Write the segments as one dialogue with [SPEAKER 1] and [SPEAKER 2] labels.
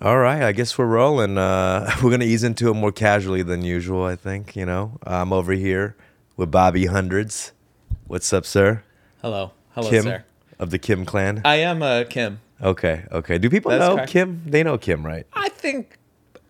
[SPEAKER 1] All right, I guess we're rolling. Uh, we're gonna ease into it more casually than usual. I think you know I'm over here with Bobby Hundreds. What's up, sir?
[SPEAKER 2] Hello. Hello,
[SPEAKER 1] Kim
[SPEAKER 2] sir.
[SPEAKER 1] of the Kim Clan.
[SPEAKER 2] I am uh, Kim.
[SPEAKER 1] okay, okay. Do people
[SPEAKER 2] That's
[SPEAKER 1] know
[SPEAKER 2] correct.
[SPEAKER 1] Kim? They know Kim, right?
[SPEAKER 2] I think,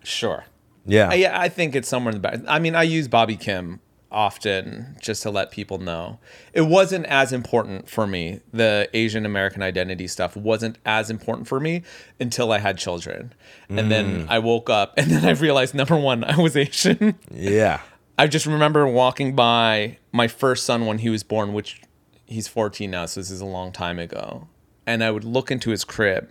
[SPEAKER 2] sure.
[SPEAKER 1] Yeah.
[SPEAKER 2] I, I think it's somewhere in the back. I mean, I use Bobby Kim often just to let people know. It wasn't as important for me. The Asian American identity stuff wasn't as important for me until I had children. And
[SPEAKER 1] Mm.
[SPEAKER 2] then I woke up and then I realized number one, I was Asian.
[SPEAKER 1] Yeah.
[SPEAKER 2] I just remember walking by my first son when he was born, which he's 14 now, so this is a long time ago. And I would look into his crib,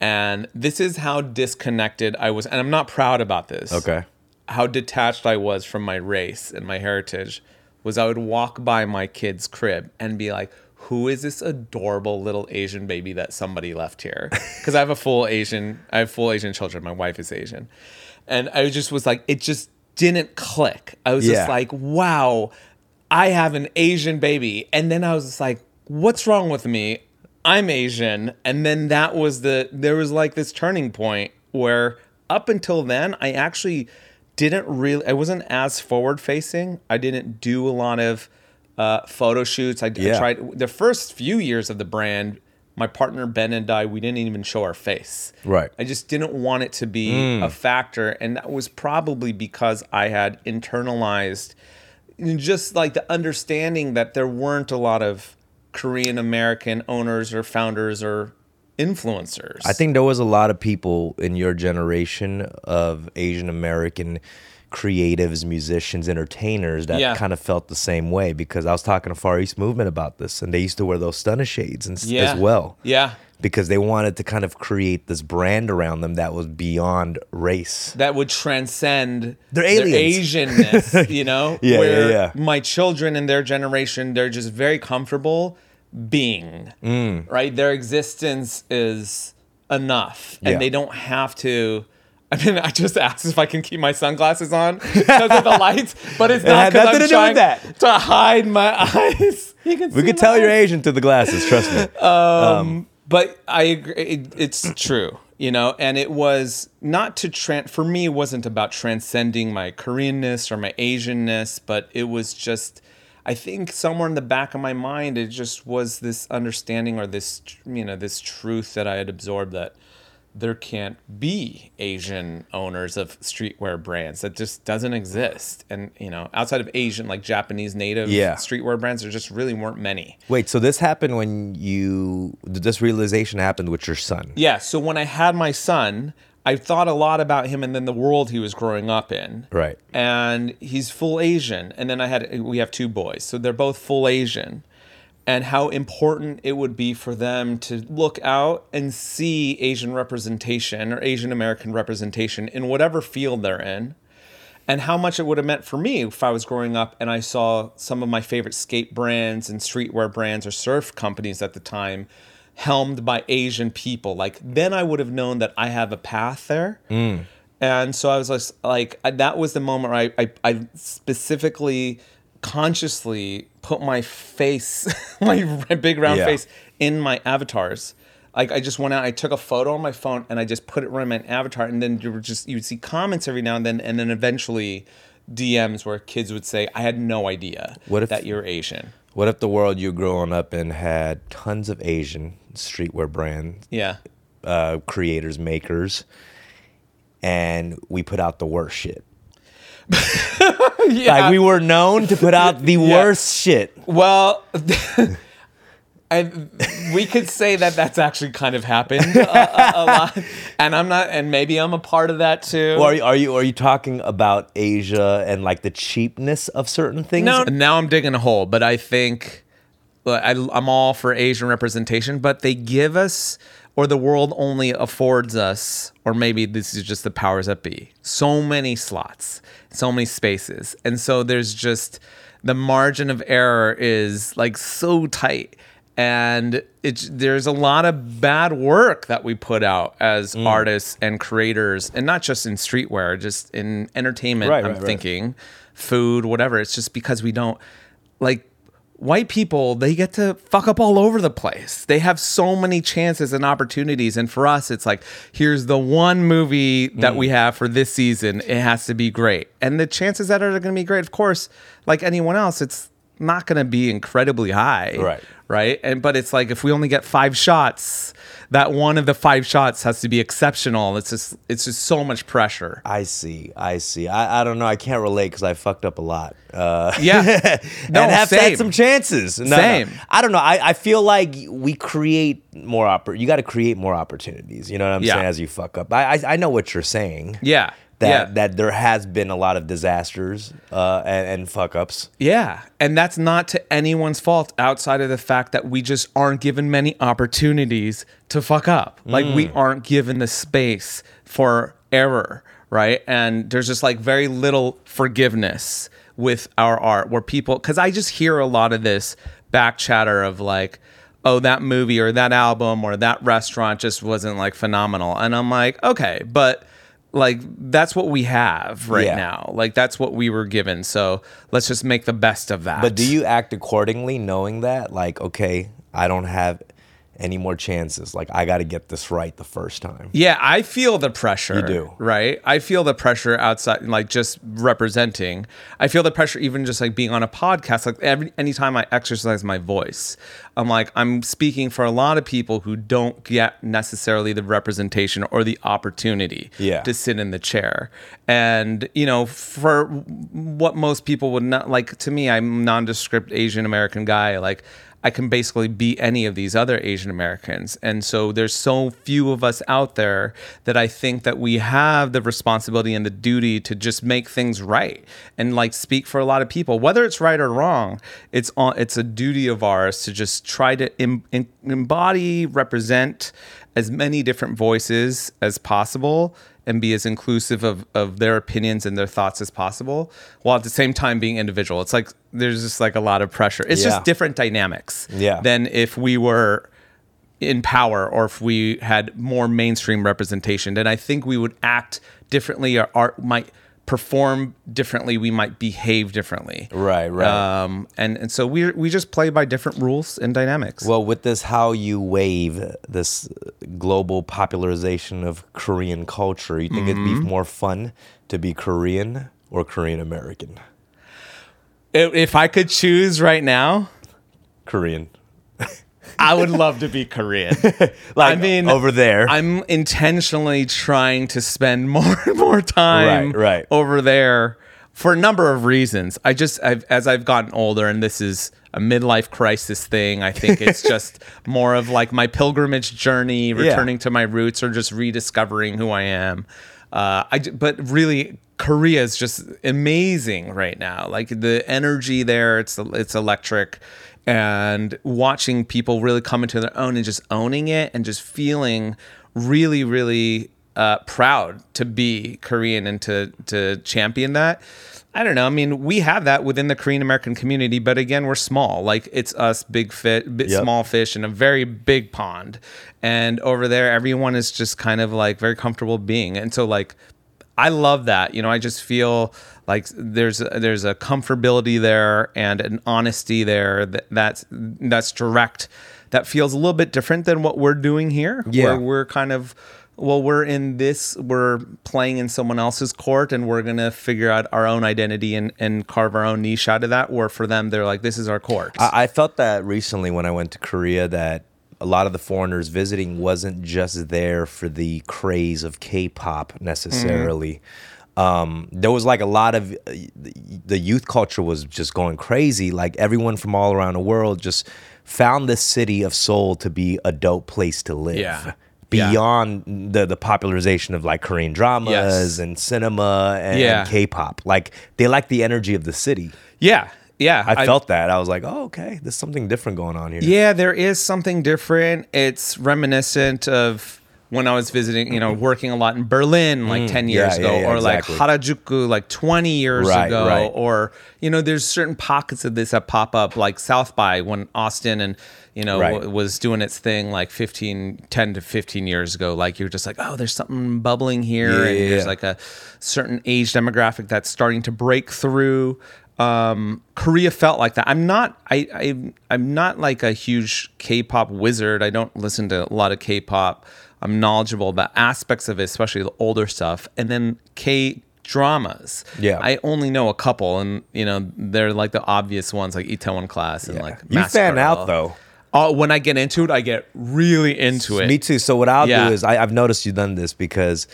[SPEAKER 2] and this is how disconnected I was. And I'm not proud about this.
[SPEAKER 1] Okay.
[SPEAKER 2] How detached I was from my race and my heritage was I would walk by my kid's crib and be like, who is this adorable little Asian baby that somebody left here? Because I have a full Asian, I have full Asian children. My wife is Asian. And I just was like, it just didn't click. I was was
[SPEAKER 1] Yeah.
[SPEAKER 2] just like, wow, I have an Asian baby. And then I was just like, what's wrong with me? I'm Asian. And then that was the, there was like this turning point where up until then, I actually didn't really, I wasn't as forward facing. I didn't do a lot of uh, photo shoots. I, I
[SPEAKER 1] Yeah.
[SPEAKER 2] tried the first few years of the brand. My partner Ben and I, we didn't even show our face.
[SPEAKER 1] Right.
[SPEAKER 2] I just didn't want it to be
[SPEAKER 1] Mm.
[SPEAKER 2] a factor. And that was probably because I had internalized just like the understanding that there weren't a lot of Korean American owners or founders or influencers.
[SPEAKER 1] I think there was a lot of people in your generation of Asian American creatives, musicians, entertainers that
[SPEAKER 2] Yeah.
[SPEAKER 1] kind of felt the same way because I was talking to Far East Movement about this and they used to wear those stunner shades and, s- as well
[SPEAKER 2] Yeah.
[SPEAKER 1] because they wanted to kind of create this brand around them that was beyond race.
[SPEAKER 2] that would transcend
[SPEAKER 1] They're
[SPEAKER 2] their
[SPEAKER 1] aliens.
[SPEAKER 2] Asianness, you know?
[SPEAKER 1] Yeah, yeah,
[SPEAKER 2] Where
[SPEAKER 1] yeah.
[SPEAKER 2] My children in their generation, they're just very comfortable being,
[SPEAKER 1] Mm.
[SPEAKER 2] right? Their existence is enough and
[SPEAKER 1] Yeah.
[SPEAKER 2] they don't have to. I mean, I just asked if I can keep my sunglasses on because of the lights, but it's not
[SPEAKER 1] had
[SPEAKER 2] because
[SPEAKER 1] nothing
[SPEAKER 2] I'm
[SPEAKER 1] to do
[SPEAKER 2] trying
[SPEAKER 1] with
[SPEAKER 2] that. to hide my eyes. You can
[SPEAKER 1] We
[SPEAKER 2] see
[SPEAKER 1] could
[SPEAKER 2] my
[SPEAKER 1] tell you're
[SPEAKER 2] eyes.
[SPEAKER 1] Asian through the glasses, trust me.
[SPEAKER 2] But I agree. It, it's true, you know. And it was not to tran. For me, it wasn't about transcending my Koreanness or my Asianness, but it was just. I think somewhere in the back of my mind, it just was this understanding or this, you know, this truth that I had absorbed that there can't be Asian owners of streetwear brands. That just doesn't exist. And you know, outside of Asian, like Japanese native
[SPEAKER 1] Yeah.
[SPEAKER 2] streetwear brands, there just really weren't many.
[SPEAKER 1] Wait, so this happened when you this realization happened with your son.
[SPEAKER 2] Yeah. So when I had my son, I thought a lot about him and then the world he was growing up in.
[SPEAKER 1] Right.
[SPEAKER 2] And he's full Asian. And then I had, we have two boys. So they're both full Asian. And how important it would be for them to look out and see Asian representation or Asian American representation in whatever field they're in and how much it would have meant for me if I was growing up and I saw some of my favorite skate brands and streetwear brands or surf companies at the time helmed by Asian people. Like then I would have known that I have a path there. And so I was just like, I- that was the moment where I, I, I specifically consciously put my face, my r- big round
[SPEAKER 1] Yeah.
[SPEAKER 2] face in my avatars. Like I just went out, I took a photo on my phone and I just put it around my avatar, and then you were just you would see comments every now and then, and then eventually DMs where kids would say, "I had no idea
[SPEAKER 1] What if-
[SPEAKER 2] that you're Asian."
[SPEAKER 1] What if the world you were growing up in had tons of Asian streetwear brands
[SPEAKER 2] Yeah,
[SPEAKER 1] uh, creators, makers, and we put out the worst shit.
[SPEAKER 2] yeah.
[SPEAKER 1] Like we were known to put out the worst shit.
[SPEAKER 2] well, I, we could say that that's actually kind of happened a, a, a lot, and I'm not, and maybe I'm a part of that too.
[SPEAKER 1] Or are you, are you are you talking about Asia and like the cheapness of certain things?
[SPEAKER 2] No, now I'm digging a hole, but I think but I, I'm all for Asian representation, but they give us, or the world only affords us, or maybe this is just the powers that be, so many slots, so many spaces. And so there's just the margin of error is like so tight. And it's, there's a lot of bad work that we put out as
[SPEAKER 1] Mm.
[SPEAKER 2] artists and creators, and not just in streetwear, just in entertainment.
[SPEAKER 1] Right,
[SPEAKER 2] I'm
[SPEAKER 1] right, right.
[SPEAKER 2] thinking, food, whatever. It's just because we don't like white people they get to fuck up all over the place they have so many chances and opportunities and for us it's like here's the one movie that
[SPEAKER 1] Mm.
[SPEAKER 2] we have for this season it has to be great and the chances that are going to be great of course like anyone else it's not going to be incredibly high
[SPEAKER 1] Right.
[SPEAKER 2] right and but it's like if we only get five shots that one of the five shots has to be exceptional it's just it's just so much pressure
[SPEAKER 1] I see. I see. I, I don't know. I can't relate because I fucked up a lot. Uh,
[SPEAKER 2] Yeah.
[SPEAKER 1] and
[SPEAKER 2] No,
[SPEAKER 1] have
[SPEAKER 2] same.
[SPEAKER 1] had some chances. No, no.
[SPEAKER 2] Same.
[SPEAKER 1] I don't know. I, I feel like we create more oppor- You got to create more opportunities. You know what I'm
[SPEAKER 2] Yeah.
[SPEAKER 1] saying? As you fuck up, I, I I know what you're saying.
[SPEAKER 2] yeah
[SPEAKER 1] That
[SPEAKER 2] yeah.
[SPEAKER 1] that there has been a lot of disasters uh, and, and fuck ups.
[SPEAKER 2] Yeah. And that's not to anyone's fault outside of the fact that we just aren't given many opportunities to fuck up. Like, we
[SPEAKER 1] Mm.
[SPEAKER 2] aren't given the space for error, right? And there's just like very little forgiveness with our art where people, because I just hear a lot of this back chatter of like, oh, that movie or that album or that restaurant just wasn't like phenomenal. And I'm like, okay, but like that's what we have right
[SPEAKER 1] Yeah.
[SPEAKER 2] now. Like that's what we were given. So let's just make the best of that.
[SPEAKER 1] But do you act accordingly, knowing that? Like, okay, I don't have any more chances. Like, I got to get this right the first time.
[SPEAKER 2] Yeah, I feel the pressure. You
[SPEAKER 1] do.
[SPEAKER 2] Right? I feel the pressure outside like just representing. I feel the pressure even just like being on a podcast. Like every anytime I exercise my voice, I'm like, I'm speaking for a lot of people who don't get necessarily the representation or the opportunity
[SPEAKER 1] Yeah.
[SPEAKER 2] to sit in the chair. And, you know, for what most people would not like to me, I'm nondescript Asian American guy, like I can basically be any of these other Asian Americans. And so there's so few of us out there that I think that we have the responsibility and the duty to just make things right and like speak for a lot of people. Whether it's right or wrong, it's on it's a duty of ours to just try to em- em- embody, represent as many different voices as possible and be as inclusive of, of their opinions and their thoughts as possible while at the same time being individual. It's like there's just like a lot of pressure. It's
[SPEAKER 1] Yeah.
[SPEAKER 2] just different dynamics
[SPEAKER 1] Yeah.
[SPEAKER 2] than if we were in power or if we had more mainstream representation. Then I think we would act differently or art might perform differently. We might behave differently.
[SPEAKER 1] Right, right.
[SPEAKER 2] Um, and, and so we we just play by different rules and dynamics.
[SPEAKER 1] well, with this how you wave this global popularization of Korean culture, you think it'd be more fun to be Korean or Korean American?
[SPEAKER 2] if, if I could choose right now,
[SPEAKER 1] Korean.
[SPEAKER 2] I would love to be Korean.
[SPEAKER 1] Like
[SPEAKER 2] mean,
[SPEAKER 1] over there.
[SPEAKER 2] I'm intentionally trying to spend more and more time
[SPEAKER 1] Right, right.
[SPEAKER 2] over there for a number of reasons. I just, I've, as I've gotten older, and this is a midlife crisis thing, I think it's just more of like my pilgrimage journey, returning to my roots, or just rediscovering who I am. Uh, I, d- but really, Korea is just amazing right now. Like the energy there, it's it's electric and watching people really come into their own and just owning it and just feeling really really uh, proud to be Korean and to to champion that. I don't know. I mean, we have that within the Korean American community, but again, we're small. Like it's us, big fit, bit
[SPEAKER 1] Yep.
[SPEAKER 2] small fish in a very big pond. And over there, everyone is just kind of like very comfortable being. And so, like, I love that. You know, I just feel like there's there's a comfortability there and an honesty there that, that's that's direct. That feels a little bit different than what we're doing here.
[SPEAKER 1] Yeah.
[SPEAKER 2] where we're kind of well, we're in this, we're playing in someone else's court, and we're gonna figure out our own identity and and carve our own niche out of that. Where for them, they're like, this is our court.
[SPEAKER 1] I, I felt that recently when I went to Korea that a lot of the foreigners visiting wasn't just there for the craze of K-pop necessarily.
[SPEAKER 2] Mm-hmm.
[SPEAKER 1] Um, there was like a lot of uh, the- the youth culture was just going crazy. Like everyone from all around the world just found this city of Seoul to be a dope place to live.
[SPEAKER 2] Yeah. Yeah.
[SPEAKER 1] Beyond the the popularization of like Korean dramas
[SPEAKER 2] Yes.
[SPEAKER 1] and cinema and,
[SPEAKER 2] Yeah.
[SPEAKER 1] and K-pop, like they like the energy of the city.
[SPEAKER 2] yeah, yeah.
[SPEAKER 1] I felt that. I was like, oh, okay, there's something different going on here.
[SPEAKER 2] Yeah, there is something different. It's reminiscent of when I was visiting, you know, working a lot in Berlin like 10 years
[SPEAKER 1] Mm-hmm. Mm, yeah,
[SPEAKER 2] ago,
[SPEAKER 1] yeah,
[SPEAKER 2] or like
[SPEAKER 1] exactly.
[SPEAKER 2] Harajuku like 20 years
[SPEAKER 1] Right,
[SPEAKER 2] ago,
[SPEAKER 1] right.
[SPEAKER 2] or, you know, there's certain pockets of this that pop up, like South by when Austin and, you know,
[SPEAKER 1] Right.
[SPEAKER 2] w- was doing its thing like 15, 10 to 15 years ago. Like you're just like, oh, there's something bubbling here.
[SPEAKER 1] Yeah,
[SPEAKER 2] and
[SPEAKER 1] yeah,
[SPEAKER 2] there's
[SPEAKER 1] yeah.
[SPEAKER 2] like a certain age demographic that's starting to break through. um, Korea felt like that. I'm not. I, I I'm not like a huge K-pop wizard. I don't listen to a lot of K-pop. I'm knowledgeable about aspects of it, especially the older stuff, and then K dramas.
[SPEAKER 1] Yeah.
[SPEAKER 2] I only know a couple, and you know they're like the obvious ones, like Itaewon Class and like.
[SPEAKER 1] You
[SPEAKER 2] Mask
[SPEAKER 1] fan
[SPEAKER 2] Girl.
[SPEAKER 1] out, though.
[SPEAKER 2] Oh, when I get into it, I get really into it.
[SPEAKER 1] Me too. So what I'll
[SPEAKER 2] Yeah.
[SPEAKER 1] do is I, I've noticed you've done this because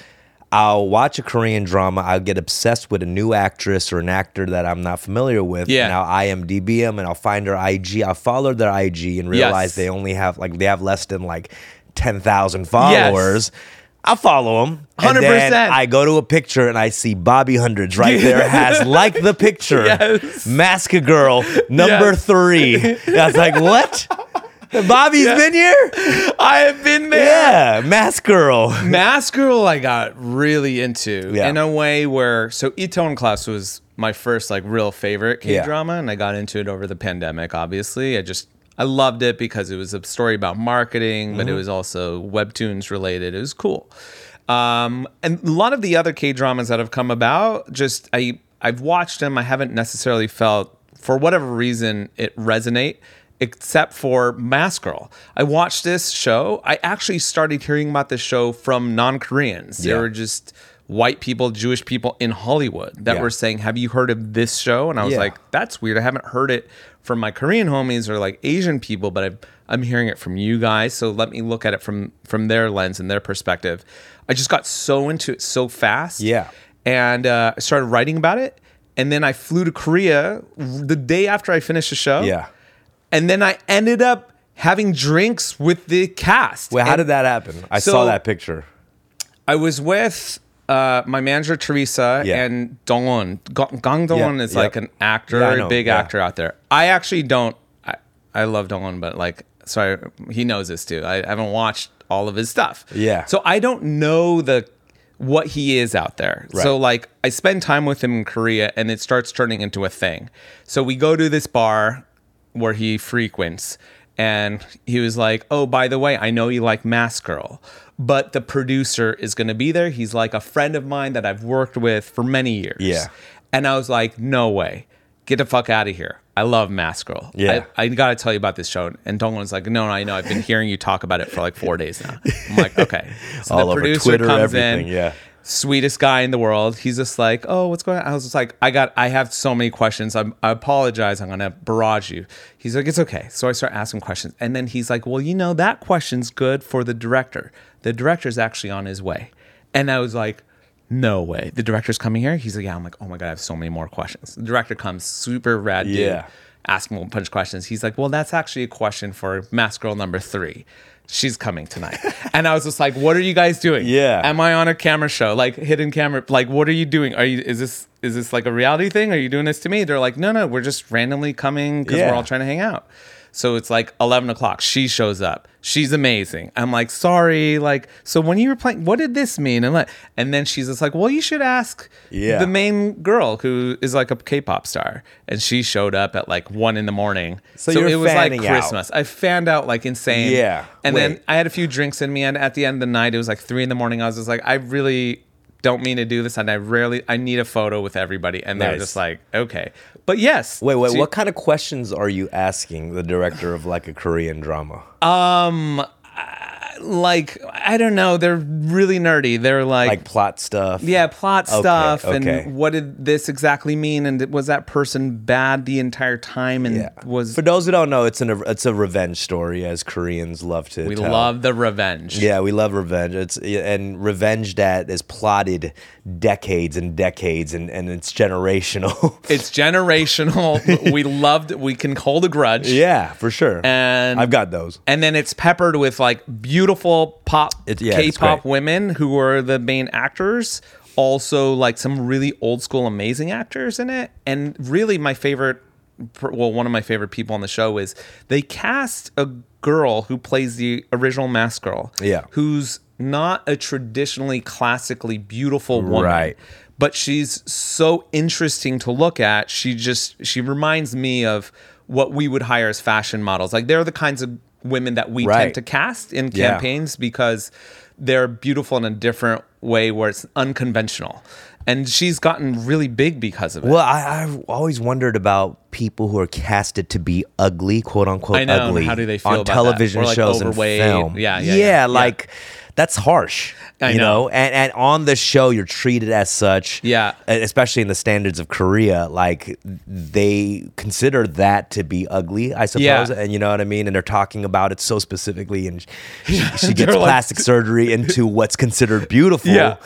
[SPEAKER 1] I'll watch a Korean drama. I'll get obsessed with a new actress or an actor that I'm not familiar with.
[SPEAKER 2] Yeah.
[SPEAKER 1] And I'll IMDb them and I'll find their IG. I'll follow their IG and realize
[SPEAKER 2] Yes.
[SPEAKER 1] they only have like they have less than like ten thousand followers. I follow them.
[SPEAKER 2] 100%.
[SPEAKER 1] I go to a picture and I see Bobby Hundreds right there has like the picture.
[SPEAKER 2] Yes.
[SPEAKER 1] Mask a girl number
[SPEAKER 2] Yes.
[SPEAKER 1] three. And I was like, what? Bobby's been here?
[SPEAKER 2] I have been there.
[SPEAKER 1] Yeah, Mask Girl.
[SPEAKER 2] Mask Girl, I got really into
[SPEAKER 1] Yeah.
[SPEAKER 2] in a way where so Itone Class was my first like real favorite K
[SPEAKER 1] Yeah.
[SPEAKER 2] drama, and I got into it over the pandemic. Obviously, I just I loved it because it was a story about marketing,
[SPEAKER 1] Mm-hmm.
[SPEAKER 2] but it was also webtoons related. It was cool, um, and a lot of the other K dramas that have come about, just I I've watched them. I haven't necessarily felt for whatever reason it resonate except for Mask Girl. I watched this show. I actually started hearing about this show from non-Koreans.
[SPEAKER 1] Yeah.
[SPEAKER 2] There were just white people, Jewish people in Hollywood that
[SPEAKER 1] Yeah.
[SPEAKER 2] were saying, "Have you heard of this show?" And I was
[SPEAKER 1] Yeah.
[SPEAKER 2] like, "That's weird. I haven't heard it from my Korean homies or like Asian people, but I've, I'm hearing it from you guys. So let me look at it from from their lens and their perspective." I just got so into it so fast
[SPEAKER 1] Yeah.
[SPEAKER 2] and uh, I started writing about it. And then I flew to Korea the day after I finished the show.
[SPEAKER 1] Yeah.
[SPEAKER 2] And then I ended up having drinks with the cast.
[SPEAKER 1] Well, how
[SPEAKER 2] And
[SPEAKER 1] did that happen? I
[SPEAKER 2] So-
[SPEAKER 1] saw that picture.
[SPEAKER 2] I was with uh, my manager Teresa
[SPEAKER 1] Yeah.
[SPEAKER 2] and Dongwon. Go- Gang Dongwon
[SPEAKER 1] Yeah,
[SPEAKER 2] is
[SPEAKER 1] yeah.
[SPEAKER 2] like an actor,
[SPEAKER 1] Yeah, I know,
[SPEAKER 2] big
[SPEAKER 1] yeah.
[SPEAKER 2] actor out there. I actually don't. I, I love Dongwon, but like, sorry, he knows this too. I, I haven't watched all of his stuff.
[SPEAKER 1] Yeah.
[SPEAKER 2] So I don't know the what he is out there. So like, I spend time with him in Korea, and it starts turning into a thing. So we go to this bar where he frequents. And he was like, Oh, by the way, I know you like Mask Girl, but the producer is going to be there. He's like a friend of mine that I've worked with for many years.
[SPEAKER 1] Yeah.
[SPEAKER 2] And I was like, No way. Get the fuck out of here. I love Mask Girl.
[SPEAKER 1] Yeah.
[SPEAKER 2] I, I got to tell you about this show. And Dong was like, No, no, I know. I've been hearing you talk about it for like four days now. I'm like, Okay. So
[SPEAKER 1] All over Twitter, everything. Yeah.
[SPEAKER 2] sweetest guy in the world. He's just like, oh, what's going on? I was just like, I got, I have so many questions. I'm, I apologize. I'm gonna barrage you. He's like, it's okay. So I start asking questions, and then he's like, well, you know, that question's good for the director. The director's actually on his way, and I was like. No way. The director's coming here. He's like, yeah. I'm like, oh my god, I have so many more questions. The director comes, super rad dude
[SPEAKER 1] Yeah.
[SPEAKER 2] ask him a bunch of questions. He's like, "Well, that's actually a question for Mask Girl number three. She's coming tonight." and I was just like, "What are you guys doing?
[SPEAKER 1] Yeah.
[SPEAKER 2] am I on a camera show? Like hidden camera? Like what are you doing? Are you is this is this like a reality thing? Are you doing this to me?" They're like, "No, no, we're just randomly coming because
[SPEAKER 1] Yeah.
[SPEAKER 2] we're all trying to hang out." So it's like eleven o'clock. She shows up. She's amazing. I'm like, sorry, like, so when you were playing, what did this mean? And like, and then she's just like, well, you should ask
[SPEAKER 1] Yeah.
[SPEAKER 2] the main girl who is like a K-pop star, and she showed up at like one in the morning.
[SPEAKER 1] So you're
[SPEAKER 2] it was like
[SPEAKER 1] fanning out.
[SPEAKER 2] Christmas. I fanned out like insane.
[SPEAKER 1] Yeah,
[SPEAKER 2] and then
[SPEAKER 1] wait.
[SPEAKER 2] I had a few drinks in me, and at the end of the night, it was like three in the morning. I was just like, I really don't mean to do this, and I rarely, I need a photo with everybody, and they were
[SPEAKER 1] Nice.
[SPEAKER 2] just like, okay, but yes.
[SPEAKER 1] Wait, wait.
[SPEAKER 2] she-
[SPEAKER 1] what kind of questions are you asking the director of like a Korean drama?
[SPEAKER 2] Like I don't know. They're really nerdy. They're
[SPEAKER 1] like plot stuff.
[SPEAKER 2] Yeah, plot
[SPEAKER 1] Okay,
[SPEAKER 2] stuff
[SPEAKER 1] okay.
[SPEAKER 2] and what did this exactly mean? And was that person bad the entire time? And
[SPEAKER 1] Yeah.
[SPEAKER 2] was
[SPEAKER 1] For those who don't know, it's an it's a revenge story, as Koreans love to.
[SPEAKER 2] we
[SPEAKER 1] tell.
[SPEAKER 2] love the revenge?
[SPEAKER 1] Yeah, we love revenge. It's and revenge that is plotted decades and decades, and and it's generational.
[SPEAKER 2] It's generational. we loved. We can hold a grudge.
[SPEAKER 1] yeah, for sure.
[SPEAKER 2] And
[SPEAKER 1] I've got those.
[SPEAKER 2] and then it's peppered with like beautiful pop
[SPEAKER 1] It- yeah, it's
[SPEAKER 2] K-pop
[SPEAKER 1] great.
[SPEAKER 2] women who are the main actors. Also, like some really old school amazing actors in it, and really my favorite, well, one of my favorite people on the show is they cast a girl who plays the original Mask Girl,
[SPEAKER 1] Yeah.
[SPEAKER 2] who's not a traditionally classically beautiful woman,
[SPEAKER 1] Right.
[SPEAKER 2] but she's so interesting to look at. She just she reminds me of what we would hire as fashion models. Like they're the kinds of women that we
[SPEAKER 1] Right.
[SPEAKER 2] tend to cast in
[SPEAKER 1] Yeah.
[SPEAKER 2] campaigns because they're beautiful in a different way where it's unconventional. And she's gotten really big because of it.
[SPEAKER 1] Well, I, I've always wondered about people who are casted to be ugly, quote unquote
[SPEAKER 2] I know,
[SPEAKER 1] ugly,
[SPEAKER 2] how do they feel
[SPEAKER 1] on
[SPEAKER 2] about that?
[SPEAKER 1] television
[SPEAKER 2] Or, like,
[SPEAKER 1] shows
[SPEAKER 2] overweight.
[SPEAKER 1] and film.
[SPEAKER 2] Yeah, yeah,
[SPEAKER 1] yeah,
[SPEAKER 2] yeah, yeah.
[SPEAKER 1] like that's harsh.
[SPEAKER 2] I
[SPEAKER 1] you
[SPEAKER 2] know.
[SPEAKER 1] know, and and on the show you're treated as such.
[SPEAKER 2] Yeah.
[SPEAKER 1] e- especially in the standards of Korea, like they consider that to be ugly, I suppose.
[SPEAKER 2] Yeah.
[SPEAKER 1] And you know what I mean. And they're talking about it so specifically, and she, she
[SPEAKER 2] They're
[SPEAKER 1] gets
[SPEAKER 2] like-
[SPEAKER 1] plastic surgery into what's considered beautiful.
[SPEAKER 2] Yeah.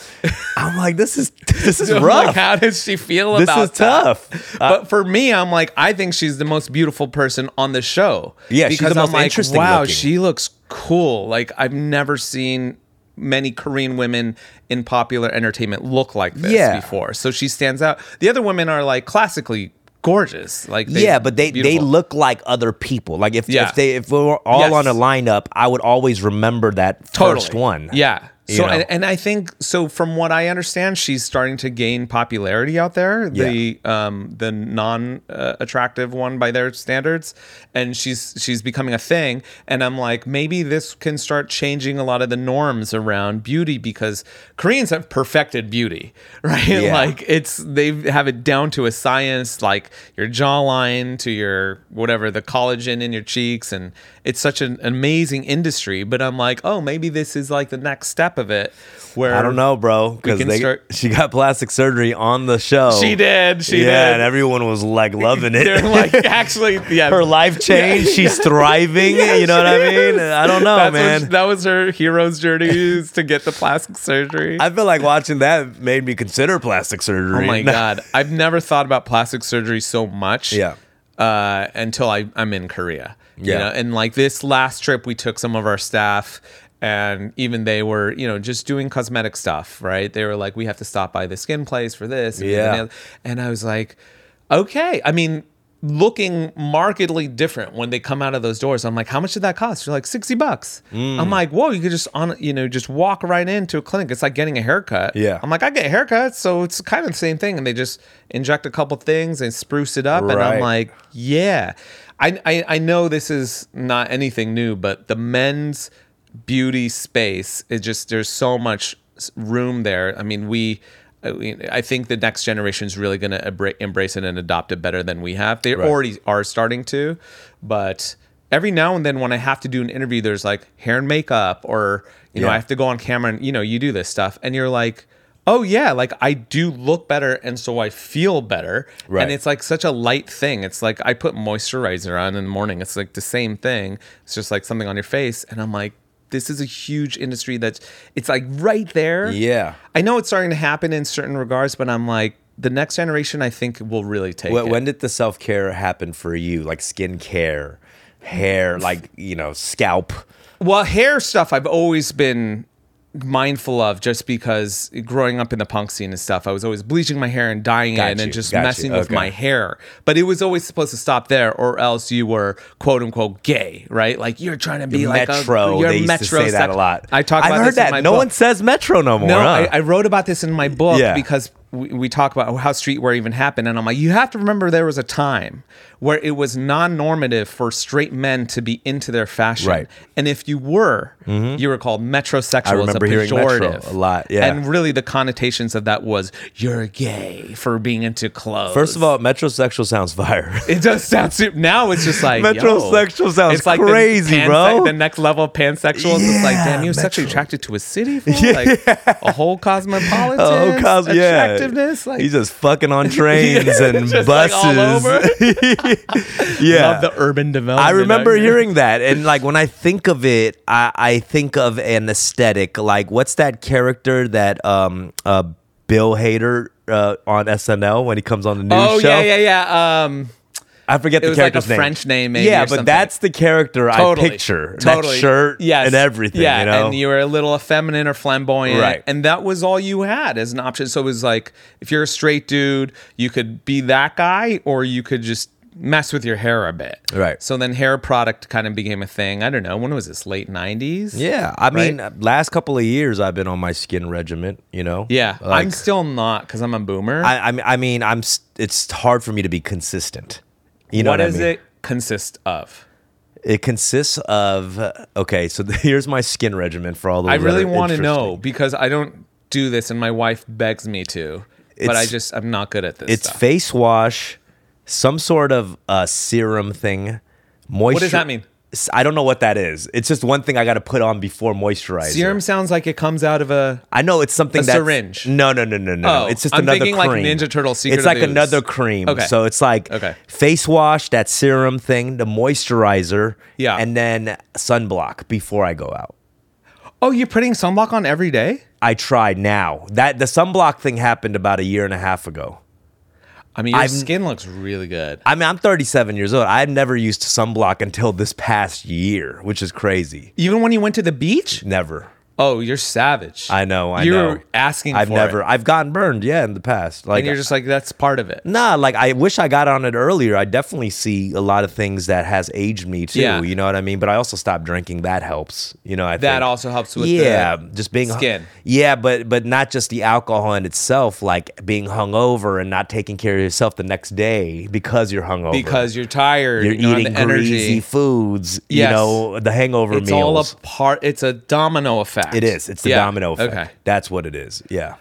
[SPEAKER 1] I'm like, this is this is
[SPEAKER 2] I'm
[SPEAKER 1] rough.
[SPEAKER 2] Like, how does she feel
[SPEAKER 1] This
[SPEAKER 2] about
[SPEAKER 1] is
[SPEAKER 2] that?
[SPEAKER 1] tough. Uh,
[SPEAKER 2] but for me, I'm like, I think she's the most beautiful person on the show.
[SPEAKER 1] Yeah, she's
[SPEAKER 2] because
[SPEAKER 1] the most
[SPEAKER 2] I'm like,
[SPEAKER 1] interesting
[SPEAKER 2] Wow,
[SPEAKER 1] looking."
[SPEAKER 2] she looks cool. Like I've never seen many Korean women in popular entertainment look like this
[SPEAKER 1] Yeah.
[SPEAKER 2] before. So she stands out. The other women are like classically gorgeous. Like they-
[SPEAKER 1] yeah, but they they
[SPEAKER 2] beautiful.
[SPEAKER 1] look like other people. Like if
[SPEAKER 2] Yeah.
[SPEAKER 1] if they if we were all
[SPEAKER 2] Yes.
[SPEAKER 1] on a lineup, I would always remember that
[SPEAKER 2] Totally.
[SPEAKER 1] first one.
[SPEAKER 2] Yeah.
[SPEAKER 1] You
[SPEAKER 2] So
[SPEAKER 1] know?
[SPEAKER 2] and, and I think so from what I understand, she's starting to gain popularity out there. The um the non uh, attractive one by their standards, and she's she's becoming a thing. And I'm like, maybe this can start changing a lot of the norms around beauty because Koreans have perfected beauty, right?
[SPEAKER 1] Yeah.
[SPEAKER 2] Like it's they have it down to a science, like your jawline to your whatever the collagen in your cheeks, and it's such an amazing industry. But I'm like, oh, maybe this is like the next step of it, where
[SPEAKER 1] I don't know, bro, because
[SPEAKER 2] can
[SPEAKER 1] they
[SPEAKER 2] start-
[SPEAKER 1] she got plastic surgery on the show.
[SPEAKER 2] She did, she
[SPEAKER 1] yeah, and
[SPEAKER 2] did.
[SPEAKER 1] everyone was like loving it.
[SPEAKER 2] They're like, actually, yeah,
[SPEAKER 1] Her life changed. She's thriving. you know what I mean? I don't know,
[SPEAKER 2] That's what
[SPEAKER 1] man.
[SPEAKER 2] she- that was her hero's journey is to get the plastic surgery.
[SPEAKER 1] I feel like watching that made me consider plastic surgery.
[SPEAKER 2] Oh my
[SPEAKER 1] No.
[SPEAKER 2] god, I've never thought about plastic surgery so much.
[SPEAKER 1] Yeah.
[SPEAKER 2] Uh, until I I'm in Korea. You
[SPEAKER 1] Yeah.
[SPEAKER 2] know? And like this last trip, we took some of our staff. And even they were, you know, just doing cosmetic stuff, right? They were like, we have to stop by the skin place for this. and
[SPEAKER 1] Yeah.
[SPEAKER 2] the nail- And I was like, okay. I mean, looking markedly different when they come out of those doors. I'm like, how much did that cost? You're like, 60 bucks.
[SPEAKER 1] Hmm.
[SPEAKER 2] I'm like, whoa, you could just on, you know, just walk right into a clinic. It's like getting a haircut.
[SPEAKER 1] Yeah.
[SPEAKER 2] I'm like, I get haircuts, so it's kind of the same thing. And they just inject a couple things and spruce it up. And I'm
[SPEAKER 1] Right.
[SPEAKER 2] like, yeah. I, I I know this is not anything new, but the men's beauty space is just there's so much s- room there. I mean, we. I mean, I think the next generation is really going to embrace it and adopt it better than we have. They already are starting to, but every now and then when I have to do an interview, there's like hair and makeup, or you know,
[SPEAKER 1] Yeah.
[SPEAKER 2] I have to go on camera and you know, you do this stuff, and you're like, oh yeah, like I do look better, and so I feel better,
[SPEAKER 1] Right.
[SPEAKER 2] and it's like such a light thing. It's like I put moisturizer on in the morning. It's like the same thing. It's just like something on your face, and I'm like, this is a huge industry that's it's like right there.
[SPEAKER 1] Yeah.
[SPEAKER 2] I know it's starting to happen in certain regards, but I'm like. The next generation, I think, will really take
[SPEAKER 1] When,
[SPEAKER 2] it.
[SPEAKER 1] when did the self care happen for you? Like skincare, hair, like you know, scalp.
[SPEAKER 2] Well, hair stuff I've always been mindful of just because growing up in the punk scene and stuff, I was always bleaching my hair and dyeing
[SPEAKER 1] Got
[SPEAKER 2] it and
[SPEAKER 1] you,
[SPEAKER 2] just
[SPEAKER 1] got you,
[SPEAKER 2] messing with
[SPEAKER 1] okay.
[SPEAKER 2] my hair. But it was always supposed to stop there or else you were quote unquote gay, right? Like you're trying to be like
[SPEAKER 1] metro.
[SPEAKER 2] a you're
[SPEAKER 1] they used to say that a
[SPEAKER 2] metrosexual.
[SPEAKER 1] lot.
[SPEAKER 2] I talk
[SPEAKER 1] I've
[SPEAKER 2] about
[SPEAKER 1] heard
[SPEAKER 2] this in
[SPEAKER 1] that.
[SPEAKER 2] my
[SPEAKER 1] no
[SPEAKER 2] book.
[SPEAKER 1] one says metro no more.
[SPEAKER 2] No,
[SPEAKER 1] huh?
[SPEAKER 2] I, I wrote about this in my book
[SPEAKER 1] Yeah.
[SPEAKER 2] because we, we talk about how streetwear even happened. And I'm like, you have to remember there was a time where it was non normative for straight men to be into their fashion.
[SPEAKER 1] Right. Mm-hmm.
[SPEAKER 2] And if you were, you were called metrosexual.
[SPEAKER 1] I remember
[SPEAKER 2] as a
[SPEAKER 1] hearing
[SPEAKER 2] pejorative.
[SPEAKER 1] metro a lot, yeah.
[SPEAKER 2] And really the connotations of that was you're gay for being into clothes.
[SPEAKER 1] First of all, metrosexual sounds fire.
[SPEAKER 2] it does sound super. Now it's just like yo.
[SPEAKER 1] Metrosexual sounds
[SPEAKER 2] it's like
[SPEAKER 1] crazy,
[SPEAKER 2] the
[SPEAKER 1] bro.
[SPEAKER 2] The next level of pansexuals. it's like,
[SPEAKER 1] Yeah,
[SPEAKER 2] damn, you're sexually
[SPEAKER 1] metro.
[SPEAKER 2] attracted to a city, fool? like a whole cosmopolitan
[SPEAKER 1] Oh, cos- yeah.
[SPEAKER 2] attractiveness. Like,
[SPEAKER 1] He's just fucking on trains and
[SPEAKER 2] just,
[SPEAKER 1] buses.
[SPEAKER 2] like, all over.
[SPEAKER 1] yeah.
[SPEAKER 2] love the urban development.
[SPEAKER 1] I remember
[SPEAKER 2] out here.
[SPEAKER 1] hearing that, and like when I think of it, I, I think of an aesthetic. Like, what's that character that um uh Bill Hader uh, on SNL when he comes on the news
[SPEAKER 2] Oh
[SPEAKER 1] show?
[SPEAKER 2] yeah, yeah, yeah. Um,
[SPEAKER 1] I forget
[SPEAKER 2] It
[SPEAKER 1] the
[SPEAKER 2] was like a
[SPEAKER 1] character's name.
[SPEAKER 2] French name, maybe,
[SPEAKER 1] yeah,
[SPEAKER 2] or
[SPEAKER 1] but
[SPEAKER 2] something.
[SPEAKER 1] that's the character
[SPEAKER 2] totally.
[SPEAKER 1] I picture.
[SPEAKER 2] Totally.
[SPEAKER 1] That shirt
[SPEAKER 2] Yes.
[SPEAKER 1] and everything.
[SPEAKER 2] Yeah,
[SPEAKER 1] you know?
[SPEAKER 2] and you were a little effeminate or flamboyant,
[SPEAKER 1] Right.
[SPEAKER 2] And that was all you had as an option. So it was like, if you're a straight dude, you could be that guy, or you could just mess with your hair a bit,
[SPEAKER 1] Right.
[SPEAKER 2] So then hair product kind of became a thing. I don't know when was this? Late '90s.
[SPEAKER 1] yeah, I mean,
[SPEAKER 2] Right?
[SPEAKER 1] last couple of years I've been on my skin regiment. You know.
[SPEAKER 2] Yeah,
[SPEAKER 1] Like,
[SPEAKER 2] I'm still not because I'm a boomer.
[SPEAKER 1] I, I mean- I mean, I'm. s- It's hard for me to be consistent. You know
[SPEAKER 2] what
[SPEAKER 1] what, I
[SPEAKER 2] does
[SPEAKER 1] mean?
[SPEAKER 2] it consist of?
[SPEAKER 1] It consists of okay. So the, here's my skin regimen for all the.
[SPEAKER 2] I really want to know because I don't do this, and my wife begs me to, but I
[SPEAKER 1] It's-
[SPEAKER 2] just I'm not good at this.
[SPEAKER 1] It's
[SPEAKER 2] stuff.
[SPEAKER 1] face wash, some sort of uh, serum thing, moisture.
[SPEAKER 2] that mean?
[SPEAKER 1] S- I don't know what that is. It's just one thing I got to put on before moisturizer.
[SPEAKER 2] Serum sounds like it comes out of a.
[SPEAKER 1] I know it's something
[SPEAKER 2] A
[SPEAKER 1] that's
[SPEAKER 2] syringe.
[SPEAKER 1] No, no, no, no, no.
[SPEAKER 2] Oh,
[SPEAKER 1] it's just
[SPEAKER 2] I'm
[SPEAKER 1] another
[SPEAKER 2] thinking
[SPEAKER 1] cream.
[SPEAKER 2] like Ninja Turtle Secret
[SPEAKER 1] It's
[SPEAKER 2] of
[SPEAKER 1] like
[SPEAKER 2] the Ooze.
[SPEAKER 1] another cream.
[SPEAKER 2] Okay.
[SPEAKER 1] So it's like
[SPEAKER 2] Okay.
[SPEAKER 1] face wash, that serum thing, the moisturizer,
[SPEAKER 2] Yeah.
[SPEAKER 1] and then sunblock before I go out.
[SPEAKER 2] Oh, you're putting sunblock on every day.
[SPEAKER 1] I tried now. That the sunblock thing happened about a year and a half ago.
[SPEAKER 2] I mean, your
[SPEAKER 1] I've-
[SPEAKER 2] skin looks really good.
[SPEAKER 1] I mean, I'm 37 years old. I've never used sunblock until this past year, which is crazy.
[SPEAKER 2] Even when you went to the beach.
[SPEAKER 1] Never.
[SPEAKER 2] Oh, you're savage.
[SPEAKER 1] I know. I
[SPEAKER 2] you're
[SPEAKER 1] know.
[SPEAKER 2] asking.
[SPEAKER 1] I've
[SPEAKER 2] for
[SPEAKER 1] never.
[SPEAKER 2] It.
[SPEAKER 1] I've gotten burned. Yeah, in the past. Like
[SPEAKER 2] And you're just like that's part of it.
[SPEAKER 1] Nah, like I wish I got on it earlier. I definitely see a lot of things that has aged me too.
[SPEAKER 2] Yeah.
[SPEAKER 1] You know what I mean? But I also stopped drinking. That helps. You know, I
[SPEAKER 2] That
[SPEAKER 1] think.
[SPEAKER 2] also helps with
[SPEAKER 1] yeah,
[SPEAKER 2] the
[SPEAKER 1] just being
[SPEAKER 2] skin.
[SPEAKER 1] Yeah, but but not just the alcohol in itself, like being hungover and not taking care of yourself the next day because you're hungover.
[SPEAKER 2] because you're tired.
[SPEAKER 1] you're
[SPEAKER 2] you don't have
[SPEAKER 1] eating
[SPEAKER 2] the energy.
[SPEAKER 1] greasy foods.
[SPEAKER 2] Yes.
[SPEAKER 1] You know, the hangover
[SPEAKER 2] It's all a
[SPEAKER 1] meals.
[SPEAKER 2] part. It's a domino effect.
[SPEAKER 1] it is. It's the
[SPEAKER 2] Yeah.
[SPEAKER 1] domino effect.
[SPEAKER 2] Okay.
[SPEAKER 1] That's what it is. Yeah.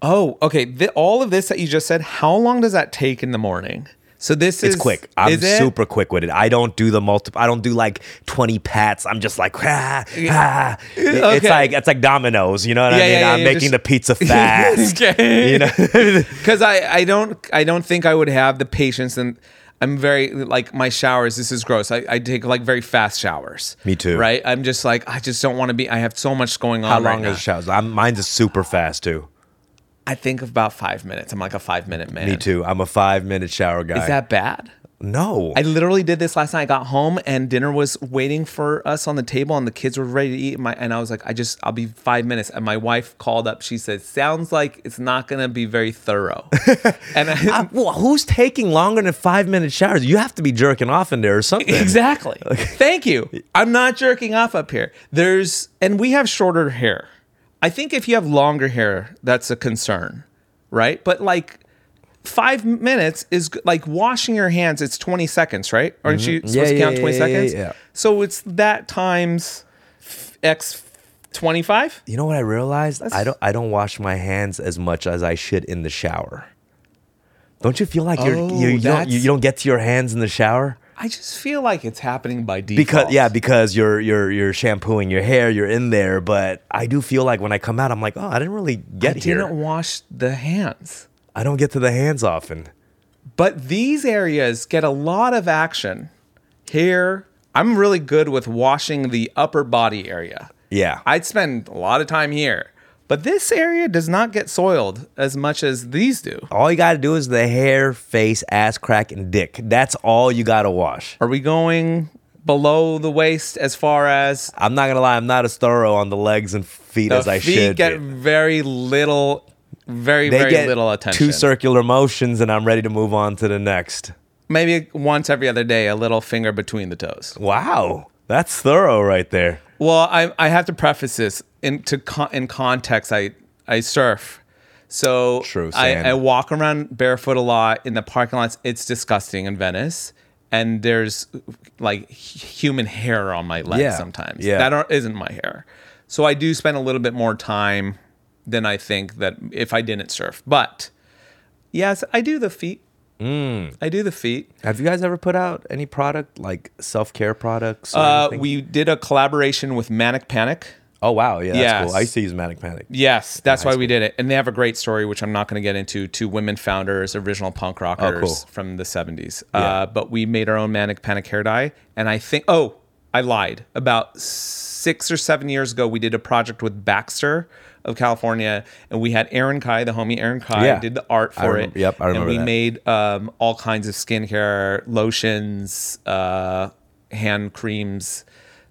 [SPEAKER 2] Oh, okay. Th- all of this that you just said. How long does that take in the morning? So this is
[SPEAKER 1] It's quick. I'm
[SPEAKER 2] is it?
[SPEAKER 1] super quick with it. I don't do the multiple. I don't do like 20 pats. I'm just like ah, ah. It's
[SPEAKER 2] Okay.
[SPEAKER 1] like it's like dominoes. You know what
[SPEAKER 2] Yeah,
[SPEAKER 1] I mean?
[SPEAKER 2] yeah, yeah,
[SPEAKER 1] I'm
[SPEAKER 2] yeah,
[SPEAKER 1] making
[SPEAKER 2] just-
[SPEAKER 1] the pizza fast.
[SPEAKER 2] okay.
[SPEAKER 1] you know.
[SPEAKER 2] Because I, I don't I don't think I would have the patience and I'm very like my showers. This is gross. I, I take like very fast showers.
[SPEAKER 1] Me too.
[SPEAKER 2] Right. I'm just like I just don't want to be. I have so much going on.
[SPEAKER 1] How
[SPEAKER 2] right
[SPEAKER 1] long
[SPEAKER 2] now.
[SPEAKER 1] is showers? I'm, mine's is super fast too.
[SPEAKER 2] I think about five minutes. I'm like a five minute man.
[SPEAKER 1] Me too. I'm a five minute shower guy.
[SPEAKER 2] Is that bad?
[SPEAKER 1] no?
[SPEAKER 2] I literally did this last night. I got home and dinner was waiting for us on the table, and the kids were ready to eat. My and I was like, I just I'll be five minutes. And my wife called up. She said, "Sounds like it's not gonna be very thorough." and I,
[SPEAKER 1] I- well, who's taking longer than five minute showers? You have to be jerking off in there or something.
[SPEAKER 2] exactly. Thank you. I'm not jerking off up here. There's and we have shorter hair. I think if you have longer hair, that's a concern, right? But like. Five minutes is g- like washing your hands. It's twenty seconds, right? Aren't you supposed
[SPEAKER 1] Mm-hmm. Yeah,
[SPEAKER 2] to
[SPEAKER 1] yeah,
[SPEAKER 2] count
[SPEAKER 1] yeah,
[SPEAKER 2] twenty
[SPEAKER 1] yeah, yeah,
[SPEAKER 2] seconds?
[SPEAKER 1] yeah.
[SPEAKER 2] So it's that times f- x twenty five.
[SPEAKER 1] You know what I realized? I don't. I don't wash my hands as much as I should in the shower. Don't you feel like you're,
[SPEAKER 2] Oh,
[SPEAKER 1] you, you, don't,
[SPEAKER 2] that's-
[SPEAKER 1] you don't get to your hands in the shower?
[SPEAKER 2] I just feel like it's happening by default.
[SPEAKER 1] because yeah because you're you're you're shampooing your hair you're in there but i do feel like when i come out i'm like oh i didn't really
[SPEAKER 2] I
[SPEAKER 1] get here
[SPEAKER 2] didn't wash the hands.
[SPEAKER 1] i don't get to the hands often
[SPEAKER 2] But these areas get a lot of action. Here, I'm really good with washing the upper body area.
[SPEAKER 1] yeah
[SPEAKER 2] I'd spend a lot of time here. But this area does not get soiled as much as these do.
[SPEAKER 1] all you gotta do is the hair face ass crack and dick that's all you gotta wash
[SPEAKER 2] Are we going below the waist as far as
[SPEAKER 1] i'm not gonna lie i'm not as thorough on the legs and feet
[SPEAKER 2] the
[SPEAKER 1] as i
[SPEAKER 2] feet
[SPEAKER 1] should be.
[SPEAKER 2] get very little very
[SPEAKER 1] they
[SPEAKER 2] very
[SPEAKER 1] get
[SPEAKER 2] little attention.
[SPEAKER 1] two circular motions and i'm ready to move on to the next
[SPEAKER 2] Maybe once every other day a little finger between the toes.
[SPEAKER 1] wow that's thorough right there
[SPEAKER 2] Well, I, I have to preface this in to con- in context. I I surf, so
[SPEAKER 1] True,
[SPEAKER 2] I,
[SPEAKER 1] same.
[SPEAKER 2] I walk around barefoot a lot in the parking lots. It's disgusting in Venice, and there's like h- human hair on my legs
[SPEAKER 1] Yeah,
[SPEAKER 2] sometimes.
[SPEAKER 1] yeah.
[SPEAKER 2] that aren't- isn't my hair. So I do spend a little bit more time than I think that if I didn't surf. But yes, I do the feet.
[SPEAKER 1] Mm.
[SPEAKER 2] I do the feet.
[SPEAKER 1] have you guys ever put out any product like self-care products or
[SPEAKER 2] Uh,
[SPEAKER 1] anything?
[SPEAKER 2] we did a collaboration with Manic Panic.
[SPEAKER 1] Oh wow, yeah, that's
[SPEAKER 2] Yes.
[SPEAKER 1] cool. I used to use Manic Panic.
[SPEAKER 2] Yes, that's why we did it. And they have a great story, which I'm not going to get into. Two women founders, original punk rockers
[SPEAKER 1] Oh, cool.
[SPEAKER 2] from the 70s. Uh, but we made our own Manic Panic hair dye. And I think, oh, I lied. About six or seven years ago, we did a project with Baxter of California. And we had Aaron Kai, the homie Aaron Kai,
[SPEAKER 1] Yeah.
[SPEAKER 2] did the art
[SPEAKER 1] I
[SPEAKER 2] for
[SPEAKER 1] remember-
[SPEAKER 2] it.
[SPEAKER 1] yep, I
[SPEAKER 2] And
[SPEAKER 1] remember
[SPEAKER 2] we
[SPEAKER 1] that.
[SPEAKER 2] made um, all kinds of skincare, lotions, uh, hand creams,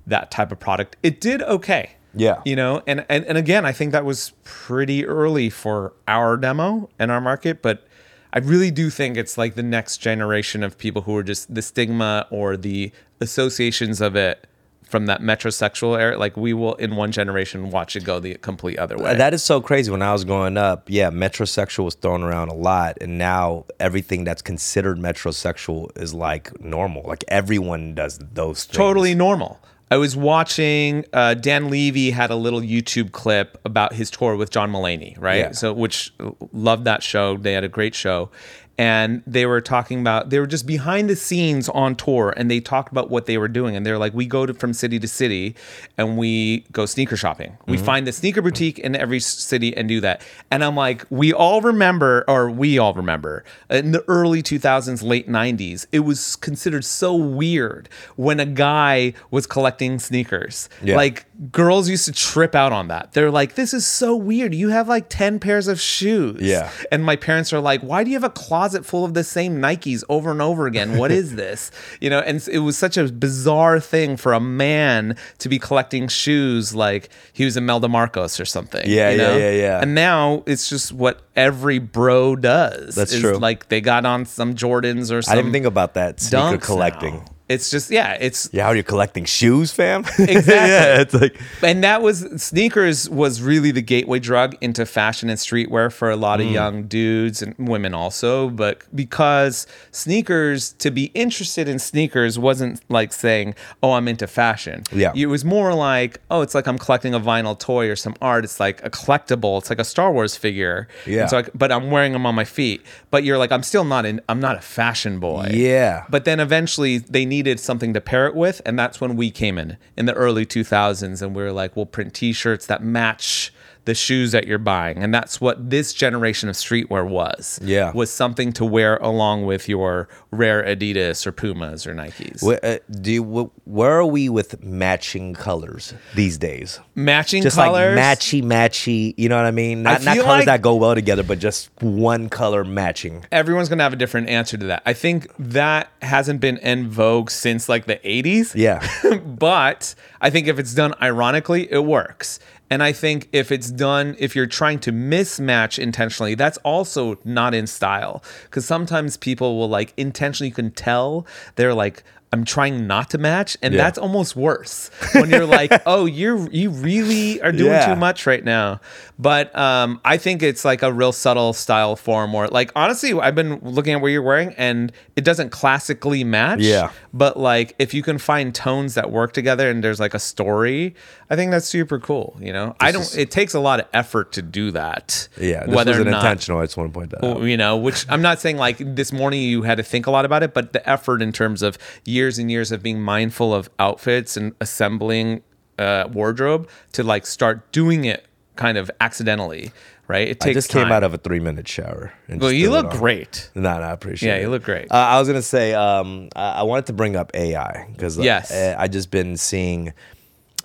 [SPEAKER 2] that type of product. It did okay.
[SPEAKER 1] Yeah.
[SPEAKER 2] You know, and, and and again, I think that was pretty early for our demo and our market, but I really do think it's like the next generation of people who are just the stigma or the associations of it from that metrosexual era. Like we will in one generation watch it go the complete other way.
[SPEAKER 1] Uh, That is so crazy. When I was growing up, yeah, metrosexual was thrown around a lot, and now everything that's considered metrosexual is like normal. Like everyone does those. Things.
[SPEAKER 2] totally normal. I was watching uh, Dan Levy had a little YouTube clip about his tour with John Mulaney, right?
[SPEAKER 1] Yeah.
[SPEAKER 2] So, which loved that show. They had a great show, and they were talking about they were just behind the scenes on tour, and they talked about what they were doing, and they're like, we go to, from city to city, and we go sneaker shopping. We find the sneaker boutique in every s- city and do that. And I'm like, we all remember, or we all remember, in the early 2000s, late 90s, it was considered so weird when a guy was collecting sneakers.
[SPEAKER 1] Yeah.
[SPEAKER 2] Like girls used to trip out on that. They're like, this is so weird. You have like 10 pairs of shoes.
[SPEAKER 1] Yeah.
[SPEAKER 2] And my parents are like, why do you have a closet full of the same Nikes over and over again? What is this? You know, and it was such a bizarre thing for a man to be collecting shoes like he was Imelda Marcos or something.
[SPEAKER 1] Yeah,
[SPEAKER 2] you
[SPEAKER 1] yeah,
[SPEAKER 2] know?
[SPEAKER 1] yeah, yeah.
[SPEAKER 2] And now it's just what every bro does.
[SPEAKER 1] That's
[SPEAKER 2] is,
[SPEAKER 1] true.
[SPEAKER 2] Like they got on some Jordans or
[SPEAKER 1] I
[SPEAKER 2] some
[SPEAKER 1] didn't think about that sneaker
[SPEAKER 2] dunks
[SPEAKER 1] collecting.
[SPEAKER 2] now. It's just yeah, it's
[SPEAKER 1] Yeah, how are you collecting shoes, fam?
[SPEAKER 2] Exactly.
[SPEAKER 1] yeah, it's like
[SPEAKER 2] and that was sneakers was really the gateway drug into fashion and streetwear for a lot of
[SPEAKER 1] Mm.
[SPEAKER 2] young dudes and women also but because sneakers to be interested in sneakers wasn't like saying oh i'm into fashion
[SPEAKER 1] Yeah.
[SPEAKER 2] it was more like oh it's like i'm collecting a vinyl toy or some art it's like a collectible it's like a star wars figure
[SPEAKER 1] Yeah.
[SPEAKER 2] And so I- but i'm wearing them on my feet but you're like i'm still not in i'm not a fashion boy
[SPEAKER 1] yeah.
[SPEAKER 2] but then eventually they needed something to pair it with, and that's when we came in in the early 2000s, and we were like, we'll print T-shirts that match the shoes that you're buying, and that's what this generation of streetwear was.
[SPEAKER 1] Yeah.
[SPEAKER 2] was something to wear along with your rare Adidas or Pumas or Nikes.
[SPEAKER 1] Where, uh, do you, wh- where are we with matching colors these days?
[SPEAKER 2] Matching
[SPEAKER 1] Just
[SPEAKER 2] colors,
[SPEAKER 1] like matchy matchy, you know what I mean? Not, not
[SPEAKER 2] feel
[SPEAKER 1] colors
[SPEAKER 2] like-
[SPEAKER 1] that go well together, but just one color matching.
[SPEAKER 2] everyone's gonna have a different answer to that. I think that hasn't been in vogue since like the 80s.
[SPEAKER 1] Yeah.
[SPEAKER 2] but I think if it's done ironically, it works. And I think if it's done, if you're trying to mismatch intentionally, that's also not in style. Because sometimes people will like intentionally, you can tell they're like, I'm trying not to match. And
[SPEAKER 1] Yeah.
[SPEAKER 2] that's almost worse when you're like, oh, you're, you really are doing
[SPEAKER 1] Yeah.
[SPEAKER 2] too much right now. But um, I think it's like a real subtle style form where, like, honestly, I've been looking at what you're wearing and it doesn't classically match
[SPEAKER 1] Yeah.
[SPEAKER 2] but like if you can find tones that work together and there's like a story i think that's super cool you know i don't
[SPEAKER 1] is-
[SPEAKER 2] it takes a lot of effort to do that
[SPEAKER 1] Yeah. This
[SPEAKER 2] whether or
[SPEAKER 1] wasn't
[SPEAKER 2] not
[SPEAKER 1] intentional. I just want to point that out.
[SPEAKER 2] you know which i'm not saying like this morning you had to think a lot about it but the effort in terms of years and years of being mindful of outfits and assembling uh, wardrobe to like start doing it kind of accidentally right it takes
[SPEAKER 1] I just
[SPEAKER 2] time.
[SPEAKER 1] came out of a three minute shower. and
[SPEAKER 2] well
[SPEAKER 1] just
[SPEAKER 2] you
[SPEAKER 1] threw it
[SPEAKER 2] look
[SPEAKER 1] on.
[SPEAKER 2] great
[SPEAKER 1] No, no, I appreciate
[SPEAKER 2] Yeah,
[SPEAKER 1] it.
[SPEAKER 2] you look great.
[SPEAKER 1] Uh, I was gonna say, um, I, I wanted to bring up AI because
[SPEAKER 2] Yes.
[SPEAKER 1] eh, I, just been seeing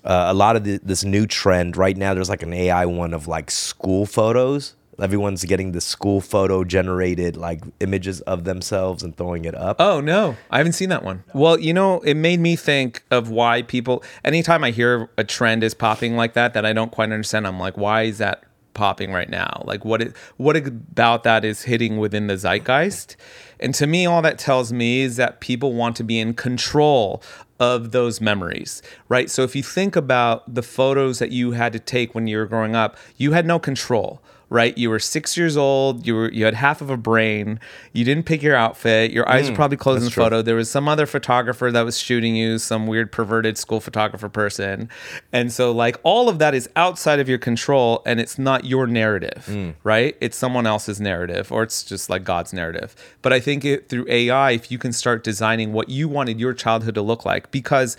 [SPEAKER 1] uh, a lot of the, this new trend right now. There's like an AI one of like school photos. Everyone's getting the school photo generated like images of themselves and throwing it up.
[SPEAKER 2] Oh no, I haven't seen that one. Well, you know, it made me think of why people. Anytime I hear a trend is popping like that that I don't quite understand, I'm like, why is that popping right now? Like, what it, what about that is hitting within the zeitgeist? And to me, all that tells me is that people want to be in control of those memories, right? So if you think about the photos that you had to take when you were growing up, you had no control right? You were six years old. You were you had half of a brain. You didn't pick your outfit. Your eyes were probably closed in the photo. There was some other photographer that was shooting you, some weird perverted school photographer person, and so like all of that is outside of your control, and it's not your narrative, right? It's someone else's narrative, or it's just like God's narrative. But I think it, through AI, if you can start designing what you wanted your childhood to look like, because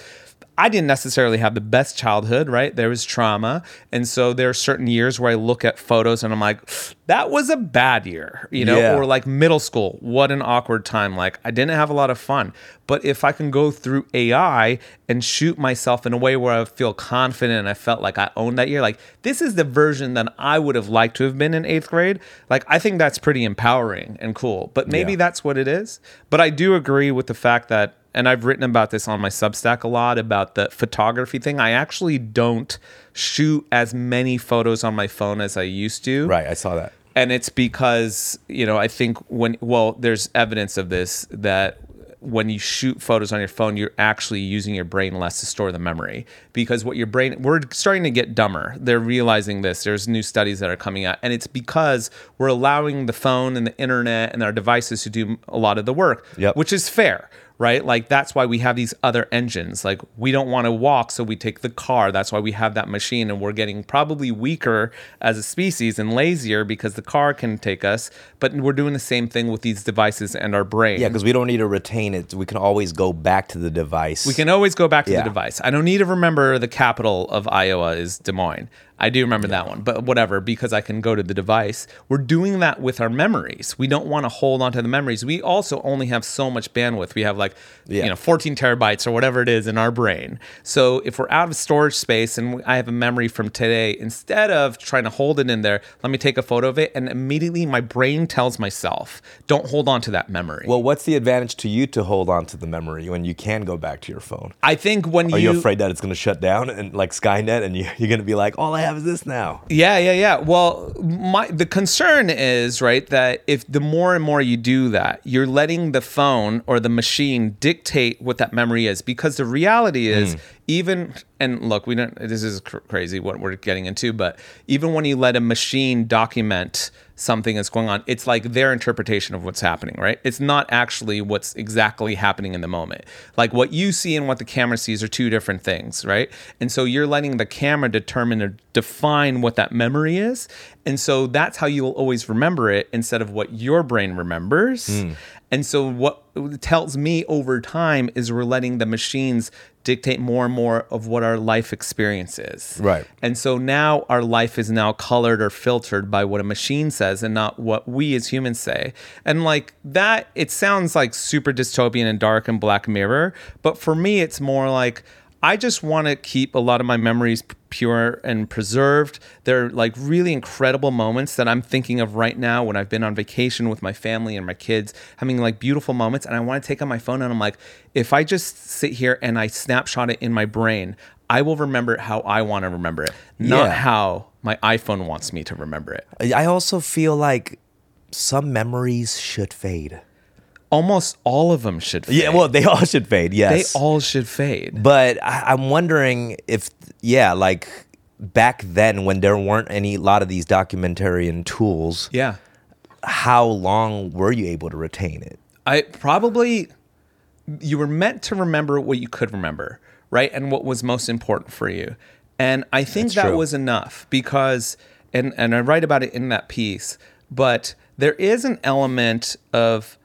[SPEAKER 2] I didn't necessarily have the best childhood, right? There was trauma. And so there are certain years where I look at photos and I'm like, that was a bad year, you know,
[SPEAKER 1] Yeah.
[SPEAKER 2] or like middle school, what an awkward time. Like I didn't have a lot of fun. But if I can go through AI and shoot myself in a way where I feel confident and I felt like I owned that year, like this is the version that I would have liked to have been in eighth grade, like I think that's pretty empowering and cool. But maybe
[SPEAKER 1] Yeah.
[SPEAKER 2] that's what it is. But I do agree with the fact that, and I've written about this on my Substack a lot about the photography thing. I actually don't shoot as many photos on my phone as I used to.
[SPEAKER 1] Right, I saw that.
[SPEAKER 2] And it's because, you know, I think when, well, there's evidence of this that when you shoot photos on your phone, you're actually using your brain less to store the memory because what your brain, we're starting to get dumber. They're realizing this. There's new studies that are coming out. And it's because we're allowing the phone and the internet and our devices to do a lot of the work,
[SPEAKER 1] Yep.
[SPEAKER 2] which is fair. right? Like that's why we have these other engines. Like we don't want to walk, so we take the car. That's why we have that machine, and we're getting probably weaker as a species and lazier because the car can take us. But we're doing the same thing with these devices and our brain.
[SPEAKER 1] Yeah, because we don't need to retain it. We can always go back to the device.
[SPEAKER 2] We can always go back to
[SPEAKER 1] Yeah.
[SPEAKER 2] the device. I don't need to remember the capital of Iowa is Des Moines. I do remember that one, but whatever, because I can go to the device. We're doing that with our memories. We don't want to hold on to the memories. We also only have so much bandwidth. We have like,
[SPEAKER 1] Yeah.
[SPEAKER 2] you know, 14 terabytes or whatever it is in our brain. So if we're out of storage space and I have a memory from today, instead of trying to hold it in there, let me take a photo of it. And immediately my brain tells myself, don't hold on to that memory.
[SPEAKER 1] Well, what's the advantage to you to hold on to the memory when you can go back to your phone?
[SPEAKER 2] I think when
[SPEAKER 1] Are you, afraid that it's going to shut down and like Skynet and you, you're going to be like, all I have is this now?
[SPEAKER 2] Yeah, yeah, yeah. Well, my the concern is right that if the more and more you do that, you're letting the phone or the machine dictate what that memory is. Because the reality is, even and look, we don't. This is cr- crazy what we're getting into, but even when you let a machine document something that's going on, it's like their interpretation of what's happening, right? It's not actually what's exactly happening in the moment. Like what you see and what the camera sees are two different things, right? And so you're letting the camera determine or define what that memory is. And so that's how you'll always remember it instead of what your brain remembers. And so what it tells me over time is we're letting the machines dictate more and more of what our life experience is.
[SPEAKER 1] Right.
[SPEAKER 2] And so now our life is now colored or filtered by what a machine says and not what we as humans say. And like that, it sounds like super dystopian and dark and Black Mirror. But for me, it's more like I just want to keep a lot of my memories p- pure and preserved. They're like really incredible moments that I'm thinking of right now when I've been on vacation with my family and my kids, having like beautiful moments. And I want to take out my phone and I'm like, if I just sit here and I snapshot it in my brain, I will remember it how I want to remember it, not
[SPEAKER 1] Yeah.
[SPEAKER 2] how my iPhone wants me to remember it.
[SPEAKER 1] I also feel like some memories should fade.
[SPEAKER 2] Almost all of them should fade.
[SPEAKER 1] Yeah, well, they all should fade,
[SPEAKER 2] they
[SPEAKER 1] yes.
[SPEAKER 2] all should fade.
[SPEAKER 1] But I, I'm wondering if, yeah, like back then when there weren't any lot of these documentarian tools,
[SPEAKER 2] Yeah.
[SPEAKER 1] how long were you able to retain it?
[SPEAKER 2] I probably you were meant to remember what you could remember, right? And what was most important for you. And I think that
[SPEAKER 1] true.
[SPEAKER 2] was enough because and and I write about it in that piece, but there is an element of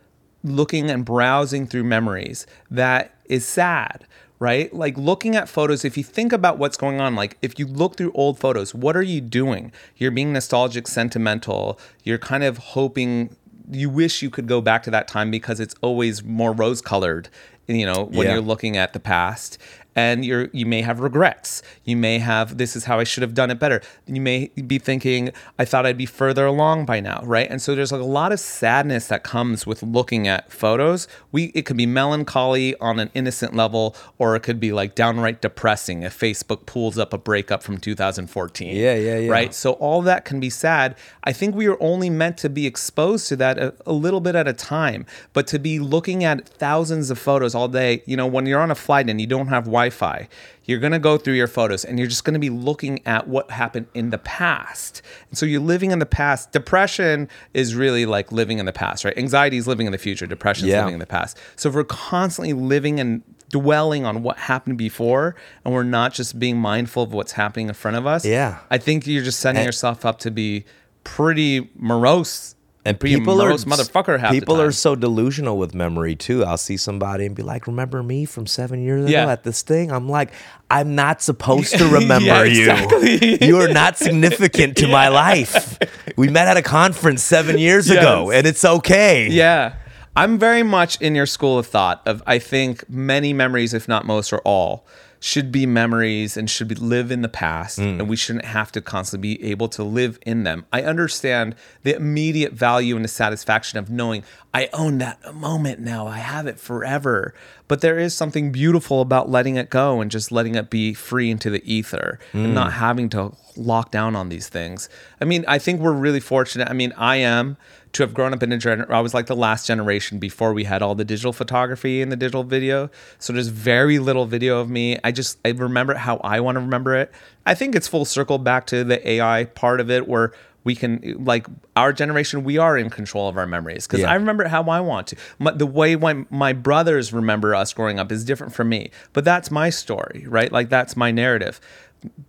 [SPEAKER 2] looking and browsing through memories that is sad, right? Like looking at photos, if you think about what's going on, like if you look through old photos, what are you doing? You're being nostalgic, sentimental, you're kind of hoping you wish you could go back to that time because it's always more rose colored you know when
[SPEAKER 1] Yeah.
[SPEAKER 2] you're looking at the past and you're you may have regrets you may have this is how i should have done it better you may be thinking i thought i'd be further along by now right and so there's like a lot of sadness that comes with looking at photos we it could be melancholy on an innocent level or it could be like downright depressing if facebook pulls up a breakup from 2014
[SPEAKER 1] Yeah, yeah, yeah.
[SPEAKER 2] right so all that can be sad. I think we are only meant to be exposed to that a, a little bit at a time, but to be looking at thousands of photos all day, you know, when you're on a flight and you don't have Wi-Fi, you're going to go through your photos and you're just going to be looking at what happened in the past. And so you're living in the past. Depression is really like living in the past, right? Anxiety is living in the future. Depression is
[SPEAKER 1] Yeah.
[SPEAKER 2] living in the past. So if we're constantly living and dwelling on what happened before and we're not just being mindful of what's happening in front of us
[SPEAKER 1] Yeah.
[SPEAKER 2] I think you're just setting
[SPEAKER 1] And-
[SPEAKER 2] yourself up to be pretty morose
[SPEAKER 1] And
[SPEAKER 2] pretty
[SPEAKER 1] people are
[SPEAKER 2] morose motherfucker. Half
[SPEAKER 1] people
[SPEAKER 2] the time.
[SPEAKER 1] are so delusional with memory too. I'll see somebody and be like, "Remember me from seven years ago
[SPEAKER 2] Yeah.
[SPEAKER 1] at this thing?" I'm like, "I'm not supposed to remember
[SPEAKER 2] exactly.
[SPEAKER 1] you. you are not significant to my life. We met at a conference seven years ago,
[SPEAKER 2] Yes.
[SPEAKER 1] and it's okay."
[SPEAKER 2] yeah. I'm very much in your school of thought of I think many memories, if not most or all, should be memories and should be live in the past and we shouldn't have to constantly be able to live in them. I understand the immediate value and the satisfaction of knowing I own that moment now. I have it forever. But there is something beautiful about letting it go and just letting it be free into the ether and not having to lock down on these things. I mean, I think we're really fortunate. I mean, I am to have grown up in a gener- I was like the last generation before we had all the digital photography and the digital video. So there's very little video of me. I just I remember it how I want to remember it. I think it's full circle back to the AI part of it where we can like our generation we are in control of our memories because
[SPEAKER 1] Yeah.
[SPEAKER 2] i remember it how i want to my, the way my, my brothers remember us growing up is different from me but that's my story right like that's my narrative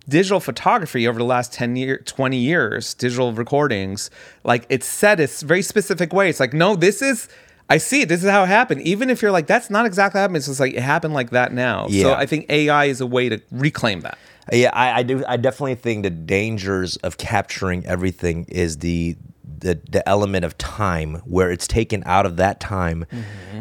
[SPEAKER 2] digital photography over the last 10 year 20 years digital recordings like it's said it's very specific way it's like no this is I see it. This is how it happened. Even if you're like, that's not exactly how it happened. It's just like it happened like that now. So
[SPEAKER 1] Yeah.
[SPEAKER 2] I think AI is a way to reclaim that.
[SPEAKER 1] Yeah, I, I do. I definitely think the dangers of capturing everything is the the, the element of time where it's taken out of that time,
[SPEAKER 2] Mm-hmm.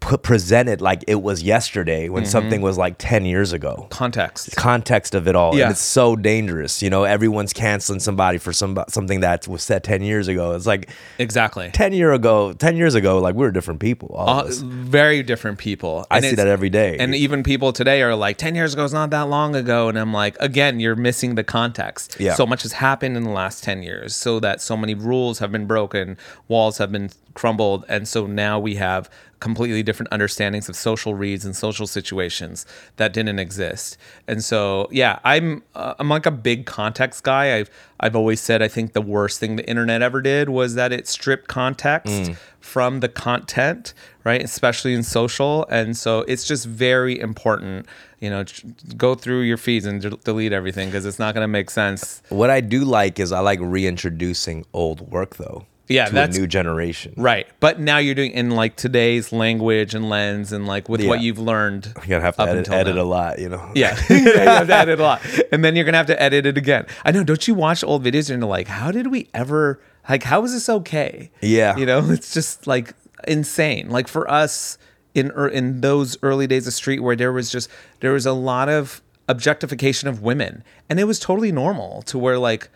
[SPEAKER 1] put presented like it was yesterday when something was like ten years ago.
[SPEAKER 2] Context.
[SPEAKER 1] Context of it all,
[SPEAKER 2] Yeah.
[SPEAKER 1] and it's so dangerous. You know, everyone's canceling somebody for some something that was said ten years ago. It's like
[SPEAKER 2] Exactly.
[SPEAKER 1] ten year ago, ten years ago, like we were different people. All
[SPEAKER 2] Uh,
[SPEAKER 1] of us.
[SPEAKER 2] very different people.
[SPEAKER 1] I
[SPEAKER 2] And
[SPEAKER 1] see
[SPEAKER 2] it's-
[SPEAKER 1] that every day.
[SPEAKER 2] And even people today are like, 10 years ago is not that long ago. And I'm like, again, you're missing the context.
[SPEAKER 1] Yeah.
[SPEAKER 2] So much has happened in the last 10 years, so that so many rules have been broken, walls have been crumbled. And so now we have completely different understandings of social reads and social situations that didn't exist. And so, yeah, I'm uh, I'm like a big context guy. I've I've always said I think the worst thing the internet ever did was that it stripped context from the content, right? Especially in social. And so it's just very important, you know, tr- go through your feeds and d- delete everything because it's not going to make sense.
[SPEAKER 1] What I do like is I like reintroducing old work though.
[SPEAKER 2] Yeah,
[SPEAKER 1] to
[SPEAKER 2] that's-
[SPEAKER 1] a new generation.
[SPEAKER 2] Right. But now you're doing in like today's language and lens and like with what
[SPEAKER 1] Yeah.
[SPEAKER 2] you've learned.
[SPEAKER 1] You're gonna have to
[SPEAKER 2] up
[SPEAKER 1] edit,
[SPEAKER 2] until
[SPEAKER 1] edit a
[SPEAKER 2] now.
[SPEAKER 1] lot, you know.
[SPEAKER 2] Yeah. Yeah, you have to edit a lot. And then you're going to have to edit it again. I know. Don't you watch old videos and you're like, how did we ever, like, how is this okay?
[SPEAKER 1] Yeah.
[SPEAKER 2] You know, it's just like insane. Like for us in, er, in those early days of street where there was just, there was a lot of objectification of women and it was totally normal to wear like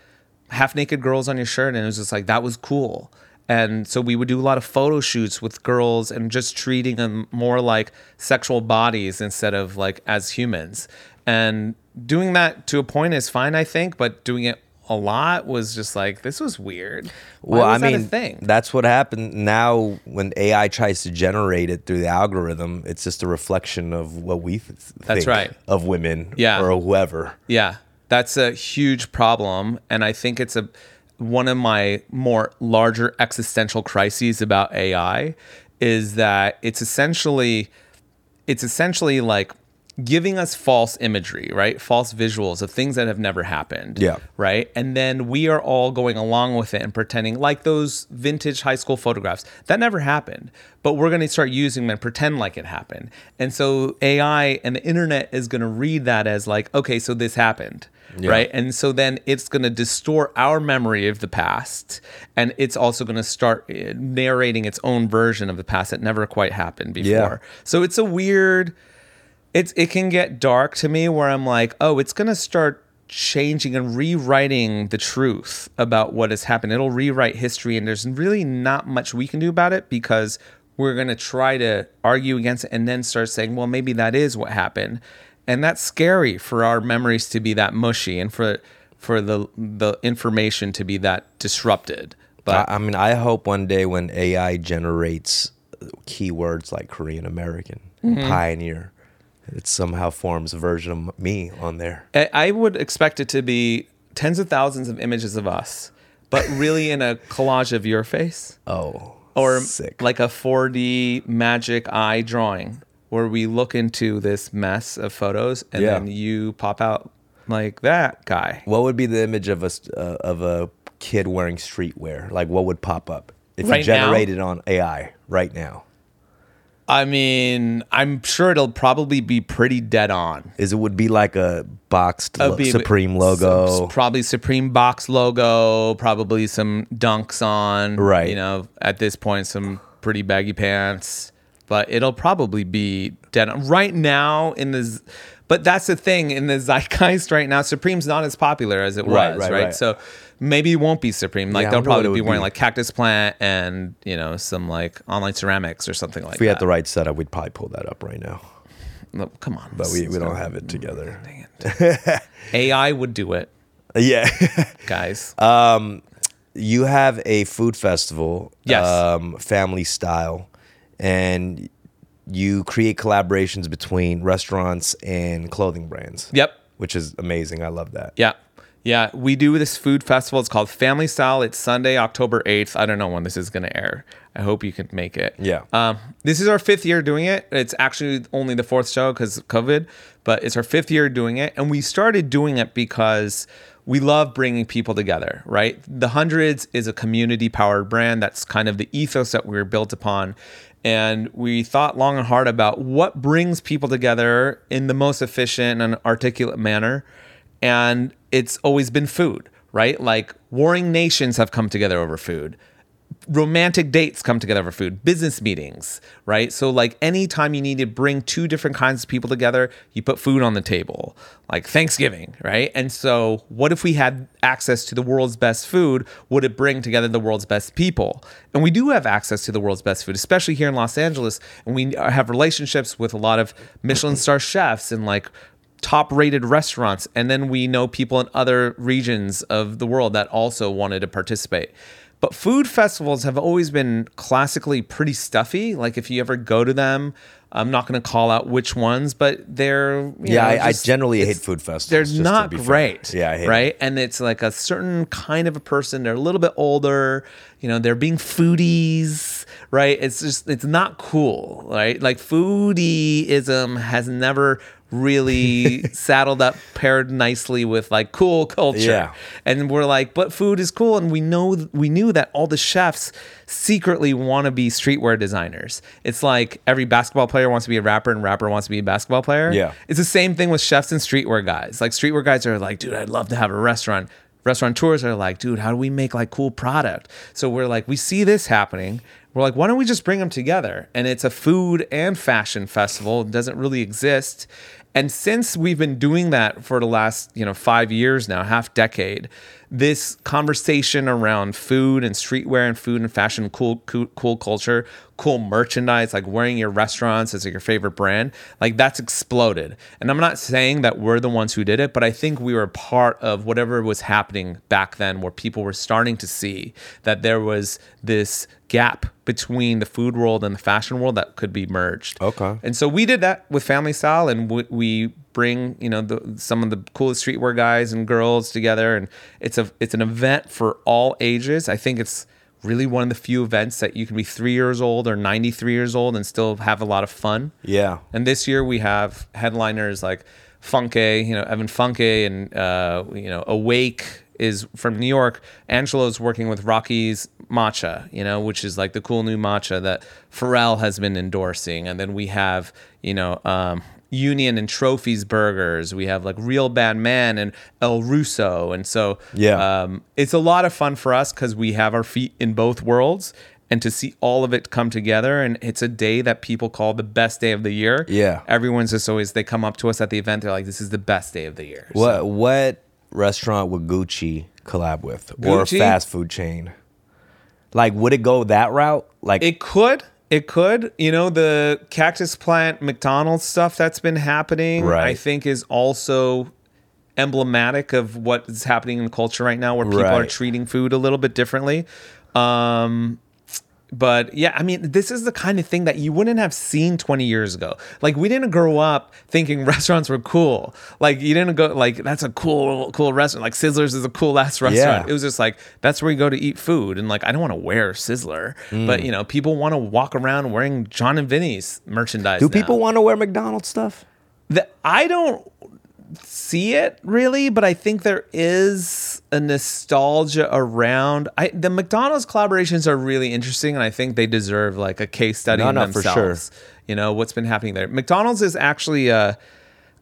[SPEAKER 2] half naked girls on your shirt. And it was just like, that was cool. And so we would do a lot of photo shoots with girls and just treating them more like sexual bodies instead of like as humans. And doing that to a point is fine, I think, but doing it a lot was just like this was weird. Why
[SPEAKER 1] Well,
[SPEAKER 2] was
[SPEAKER 1] I
[SPEAKER 2] that a
[SPEAKER 1] mean,
[SPEAKER 2] thing.
[SPEAKER 1] that's what happened. Now, when AI tries to generate it through the algorithm, it's just a reflection of what we th- think
[SPEAKER 2] right.
[SPEAKER 1] of women
[SPEAKER 2] Yeah.
[SPEAKER 1] or whoever.
[SPEAKER 2] Yeah, that's a huge problem, and I think it's a one of my more larger existential crises about AI is that it's essentially it's essentially like giving us false imagery, right? False visuals of things that have never happened.
[SPEAKER 1] Yeah.
[SPEAKER 2] Right. And then we are all going along with it and pretending like those vintage high school photographs that never happened, but we're going to start using them and pretend like it happened. And so AI and the internet is going to read that as like, okay, so this happened. Right. And so then it's going to distort our memory of the past. And it's also going to start eh, narrating its own version of the past that never quite happened before. So it's a weird it's it can get dark to me where I'm like, oh, it's gonna start changing and rewriting the truth about what has happened. It'll rewrite history, and there's really not much we can do about it because we're gonna try to argue against it and then start saying, well, maybe that is what happened, and that's scary for our memories to be that mushy and for for the the information to be that disrupted. But
[SPEAKER 1] I, I mean, I hope one day when AI generates keywords like Korean American,
[SPEAKER 2] Mm-hmm.
[SPEAKER 1] pioneer, it somehow forms a version of me on there.
[SPEAKER 2] I I would expect it to be tens of thousands of images of us, but really in a collage of your face
[SPEAKER 1] Oh,
[SPEAKER 2] or
[SPEAKER 1] sick.
[SPEAKER 2] like a 4D magic eye drawing where we look into this mess of photos and
[SPEAKER 1] Yeah.
[SPEAKER 2] then you pop out like that guy.
[SPEAKER 1] What would be the image of a s- uh, of a kid wearing streetwear? Like, what would pop up if
[SPEAKER 2] Right now?
[SPEAKER 1] you generated on AI right now?
[SPEAKER 2] I mean, I'm sure it'll probably be pretty dead on.
[SPEAKER 1] Is it would be like a boxed lo-
[SPEAKER 2] be-
[SPEAKER 1] Supreme
[SPEAKER 2] Some-
[SPEAKER 1] logo?
[SPEAKER 2] probably Supreme box logo, probably some dunks on,
[SPEAKER 1] Right.
[SPEAKER 2] You know, at this point, some pretty baggy pants, but it'll probably be dead on. right now in the. z- But that's the thing in the zeitgeist right now. Supreme's not as popular as it was,
[SPEAKER 1] Right,
[SPEAKER 2] right?
[SPEAKER 1] right, right.
[SPEAKER 2] So maybe it won't be Supreme. Like
[SPEAKER 1] Yeah, I
[SPEAKER 2] they'll
[SPEAKER 1] wonder what
[SPEAKER 2] probably
[SPEAKER 1] it
[SPEAKER 2] be
[SPEAKER 1] would
[SPEAKER 2] wearing
[SPEAKER 1] be.
[SPEAKER 2] like cactus plant and you know some like online ceramics or something like
[SPEAKER 1] if we
[SPEAKER 2] that.
[SPEAKER 1] had the right setup, we'd probably pull that up right now.
[SPEAKER 2] No, Come on,
[SPEAKER 1] But we, we don't have it together. Uh,
[SPEAKER 2] AI would do it,
[SPEAKER 1] Yeah.
[SPEAKER 2] guys.
[SPEAKER 1] Uh, you have a food festival,
[SPEAKER 2] Yes.
[SPEAKER 1] um, family style, and you create collaborations between restaurants and clothing brands.
[SPEAKER 2] yep.
[SPEAKER 1] Which is amazing. I love that.
[SPEAKER 2] Yeah. Yeah, we do this food festival. It's called Family Style. It's Sunday, October 8th. I don't know when this is going to air. I hope you can make it.
[SPEAKER 1] Yeah.
[SPEAKER 2] Um, this is our fifth year doing it. It's actually only the fourth show because COVID, but it's our fifth year doing it. And we started doing it because we love bringing people together, right? The Hundreds is a community powered brand. That's kind of the ethos that we were built upon. And we thought long and hard about what brings people together in the most efficient and articulate manner and it's always been food, right? Like warring nations have come together over food. Romantic dates come together over food, business meetings, right? So, like, anytime you need to bring two different kinds of people together, you put food on the table, like Thanksgiving, right? And so, what if we had access to the world's best food? Would it bring together the world's best people? And we do have access to the world's best food, especially here in Los Angeles. And we have relationships with a lot of Michelin star chefs and like top rated restaurants. And then we know people in other regions of the world that also wanted to participate. But food festivals have always been classically pretty stuffy. Like if you ever go to them, I'm not going to call out which ones, but they're you
[SPEAKER 1] Yeah,
[SPEAKER 2] know,
[SPEAKER 1] I,
[SPEAKER 2] just-
[SPEAKER 1] I generally hate
[SPEAKER 2] it's-
[SPEAKER 1] food festivals.
[SPEAKER 2] they're
[SPEAKER 1] just to
[SPEAKER 2] not
[SPEAKER 1] be fair.
[SPEAKER 2] great.
[SPEAKER 1] Yeah, I hate
[SPEAKER 2] right. And it's like a certain kind of a person. They're a little bit older. You know, they're being foodies, right? It's just it's not cool, right? Like foodieism has never really saddled up paired nicely with like cool culture
[SPEAKER 1] Yeah.
[SPEAKER 2] and we're like but food is cool and we know we knew that all the chefs secretly want to be streetwear designers it's like every basketball player wants to be a rapper and rapper wants to be a basketball player
[SPEAKER 1] Yeah.
[SPEAKER 2] it's the same thing with chefs and streetwear guys. Like streetwear guys are like, dude, I'd love to have a restaurant. Restaurateurs are like, dude, how do we make like cool product? So we're like, we see this happening. We're like, why don't we just bring them together? And it's a food and fashion festival. It doesn't really exist. And since we've been doing that for the last, you know, five years now, half decade, this conversation around food and streetwear and food and fashion, cool, cool, cool culture, cool merchandise, like wearing your restaurants as your favorite brand, like that's exploded. And I'm not saying that we're the ones who did it, but I think we were part of whatever was happening back then where people were starting to see that there was this gap between the food world and the fashion world that could be merged.
[SPEAKER 1] Okay.
[SPEAKER 2] And so we did that with Family Style, and we, we bring you know the, some of the coolest streetwear guys and girls together, and it's a it's an event for all ages. I think it's really one of the few events that you can be three years old or ninety three years old and still have a lot of fun.
[SPEAKER 1] Yeah.
[SPEAKER 2] And this year we have headliners like Funke, you know, Evan Funke, and uh, you know, Awake is from New York. Angelo's working with Rocky's Matcha, you know, which is like the cool new matcha that Pharrell has been endorsing. And then we have, you know, um, Union and Trophies Burgers. We have like Real Bad Man and El Russo. And so
[SPEAKER 1] Yeah.
[SPEAKER 2] um, it's a lot of fun for us because we have our feet in both worlds and to see all of it come together and it's a day that people call the best day of the year
[SPEAKER 1] Yeah.
[SPEAKER 2] everyone's just always they come up to us at the event they're like this is the best day of the year
[SPEAKER 1] What what restaurant would Gucci collab with or a
[SPEAKER 2] Gucci?
[SPEAKER 1] fast food chain? Like, would it go that route? Like,
[SPEAKER 2] It could. It could. You know, the cactus plant McDonald's stuff that's been happening,
[SPEAKER 1] Right.
[SPEAKER 2] I think, is also emblematic of what is happening in culture right now where people are
[SPEAKER 1] Right.
[SPEAKER 2] treating food a little bit differently. Um, but yeah, I mean, this is the kind of thing that you wouldn't have seen 20 years ago. Like, we didn't grow up thinking restaurants were cool. Like, you didn't go, like, that's a cool, cool restaurant. Like, Sizzler's is a cool ass restaurant.
[SPEAKER 1] Yeah.
[SPEAKER 2] It was just like, that's where you go to eat food. And like, I don't want to wear Sizzler, but
[SPEAKER 1] Mm.
[SPEAKER 2] you know, people want to walk around wearing John and Vinny's merchandise.
[SPEAKER 1] do people want to wear McDonald's stuff?
[SPEAKER 2] The, I don't see it really, but I think there is a nostalgia around. I, the McDonald's collaborations are really interesting, and I think they deserve like a case study
[SPEAKER 1] No,
[SPEAKER 2] in
[SPEAKER 1] no, for
[SPEAKER 2] themselves.
[SPEAKER 1] sure.
[SPEAKER 2] You know what's been happening there. McDonald's is actually a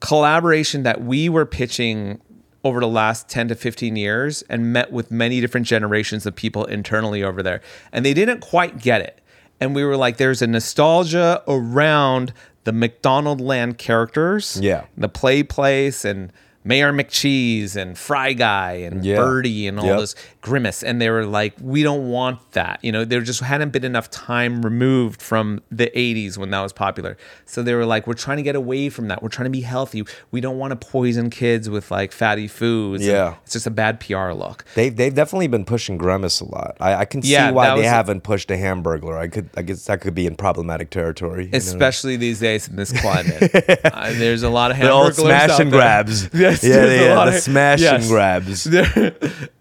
[SPEAKER 2] collaboration that we were pitching over the last 10 to 15 years and met with many different generations of people internally over there and they didn't quite get it and we were like there's a nostalgia around the McDonald land characters
[SPEAKER 1] Yeah.
[SPEAKER 2] the play place and Mayor McCheese and Fry Guy and
[SPEAKER 1] Yeah.
[SPEAKER 2] Birdie and all
[SPEAKER 1] Yep.
[SPEAKER 2] those grimace and they were like we don't want that you know there just hadn't been enough time removed from the 80s when that was popular so they were like we're trying to get away from that we're trying to be healthy we don't want to poison kids with like fatty foods And
[SPEAKER 1] Yeah.
[SPEAKER 2] it's just a bad pr look
[SPEAKER 1] They've they've definitely been pushing Grimace a lot. I, I can see
[SPEAKER 2] Yeah, that
[SPEAKER 1] why they
[SPEAKER 2] was-
[SPEAKER 1] haven't pushed a Hamburglar. I could I guess that could be in problematic territory. you know?
[SPEAKER 2] especially these days in this climate Uh, there's a lot of
[SPEAKER 1] the old
[SPEAKER 2] hamburglers out
[SPEAKER 1] smash and
[SPEAKER 2] there.
[SPEAKER 1] grabs. Yeah,
[SPEAKER 2] list. There's a
[SPEAKER 1] yeah,
[SPEAKER 2] lot
[SPEAKER 1] the
[SPEAKER 2] of-
[SPEAKER 1] smash and
[SPEAKER 2] yes.
[SPEAKER 1] grabs.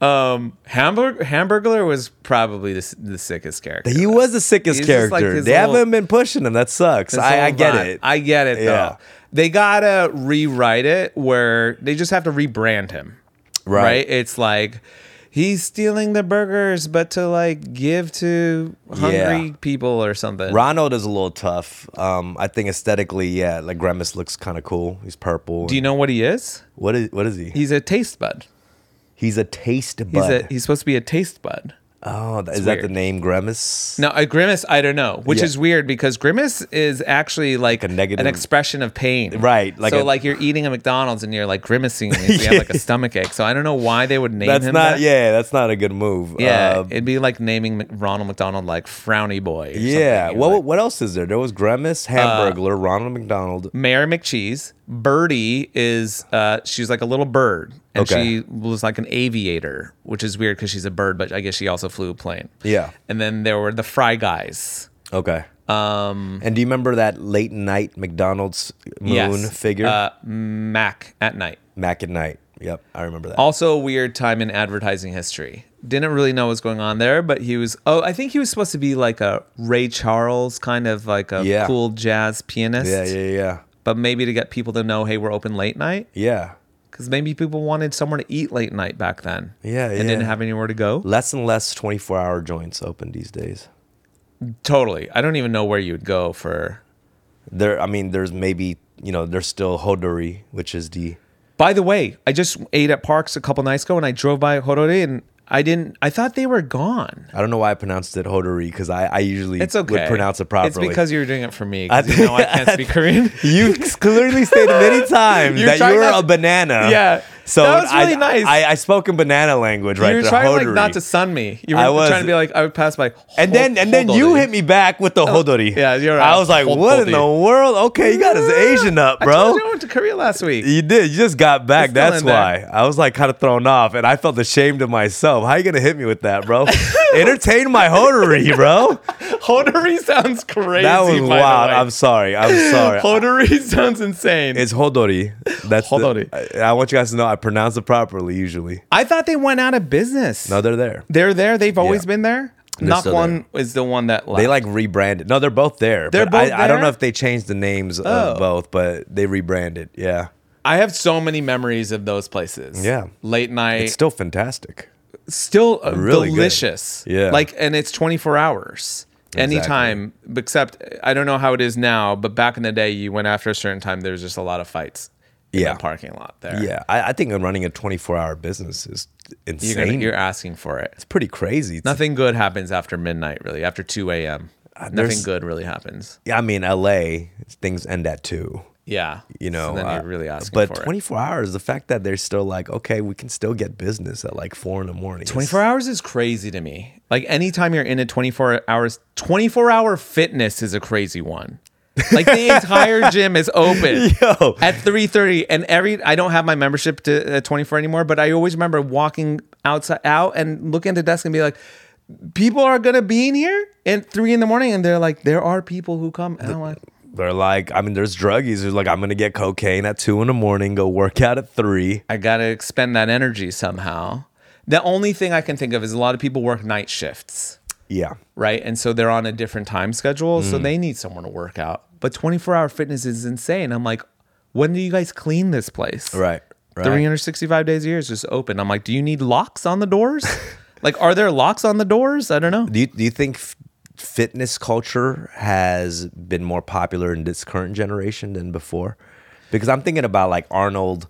[SPEAKER 2] um, Hamburg Hamburglar was probably the, s- the sickest character.
[SPEAKER 1] He was the sickest
[SPEAKER 2] He's just
[SPEAKER 1] character.
[SPEAKER 2] like his
[SPEAKER 1] they
[SPEAKER 2] little-
[SPEAKER 1] haven't been pushing him. That sucks.
[SPEAKER 2] This
[SPEAKER 1] I, I
[SPEAKER 2] whole
[SPEAKER 1] get
[SPEAKER 2] vibe.
[SPEAKER 1] it.
[SPEAKER 2] I get it
[SPEAKER 1] Yeah.
[SPEAKER 2] though. They gotta rewrite it where they just have to rebrand him.
[SPEAKER 1] Right.
[SPEAKER 2] It's like he's stealing the burgers, but to like give to hungry
[SPEAKER 1] Yeah.
[SPEAKER 2] people or something.
[SPEAKER 1] Ronald is a little tough. Um, I think aesthetically, yeah, like Grimace looks kind of cool. He's purple.
[SPEAKER 2] Do you know what he is?
[SPEAKER 1] what is what is he?
[SPEAKER 2] He's a taste bud.
[SPEAKER 1] He's a taste
[SPEAKER 2] He's
[SPEAKER 1] bud.
[SPEAKER 2] a he's supposed to be a taste bud.
[SPEAKER 1] oh, that, is that the
[SPEAKER 2] weird.
[SPEAKER 1] name Grimace?
[SPEAKER 2] No, a grimace. I don't know, which
[SPEAKER 1] Yeah.
[SPEAKER 2] is weird because grimace is actually like,
[SPEAKER 1] Like a negative-
[SPEAKER 2] an expression of pain,
[SPEAKER 1] Right, like
[SPEAKER 2] Like so,
[SPEAKER 1] a-
[SPEAKER 2] like you're eating a McDonald's and you're like grimacing, and you have like a stomach ache. So I don't know why they would name
[SPEAKER 1] That's
[SPEAKER 2] him.
[SPEAKER 1] not.
[SPEAKER 2] that.
[SPEAKER 1] Yeah, that's not a good move.
[SPEAKER 2] Yeah,
[SPEAKER 1] Uh,
[SPEAKER 2] it'd be like naming Mc- Ronald McDonald like Frowny Boy. Or
[SPEAKER 1] yeah.
[SPEAKER 2] something. You're
[SPEAKER 1] What
[SPEAKER 2] like, Uh,
[SPEAKER 1] what else is there? There was Grimace, Hamburglar, Ronald McDonald.
[SPEAKER 2] Mary McCheese. Birdie is uh, she's like a little bird, and
[SPEAKER 1] Okay.
[SPEAKER 2] she was like an aviator, which is weird because she's a bird, but I guess she also flew a plane.
[SPEAKER 1] Yeah.
[SPEAKER 2] And then there were the Fry Guys.
[SPEAKER 1] Okay. Um. And do you remember that late night McDonald's moon
[SPEAKER 2] Yes.
[SPEAKER 1] figure?
[SPEAKER 2] Uh, Mac at night.
[SPEAKER 1] Mac at night. Yep, I remember that.
[SPEAKER 2] Also a weird time in advertising history. Didn't really know what was going on there, but he was. Oh, I think he was supposed to be like a Ray Charles kind of like a
[SPEAKER 1] Yeah.
[SPEAKER 2] cool jazz pianist.
[SPEAKER 1] yeah, yeah, yeah,
[SPEAKER 2] but maybe to get people to know, hey, we're open late night,
[SPEAKER 1] yeah.
[SPEAKER 2] because maybe people wanted somewhere to eat late night back then.
[SPEAKER 1] Yeah,
[SPEAKER 2] and
[SPEAKER 1] yeah.
[SPEAKER 2] didn't have anywhere to go.
[SPEAKER 1] Less and less twenty-four hour joints open these days.
[SPEAKER 2] Totally. I don't even know where you would go for.
[SPEAKER 1] There, I mean, there's maybe you know, there's still Hodori, which is the
[SPEAKER 2] By the way, I just ate at Parks a couple nights ago, and I drove by Horori, and I didn't. I thought they were gone.
[SPEAKER 1] I don't know why I pronounced it Hodori because I, I usually
[SPEAKER 2] It's okay.
[SPEAKER 1] would pronounce it properly.
[SPEAKER 2] It's because you were doing it for me. 'cause you know I can't speak Korean.
[SPEAKER 1] you clearly stated many times
[SPEAKER 2] You're
[SPEAKER 1] that
[SPEAKER 2] trying
[SPEAKER 1] you're
[SPEAKER 2] not-
[SPEAKER 1] a banana.
[SPEAKER 2] Yeah.
[SPEAKER 1] So
[SPEAKER 2] That was really
[SPEAKER 1] I,
[SPEAKER 2] nice.
[SPEAKER 1] I, I spoke in banana language right
[SPEAKER 2] you were
[SPEAKER 1] there.
[SPEAKER 2] trying like
[SPEAKER 1] Hodori.
[SPEAKER 2] not to sun me. You were
[SPEAKER 1] I was-
[SPEAKER 2] trying to be like I would pass by.
[SPEAKER 1] And then and then you hit me back with the hodori.
[SPEAKER 2] Oh, yeah, you're
[SPEAKER 1] I
[SPEAKER 2] right.
[SPEAKER 1] was like, what in the
[SPEAKER 2] Hodori.
[SPEAKER 1] world? Okay, you got his Asian up, bro.
[SPEAKER 2] I told you I went to Korea last week.
[SPEAKER 1] You did. You just got back.
[SPEAKER 2] It's still
[SPEAKER 1] That's
[SPEAKER 2] in there.
[SPEAKER 1] why I was like kind of thrown off, and I felt ashamed of myself. How you gonna hit me with that, bro? Entertain my hodery, bro.
[SPEAKER 2] Hodori sounds crazy.
[SPEAKER 1] That was
[SPEAKER 2] by the
[SPEAKER 1] wild.
[SPEAKER 2] way.
[SPEAKER 1] I'm sorry. I'm sorry.
[SPEAKER 2] Hodori sounds insane.
[SPEAKER 1] It's hodori. That's the-
[SPEAKER 2] Hodori.
[SPEAKER 1] I, I want you guys to know I pronounce it properly usually.
[SPEAKER 2] I thought they went out of business.
[SPEAKER 1] No, they're there.
[SPEAKER 2] they're there. They've always
[SPEAKER 1] Yeah.
[SPEAKER 2] been there.
[SPEAKER 1] They're
[SPEAKER 2] Not
[SPEAKER 1] still
[SPEAKER 2] one is the one that left.
[SPEAKER 1] They like rebranded. No, they're both there.
[SPEAKER 2] They're
[SPEAKER 1] but I,
[SPEAKER 2] both
[SPEAKER 1] I don't know
[SPEAKER 2] there?
[SPEAKER 1] if they changed the names
[SPEAKER 2] Oh.
[SPEAKER 1] of both, but they rebranded. Yeah,
[SPEAKER 2] I have so many memories of those places.
[SPEAKER 1] Yeah.
[SPEAKER 2] late night,
[SPEAKER 1] it's still fantastic.
[SPEAKER 2] still uh,
[SPEAKER 1] really good.
[SPEAKER 2] delicious.
[SPEAKER 1] Yeah.
[SPEAKER 2] like and it's twenty four hours.
[SPEAKER 1] Exactly.
[SPEAKER 2] Anytime, except I don't know how it is now, but back in the day, you went after a certain time. There was just a lot of fights in
[SPEAKER 1] Yeah.
[SPEAKER 2] the parking lot there.
[SPEAKER 1] Yeah, I, I think running a 24 hour business is
[SPEAKER 2] you're, gonna,
[SPEAKER 1] insane.
[SPEAKER 2] you're asking for it.
[SPEAKER 1] it's pretty crazy. It's
[SPEAKER 2] Nothing good happens after midnight, really. After two a.m., nothing
[SPEAKER 1] Uh, there's-
[SPEAKER 2] good really happens.
[SPEAKER 1] Yeah, I mean, LA things end at two.
[SPEAKER 2] Yeah,
[SPEAKER 1] You
[SPEAKER 2] So
[SPEAKER 1] know,
[SPEAKER 2] then
[SPEAKER 1] uh,
[SPEAKER 2] you're really asking
[SPEAKER 1] But
[SPEAKER 2] for it.
[SPEAKER 1] 24 hours, the fact that they're still like, okay, we can still get business at like four in the morning.
[SPEAKER 2] 24 hours is crazy to me. Like anytime you're in a 24 hours, 24 hour fitness is a crazy one. Like the entire gym is open
[SPEAKER 1] Yo.
[SPEAKER 2] at 3:30 and every I don't have my membership to uh, 24 anymore, but I always remember walking outside out and looking at the desk and be like people are going to be in here at 3 in the morning and they're like there are people who come and I'm like
[SPEAKER 1] They're like, I mean, there's druggies who's like, I'm going to get cocaine at two in the morning, go work out at three.
[SPEAKER 2] I got to expend that energy somehow. The only thing I can think of is a lot of people work night shifts.
[SPEAKER 1] Yeah.
[SPEAKER 2] right? And so they're on a different time schedule, so they need someone to work out. But 24 hour fitness is insane. I'm like, when do you guys clean this place?
[SPEAKER 1] Right. Right.
[SPEAKER 2] 365 days a year is just open. I'm like, do you need locks on the doors? like, are there locks on the doors? I don't know.
[SPEAKER 1] Do you, do you think f- fitness culture has been more popular in this current generation than before? Because I'm thinking about like Arnold,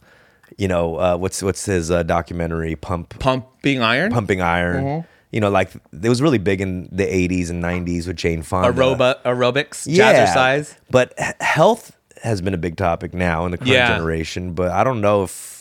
[SPEAKER 1] you know, uh, what's what's his uh, documentary, Pump
[SPEAKER 2] Pumping iron?
[SPEAKER 1] Pumping Iron. You know, like it was really big in the 80s and 90s with Jane Fonda.
[SPEAKER 2] Aeroba, aerobics? Jazzercise?
[SPEAKER 1] But h- health has been a big topic now in the current
[SPEAKER 2] Yeah.
[SPEAKER 1] generation. But I don't know if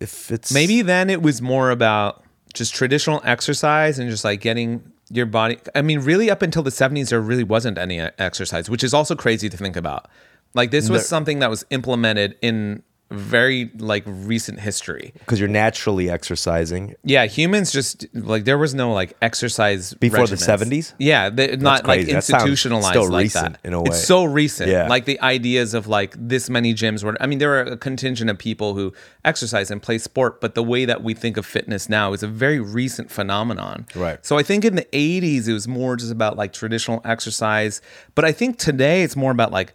[SPEAKER 1] if it's
[SPEAKER 2] Maybe then it was more about just traditional exercise and just like getting your body. I mean, really, up until the 70s, there really wasn't any e, exercise, which is also crazy to think about. Like, this was something that was implemented in very like recent history.
[SPEAKER 1] because you're naturally exercising.
[SPEAKER 2] Yeah, humans just like there was no like exercise
[SPEAKER 1] Before the
[SPEAKER 2] regimens.
[SPEAKER 1] 70s?
[SPEAKER 2] Yeah, they, not like
[SPEAKER 1] crazy. That sounds
[SPEAKER 2] institutionalized
[SPEAKER 1] still
[SPEAKER 2] like
[SPEAKER 1] recent
[SPEAKER 2] that.
[SPEAKER 1] in a way.
[SPEAKER 2] It's so recent.
[SPEAKER 1] Yeah.
[SPEAKER 2] Like the ideas of like this many gyms were. I mean, there are a contingent of people who exercise and play sport, but the way that we think of fitness now is a very recent phenomenon.
[SPEAKER 1] Right.
[SPEAKER 2] So I think in the 80s it was more just about like traditional exercise, but I think today it's more about like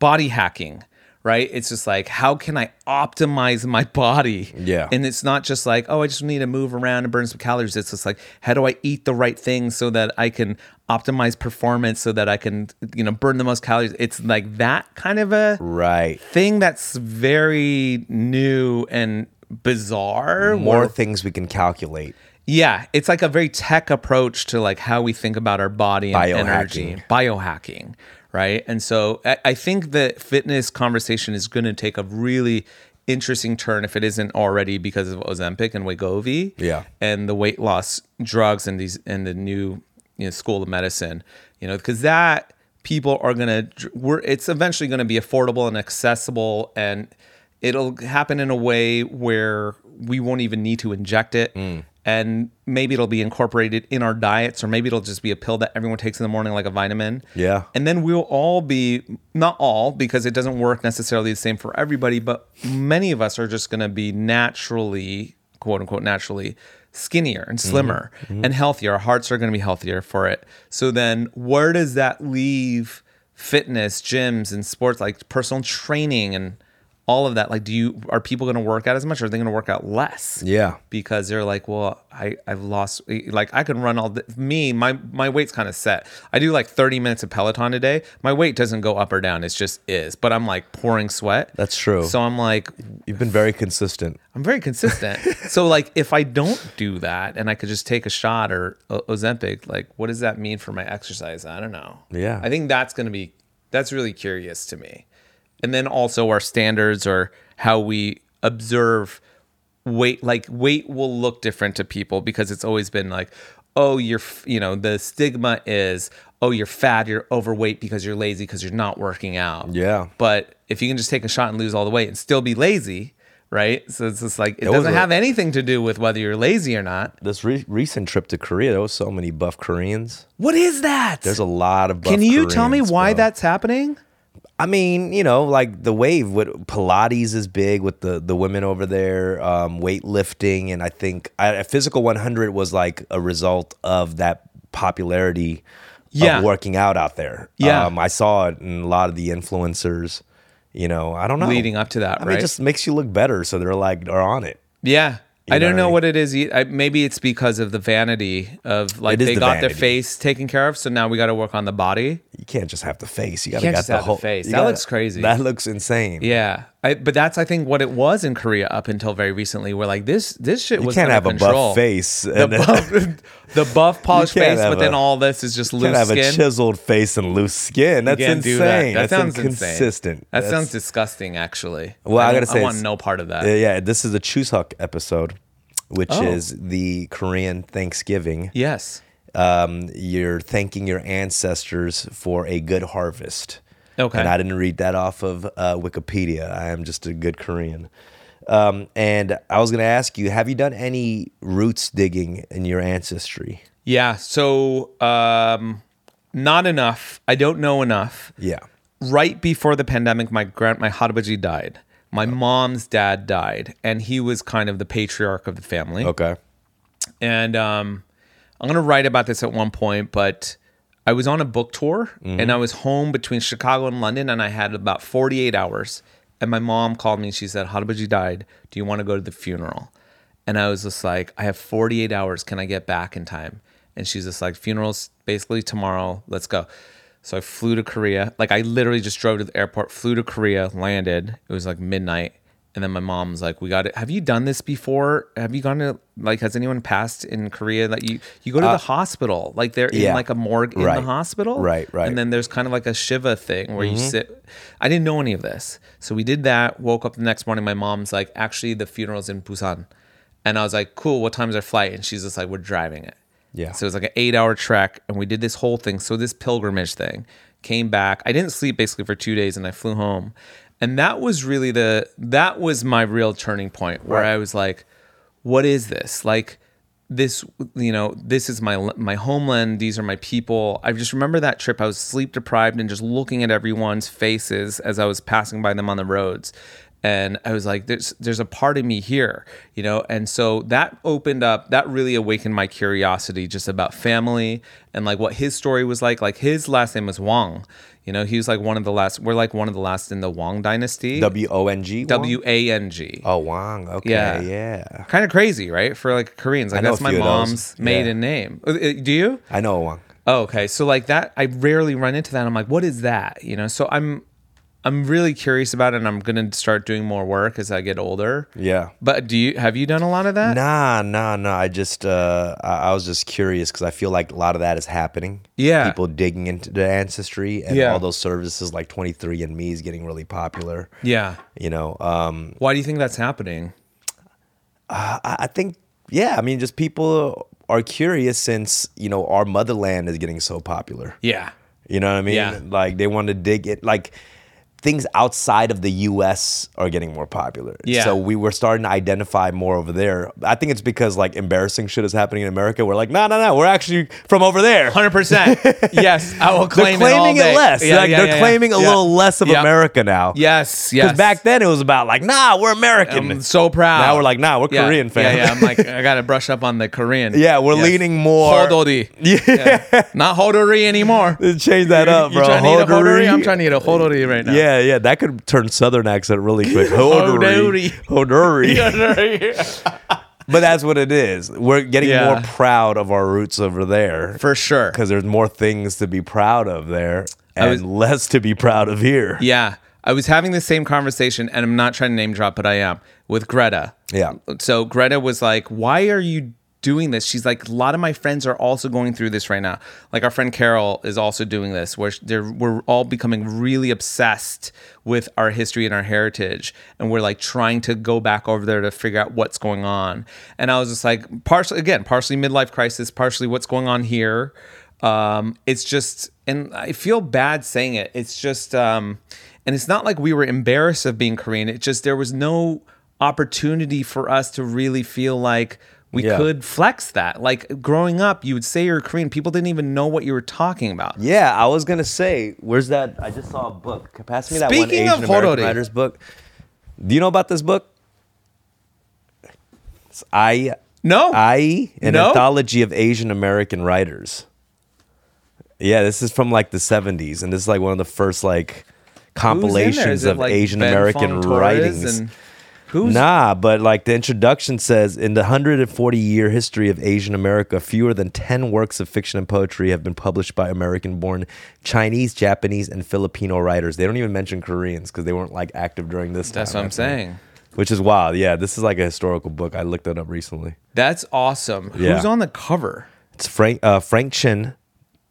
[SPEAKER 2] body hacking. Right? It's just like, how can I optimize my body?
[SPEAKER 1] Yeah.
[SPEAKER 2] And it's not just like, oh, I just need to move around and burn some calories. It's just like, how do I eat the right things so that I can optimize performance so that I can, you know, burn the most calories? It's like that kind of a
[SPEAKER 1] Right.
[SPEAKER 2] thing that's very new and bizarre.
[SPEAKER 1] More
[SPEAKER 2] Or-
[SPEAKER 1] things we can calculate.
[SPEAKER 2] yeah, it's like a very tech approach to like how we think about our body and
[SPEAKER 1] Biohacking.
[SPEAKER 2] energy, biohacking, right? And so I, I think the fitness conversation is going to take a really interesting turn if it isn't already because of Ozempic and Wegovy,
[SPEAKER 1] Yeah.
[SPEAKER 2] and the weight loss drugs and these and the new you know, school of medicine, you know, because that people are gonna dr- we're it's eventually going to be affordable and accessible and it'll happen in a way where we won't even need to inject it and maybe it'll be incorporated in our diets or maybe it'll just be a pill that everyone takes in the morning like a vitamin
[SPEAKER 1] Yeah.
[SPEAKER 2] and then we'll all be not all because it doesn't work necessarily the same for everybody, but many of us are just going to be naturally, quote unquote, naturally skinnier and slimmer and healthier. Our hearts are going to be healthier for it. So then, where does that leave fitness, gyms, and sports like personal training and all of that? Like, do you are people going to work out as much? Or are they going to work out less?
[SPEAKER 1] Yeah.
[SPEAKER 2] because they're like, well, I I've lost eh, like I can run all the, me my my weight's kind of set. I do like 30 minutes of Peloton a day. My weight doesn't go up or down. It's just is, but I'm like pouring sweat.
[SPEAKER 1] That's true.
[SPEAKER 2] So I'm like
[SPEAKER 1] You've been very consistent.
[SPEAKER 2] I'm very consistent. so like if I don't do that and I could just take a shot or O- Ozempic, like what does that mean for my exercise? I don't know.
[SPEAKER 1] Yeah.
[SPEAKER 2] I think that's going to be that's really curious to me. And then also our standards or how we observe weight like weight will look different to people because it's always been like oh you're f- you know the stigma is oh you're fat you're overweight because you're lazy because you're not working out
[SPEAKER 1] Yeah.
[SPEAKER 2] but if you can just take a shot and lose all the weight and still be lazy right so it's just like it,
[SPEAKER 1] was
[SPEAKER 2] doesn't
[SPEAKER 1] a-
[SPEAKER 2] have anything to do with whether you're lazy or not
[SPEAKER 1] This re- recent trip to Korea, there was so many buff Koreans.
[SPEAKER 2] what is that
[SPEAKER 1] There's a lot of buff
[SPEAKER 2] can you tell me
[SPEAKER 1] Koreans,
[SPEAKER 2] why
[SPEAKER 1] bro.
[SPEAKER 2] that's happening
[SPEAKER 1] I mean, you know, like the wave with Pilates is big with the the women over there, um, weightlifting, and I think I, a physical 100 was like a result of that popularity
[SPEAKER 2] Yeah.
[SPEAKER 1] of working out out there.
[SPEAKER 2] Yeah.
[SPEAKER 1] um, I saw it in a lot of the influencers. You know, I don't know.
[SPEAKER 2] leading up to that
[SPEAKER 1] I
[SPEAKER 2] right
[SPEAKER 1] mean, it just makes you look better, so they're like are on it.
[SPEAKER 2] Yeah. I
[SPEAKER 1] know
[SPEAKER 2] don't
[SPEAKER 1] what I
[SPEAKER 2] know
[SPEAKER 1] mean?
[SPEAKER 2] what it is. e- I, maybe it's because of the vanity of like
[SPEAKER 1] It is
[SPEAKER 2] they
[SPEAKER 1] the
[SPEAKER 2] got their
[SPEAKER 1] vanity.
[SPEAKER 2] face taken care of, so now we got to work on the body.
[SPEAKER 1] You can't just have the face. You gotta
[SPEAKER 2] can't
[SPEAKER 1] got
[SPEAKER 2] just
[SPEAKER 1] the
[SPEAKER 2] have the
[SPEAKER 1] whole
[SPEAKER 2] face.
[SPEAKER 1] you
[SPEAKER 2] That looks crazy.
[SPEAKER 1] That looks insane.
[SPEAKER 2] Yeah, I, but that's I think what it was in Korea up until very recently. Where like this this shit
[SPEAKER 1] You
[SPEAKER 2] was
[SPEAKER 1] can't
[SPEAKER 2] under
[SPEAKER 1] have a
[SPEAKER 2] control.
[SPEAKER 1] buff face.
[SPEAKER 2] The
[SPEAKER 1] and then-
[SPEAKER 2] buff, the buff polished
[SPEAKER 1] can't
[SPEAKER 2] face, but
[SPEAKER 1] have
[SPEAKER 2] then
[SPEAKER 1] a-
[SPEAKER 2] all this is just
[SPEAKER 1] Can't
[SPEAKER 2] loose
[SPEAKER 1] have a
[SPEAKER 2] skin.
[SPEAKER 1] chiseled face and loose skin. That's
[SPEAKER 2] Can't
[SPEAKER 1] insane.
[SPEAKER 2] do that. That
[SPEAKER 1] That's
[SPEAKER 2] sounds
[SPEAKER 1] inconsistent.
[SPEAKER 2] Insane. That
[SPEAKER 1] That's-
[SPEAKER 2] sounds disgusting, actually.
[SPEAKER 1] Well, I
[SPEAKER 2] don't-
[SPEAKER 1] gotta say
[SPEAKER 2] I want
[SPEAKER 1] it's-
[SPEAKER 2] no part of that.
[SPEAKER 1] Yeah, yeah, this is a Chuseok episode, which
[SPEAKER 2] Oh.
[SPEAKER 1] is the Korean Thanksgiving.
[SPEAKER 2] yes.
[SPEAKER 1] Um, you're thanking your ancestors for a good harvest.
[SPEAKER 2] Okay.
[SPEAKER 1] And I didn't read that off of uh, Wikipedia. I am just a good Korean. Um, and I was going to ask you, have you done any roots digging in your ancestry?
[SPEAKER 2] Yeah. So, um, not enough. I don't know enough.
[SPEAKER 1] Yeah.
[SPEAKER 2] right before the pandemic, my grand my Hadabaji died. My mom's dad died, and he was kind of the patriarch of the family.
[SPEAKER 1] Okay.
[SPEAKER 2] And um, I'm gonna write about this at one point, but I was on a book tour and I was home between Chicago and London, and I had about 48 hours. And my mom called me and she said, Hadabaji died. Do you want to go to the funeral? And I was just like, I have 48 hours. Can I get back in time? And she's just like, funeral's basically tomorrow. Let's go. So I flew to Korea. Like I literally just drove to the airport, flew to Korea, landed. It was like midnight. And then my mom's like, "We got it. Have you done this before? Have you gone to like? Has anyone passed in Korea? Like you, you go to the hospital. Like they're in
[SPEAKER 1] Uh, yeah.
[SPEAKER 2] like a morgue in
[SPEAKER 1] Right.
[SPEAKER 2] the hospital.
[SPEAKER 1] Right, right. Mm-hmm.
[SPEAKER 2] And then there's kind of like a shiva thing where you sit. I didn't know any of this, so we did that. Woke up the next morning. My mom's like, "Actually, the funeral's in Busan," and I was like, "Cool. What time's our flight?" And she's just like, "We're driving it."
[SPEAKER 1] Yeah.
[SPEAKER 2] So it was like an eight hour trek, and we did this whole thing. So this pilgrimage thing came back. I didn't sleep basically for two days, and I flew home. And that was really the that was my real turning point where I was like, what is this? Like this, you know, this is my my homeland. These are my people. I just remember that trip. I was sleep deprived and just looking at everyone's faces as I was passing by them on the roads. And I was like, there's there's a part of me here, you know? And so that opened up, that really awakened my curiosity just about family and like what his story was like. Like his last name was Wang. You know, he was like one of the last we're like one of the last in the Wang dynasty.
[SPEAKER 1] W O N G. Wong?
[SPEAKER 2] W A N G.
[SPEAKER 1] Oh, Wong. Okay.
[SPEAKER 2] Yeah.
[SPEAKER 1] Yeah.
[SPEAKER 2] Kind of crazy, right? For like Koreans, like
[SPEAKER 1] know
[SPEAKER 2] that's
[SPEAKER 1] a
[SPEAKER 2] my
[SPEAKER 1] few of those.
[SPEAKER 2] mom's maiden name. Uh, uh, Do you?
[SPEAKER 1] I know Wong.
[SPEAKER 2] Oh, okay. So like that, I rarely run into that. I'm like, what is that? You know. So I'm, I'm really curious about it, and I'm gonna start doing more work as I get older.
[SPEAKER 1] Yeah.
[SPEAKER 2] But do you have you done a lot of that?
[SPEAKER 1] Nah, nah, nah. I just, uh, I, I was just curious because I feel like a lot of that is happening.
[SPEAKER 2] Yeah.
[SPEAKER 1] People digging into the ancestry and
[SPEAKER 2] Yeah.
[SPEAKER 1] all those services like 23andMe is getting really popular.
[SPEAKER 2] Yeah.
[SPEAKER 1] You know, um,
[SPEAKER 2] Why do you think that's happening?
[SPEAKER 1] I, I think, yeah, I mean, just people are curious since, you know, our motherland is getting so popular.
[SPEAKER 2] Yeah.
[SPEAKER 1] You know what I mean?
[SPEAKER 2] Yeah.
[SPEAKER 1] Like they want to dig it. Like things outside of the U.S. are getting more popular.
[SPEAKER 2] Yeah.
[SPEAKER 1] So we were starting to identify more over there. I think it's because like embarrassing shit is happening in America. We're like, no, no, no. We're actually from over there.
[SPEAKER 2] Hundred percent. Yes, I will
[SPEAKER 1] They're
[SPEAKER 2] claim it all
[SPEAKER 1] claiming it,
[SPEAKER 2] day.
[SPEAKER 1] less.
[SPEAKER 2] Yeah,
[SPEAKER 1] like
[SPEAKER 2] yeah,
[SPEAKER 1] they're
[SPEAKER 2] yeah, yeah.
[SPEAKER 1] claiming a
[SPEAKER 2] Yeah.
[SPEAKER 1] little less of
[SPEAKER 2] Yeah.
[SPEAKER 1] America now.
[SPEAKER 2] Yes. Yes. Um,
[SPEAKER 1] Because back then it was about like, nah, we're American.
[SPEAKER 2] I'm so proud.
[SPEAKER 1] Now we're like, nah, we're
[SPEAKER 2] Yeah,
[SPEAKER 1] Korean fam.
[SPEAKER 2] Yeah, yeah. I'm like, I gotta brush up on the Korean.
[SPEAKER 1] Yeah, we're
[SPEAKER 2] Yes.
[SPEAKER 1] leaning more.
[SPEAKER 2] Hodori. Yeah. Not Hodori anymore.
[SPEAKER 1] Change that up,
[SPEAKER 2] you
[SPEAKER 1] bro.
[SPEAKER 2] trying to eat a Hodori?
[SPEAKER 1] Hodori.
[SPEAKER 2] I'm trying to eat a Hodori right now.
[SPEAKER 1] Yeah, yeah, that could turn Southern accent really quick. Hodori.
[SPEAKER 2] Hodori.
[SPEAKER 1] Hodori.
[SPEAKER 2] Yeah.
[SPEAKER 1] But that's what it is. We're getting
[SPEAKER 2] Yeah.
[SPEAKER 1] more proud of our roots over there
[SPEAKER 2] For sure.
[SPEAKER 1] because there's more things to be proud of there and
[SPEAKER 2] was-
[SPEAKER 1] less to be proud of here.
[SPEAKER 2] Yeah. I was having the same conversation, and I'm not trying to name drop, but I am with Greta.
[SPEAKER 1] Yeah.
[SPEAKER 2] So Greta was like, Why are you doing this? She's like, A lot of my friends are also going through this right now. Like, our friend Carol is also doing this, where they're, we're all becoming really obsessed with our history and our heritage. And we're like trying to go back over there to figure out what's going on. And I was just like, partially, again, partially midlife crisis, partially what's going on here. Um, it's just, and I feel bad saying it. It's just, um, and it's not like we were embarrassed of being Korean. It just there was no opportunity for us to really feel like we
[SPEAKER 1] Yeah.
[SPEAKER 2] could flex that. Like growing up, you would say you're Korean. People didn't even know what you were talking about.
[SPEAKER 1] Yeah, I was gonna say, where's that? I just saw a book. Can Pass me that one
[SPEAKER 2] Speaking
[SPEAKER 1] Asian
[SPEAKER 2] of
[SPEAKER 1] American
[SPEAKER 2] Horori.
[SPEAKER 1] writer's book. Do you know about this book? It's I
[SPEAKER 2] No,
[SPEAKER 1] I an
[SPEAKER 2] No?
[SPEAKER 1] anthology of Asian American writers. Yeah, this is from like the '70s, and this is like one of the first like compilations of Asian American writings.
[SPEAKER 2] who's
[SPEAKER 1] Nah, but like the introduction says, in the 140 year history of Asian America, fewer than 10 works of fiction and poetry have been published by American born Chinese, Japanese, and Filipino writers. They don't even mention Koreans because they weren't like active during this time.
[SPEAKER 2] that's what
[SPEAKER 1] I
[SPEAKER 2] I'm
[SPEAKER 1] think.
[SPEAKER 2] saying.
[SPEAKER 1] Which is wild. Yeah, this is like a historical book. I looked that up recently.
[SPEAKER 2] That's awesome.
[SPEAKER 1] Yeah.
[SPEAKER 2] Who's on the cover?
[SPEAKER 1] It's Frank uh, Frank Chin.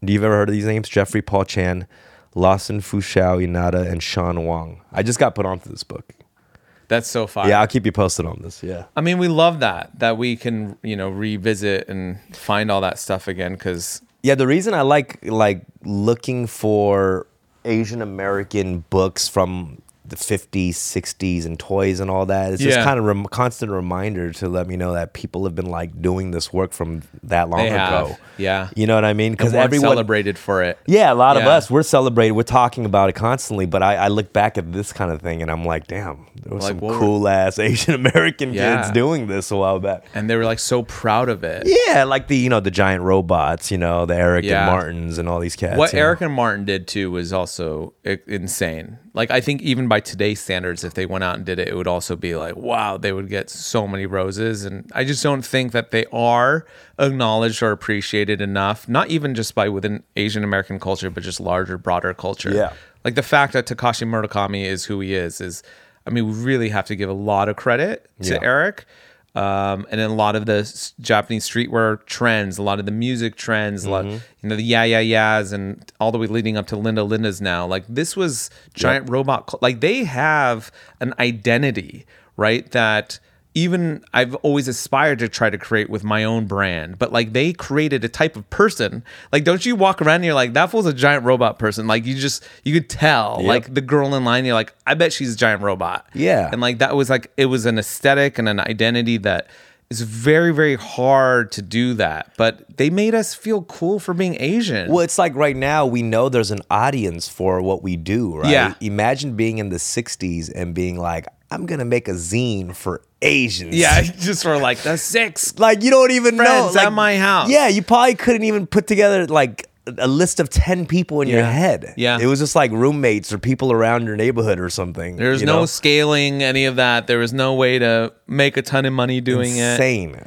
[SPEAKER 1] Do you've ever heard of these names? Jeffrey Paul Chan, Lawson Fushao Inada, and Sean Wang. I just got put onto this book.
[SPEAKER 2] That's so fire.
[SPEAKER 1] Yeah, I'll keep you posted on this. Yeah.
[SPEAKER 2] I mean, we love that that we can you know revisit and find all that stuff again because
[SPEAKER 1] Yeah, the reason I like like looking for Asian American books from the 50s, 60s and toys and all that. It's
[SPEAKER 2] Yeah.
[SPEAKER 1] just kind of rem- constant reminder to let me know that people have been like doing this work from that long
[SPEAKER 2] they
[SPEAKER 1] ago.
[SPEAKER 2] have yeah
[SPEAKER 1] You know what I mean?
[SPEAKER 2] because
[SPEAKER 1] Cuz
[SPEAKER 2] everyone
[SPEAKER 1] everyone
[SPEAKER 2] celebrated for it.
[SPEAKER 1] Yeah, a lot of
[SPEAKER 2] Yeah.
[SPEAKER 1] us we're celebrating, we're talking about it constantly. But I, I look back at this kind of thing and I'm like, damn, there was
[SPEAKER 2] Like,
[SPEAKER 1] some
[SPEAKER 2] what were-
[SPEAKER 1] cool ass Asian American
[SPEAKER 2] Yeah.
[SPEAKER 1] kids doing this a while back.
[SPEAKER 2] and they were like so proud of it.
[SPEAKER 1] Yeah, like the you know the giant robots, you know the Eric
[SPEAKER 2] Yeah.
[SPEAKER 1] and Martins and all these cats.
[SPEAKER 2] What
[SPEAKER 1] you know.
[SPEAKER 2] Eric and Martin did too was also i- insane. Like I think even by today's standards, if they went out and did it, it would also be like, wow, they would get so many roses. And I just don't think that they are acknowledged or appreciated enough. Not even just by within Asian American culture, but just larger, broader culture.
[SPEAKER 1] Yeah.
[SPEAKER 2] Like the fact that Takashi Murakami is who he is is, I mean, we really have to give a lot of credit to
[SPEAKER 1] Yeah.
[SPEAKER 2] Eric. Um, and then a lot of the s- Japanese streetwear trends, a lot of the music trends, a lot, you know, the yeah, yeah, yeahs, and all the way leading up to Linda Linda's now. Like, this was giant robot. cul- Like, they have an identity, right? That even I've always aspired to try to create with my own brand, but like they created a type of person. Like, don't you walk around and you're like, that fool's a giant robot person. Like, you just, you could tell.
[SPEAKER 1] Yep.
[SPEAKER 2] Like, the girl in line, you're like, I bet she's a giant robot.
[SPEAKER 1] Yeah.
[SPEAKER 2] And like, that was like, it was an aesthetic and an identity that is very, very hard to do that. But they made us feel cool for being Asian.
[SPEAKER 1] Well, it's like right now we know there's an audience for what we do, right?
[SPEAKER 2] Yeah.
[SPEAKER 1] Imagine being in the 60s and being like, I'm going to make a zine for Asians.
[SPEAKER 2] Yeah. Just for like the six.
[SPEAKER 1] Like, you don't even
[SPEAKER 2] Friends
[SPEAKER 1] know. Like,
[SPEAKER 2] at my house.
[SPEAKER 1] Yeah, you probably couldn't even put together like a list of 10 people in your
[SPEAKER 2] Yeah.
[SPEAKER 1] head.
[SPEAKER 2] Yeah.
[SPEAKER 1] It was just like roommates or people around your neighborhood or something.
[SPEAKER 2] There's
[SPEAKER 1] you
[SPEAKER 2] no
[SPEAKER 1] know?
[SPEAKER 2] scaling any of that. There was no way to make a ton of money doing it.
[SPEAKER 1] insane.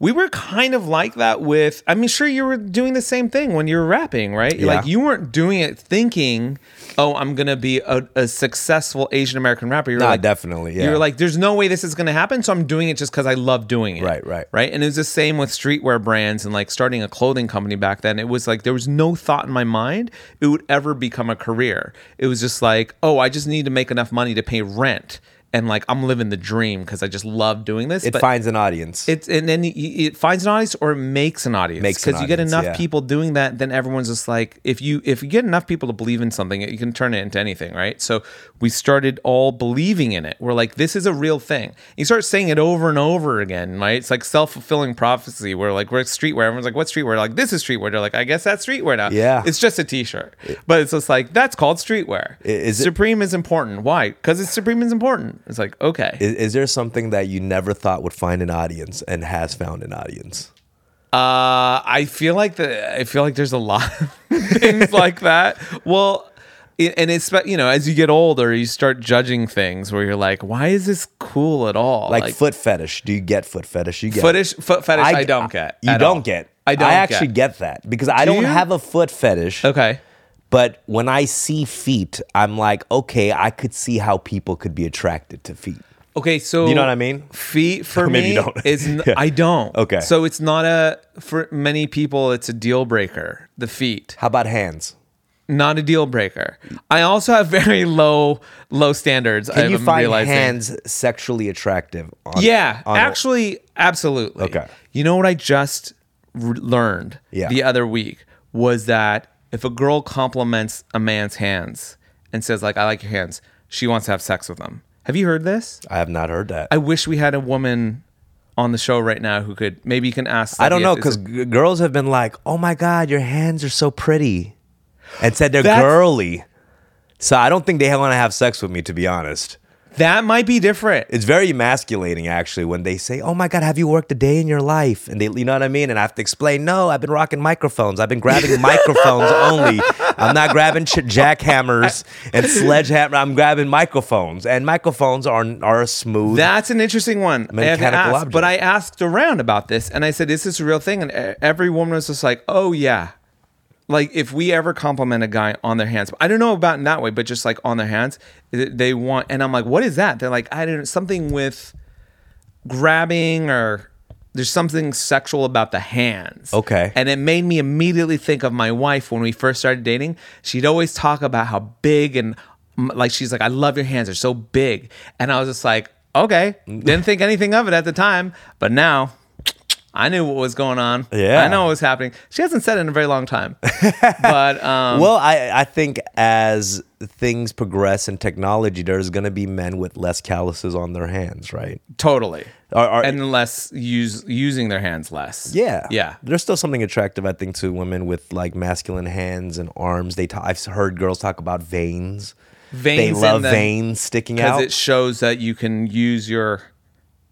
[SPEAKER 2] we were kind of like that with i mean sure you were doing the same thing when you were rapping right
[SPEAKER 1] Yeah.
[SPEAKER 2] like you weren't doing it thinking oh i'm gonna be a, a successful asian american rapper you were
[SPEAKER 1] Nah,
[SPEAKER 2] like
[SPEAKER 1] Ah, definitely, yeah.
[SPEAKER 2] you were like there's no way this is gonna happen so i'm doing it just because i love doing it
[SPEAKER 1] Right, right.
[SPEAKER 2] right and it was the same with streetwear brands and like starting a clothing company back then it was like there was no thought in my mind it would ever become a career it was just like oh i just need to make enough money to pay rent and like i'm living the dream because i just love doing this
[SPEAKER 1] It finds an audience.
[SPEAKER 2] it's and then y- y- it finds an audience or it makes an audience
[SPEAKER 1] Makes an
[SPEAKER 2] because you get
[SPEAKER 1] audience,
[SPEAKER 2] enough
[SPEAKER 1] yeah.
[SPEAKER 2] people doing that, then everyone's just like, if you if you get enough people to believe in something, you can turn it into anything, right? So we started all believing in it. We're like, this is a real thing. You start saying it over and over again, right? It's like self fulfilling prophecy. We're like, we're at streetwear. Everyone's like, what's streetwear? Like this is streetwear. They're like, I guess that's streetwear now.
[SPEAKER 1] Yeah.
[SPEAKER 2] it's just a t shirt, but it's just like that's called streetwear.
[SPEAKER 1] is it-
[SPEAKER 2] supreme is important. Why? Because it's supreme is important. It's like okay.
[SPEAKER 1] is, is there something that you never thought would find an audience and has found an audience?
[SPEAKER 2] Uh, I feel like the I feel like there's a lot of things like that. Well, it, and it's you know as you get older, you start judging things where you're like, why is this cool at all?
[SPEAKER 1] Like, foot fetish. Do you get foot fetish? You get
[SPEAKER 2] footish, foot fetish. I, don't get.
[SPEAKER 1] You
[SPEAKER 2] at
[SPEAKER 1] don't
[SPEAKER 2] all.
[SPEAKER 1] get.
[SPEAKER 2] I don't
[SPEAKER 1] I actually
[SPEAKER 2] get.
[SPEAKER 1] get, that because I don't
[SPEAKER 2] you?
[SPEAKER 1] have a foot fetish.
[SPEAKER 2] Okay.
[SPEAKER 1] But when I see feet, I'm like, okay, I could see how people could be attracted to feet.
[SPEAKER 2] Okay, so
[SPEAKER 1] You know what I mean?
[SPEAKER 2] Feet for
[SPEAKER 1] Maybe
[SPEAKER 2] me
[SPEAKER 1] you don't.
[SPEAKER 2] is n-
[SPEAKER 1] Yeah.
[SPEAKER 2] I don't.
[SPEAKER 1] Okay.
[SPEAKER 2] so it's not a for many people it's a deal breaker. The feet,
[SPEAKER 1] How about hands?
[SPEAKER 2] not a deal breaker. I also have very low low standards.
[SPEAKER 1] Can
[SPEAKER 2] I'm
[SPEAKER 1] you find
[SPEAKER 2] realizing.
[SPEAKER 1] hands sexually attractive? On,
[SPEAKER 2] Yeah,
[SPEAKER 1] on a-
[SPEAKER 2] actually, absolutely.
[SPEAKER 1] Okay.
[SPEAKER 2] You know what I just r learned
[SPEAKER 1] Yeah.
[SPEAKER 2] the other week was that if a girl compliments a man's hands and says like, "I like your hands," she wants to have sex with him. Have you heard this?
[SPEAKER 1] I have not heard that.
[SPEAKER 2] I
[SPEAKER 1] I,
[SPEAKER 2] wish we had a woman on the show right now who could maybe you can ask.
[SPEAKER 1] don't
[SPEAKER 2] Steffi
[SPEAKER 1] know
[SPEAKER 2] if it's
[SPEAKER 1] because g- girls have been like, oh my God, your hands are so pretty. And said they're
[SPEAKER 2] That's-
[SPEAKER 1] girly. So I don't think they want to have sex with me, to be honest.
[SPEAKER 2] a- that might be different.
[SPEAKER 1] It's very emasculating, actually, when they say, "Oh my God, have you worked a day in your life?" And they, you know what I mean. And I have to explain, "No, I've been rocking microphones. I've been grabbing microphones only. I'm not grabbing ch- jackhammers and sledgehammer. I'm grabbing microphones, and microphones are are a smooth.
[SPEAKER 2] That's an interesting one. I haven't
[SPEAKER 1] Mechanical
[SPEAKER 2] asked,
[SPEAKER 1] object.
[SPEAKER 2] but I asked around about this, and I said, "Is this a real thing?" And e- every woman was just like, "Oh yeah." Like if we ever compliment a guy on their hands, I don't know about in that way, but just like on their hands, th- they want. And I'm like, "What is that?" They're like, "I don't something with grabbing or." There's something sexual about the hands.
[SPEAKER 1] Okay.
[SPEAKER 2] And it made me immediately think of my wife when we first started dating. She'd always talk about how big and m- like she's like, I love your hands. They're so big. And I was just like, okay.
[SPEAKER 1] Mm.
[SPEAKER 2] Didn't think anything of it at the time. But now I knew what was going on.
[SPEAKER 1] Yeah.
[SPEAKER 2] I know what was happening. She hasn't said it in a very long time. but um,
[SPEAKER 1] well, I I think as things progress in technology, there's gonna be men with less calluses on their hands, right?
[SPEAKER 2] totally.
[SPEAKER 1] Are, are,
[SPEAKER 2] and less use using their hands less.
[SPEAKER 1] Yeah.
[SPEAKER 2] Yeah.
[SPEAKER 1] There's still something attractive, I think, to women with like masculine hands and arms. They t- I've heard girls talk about veins. They
[SPEAKER 2] Veins in
[SPEAKER 1] love
[SPEAKER 2] the-
[SPEAKER 1] veins sticking
[SPEAKER 2] because
[SPEAKER 1] out.
[SPEAKER 2] it shows that you can use your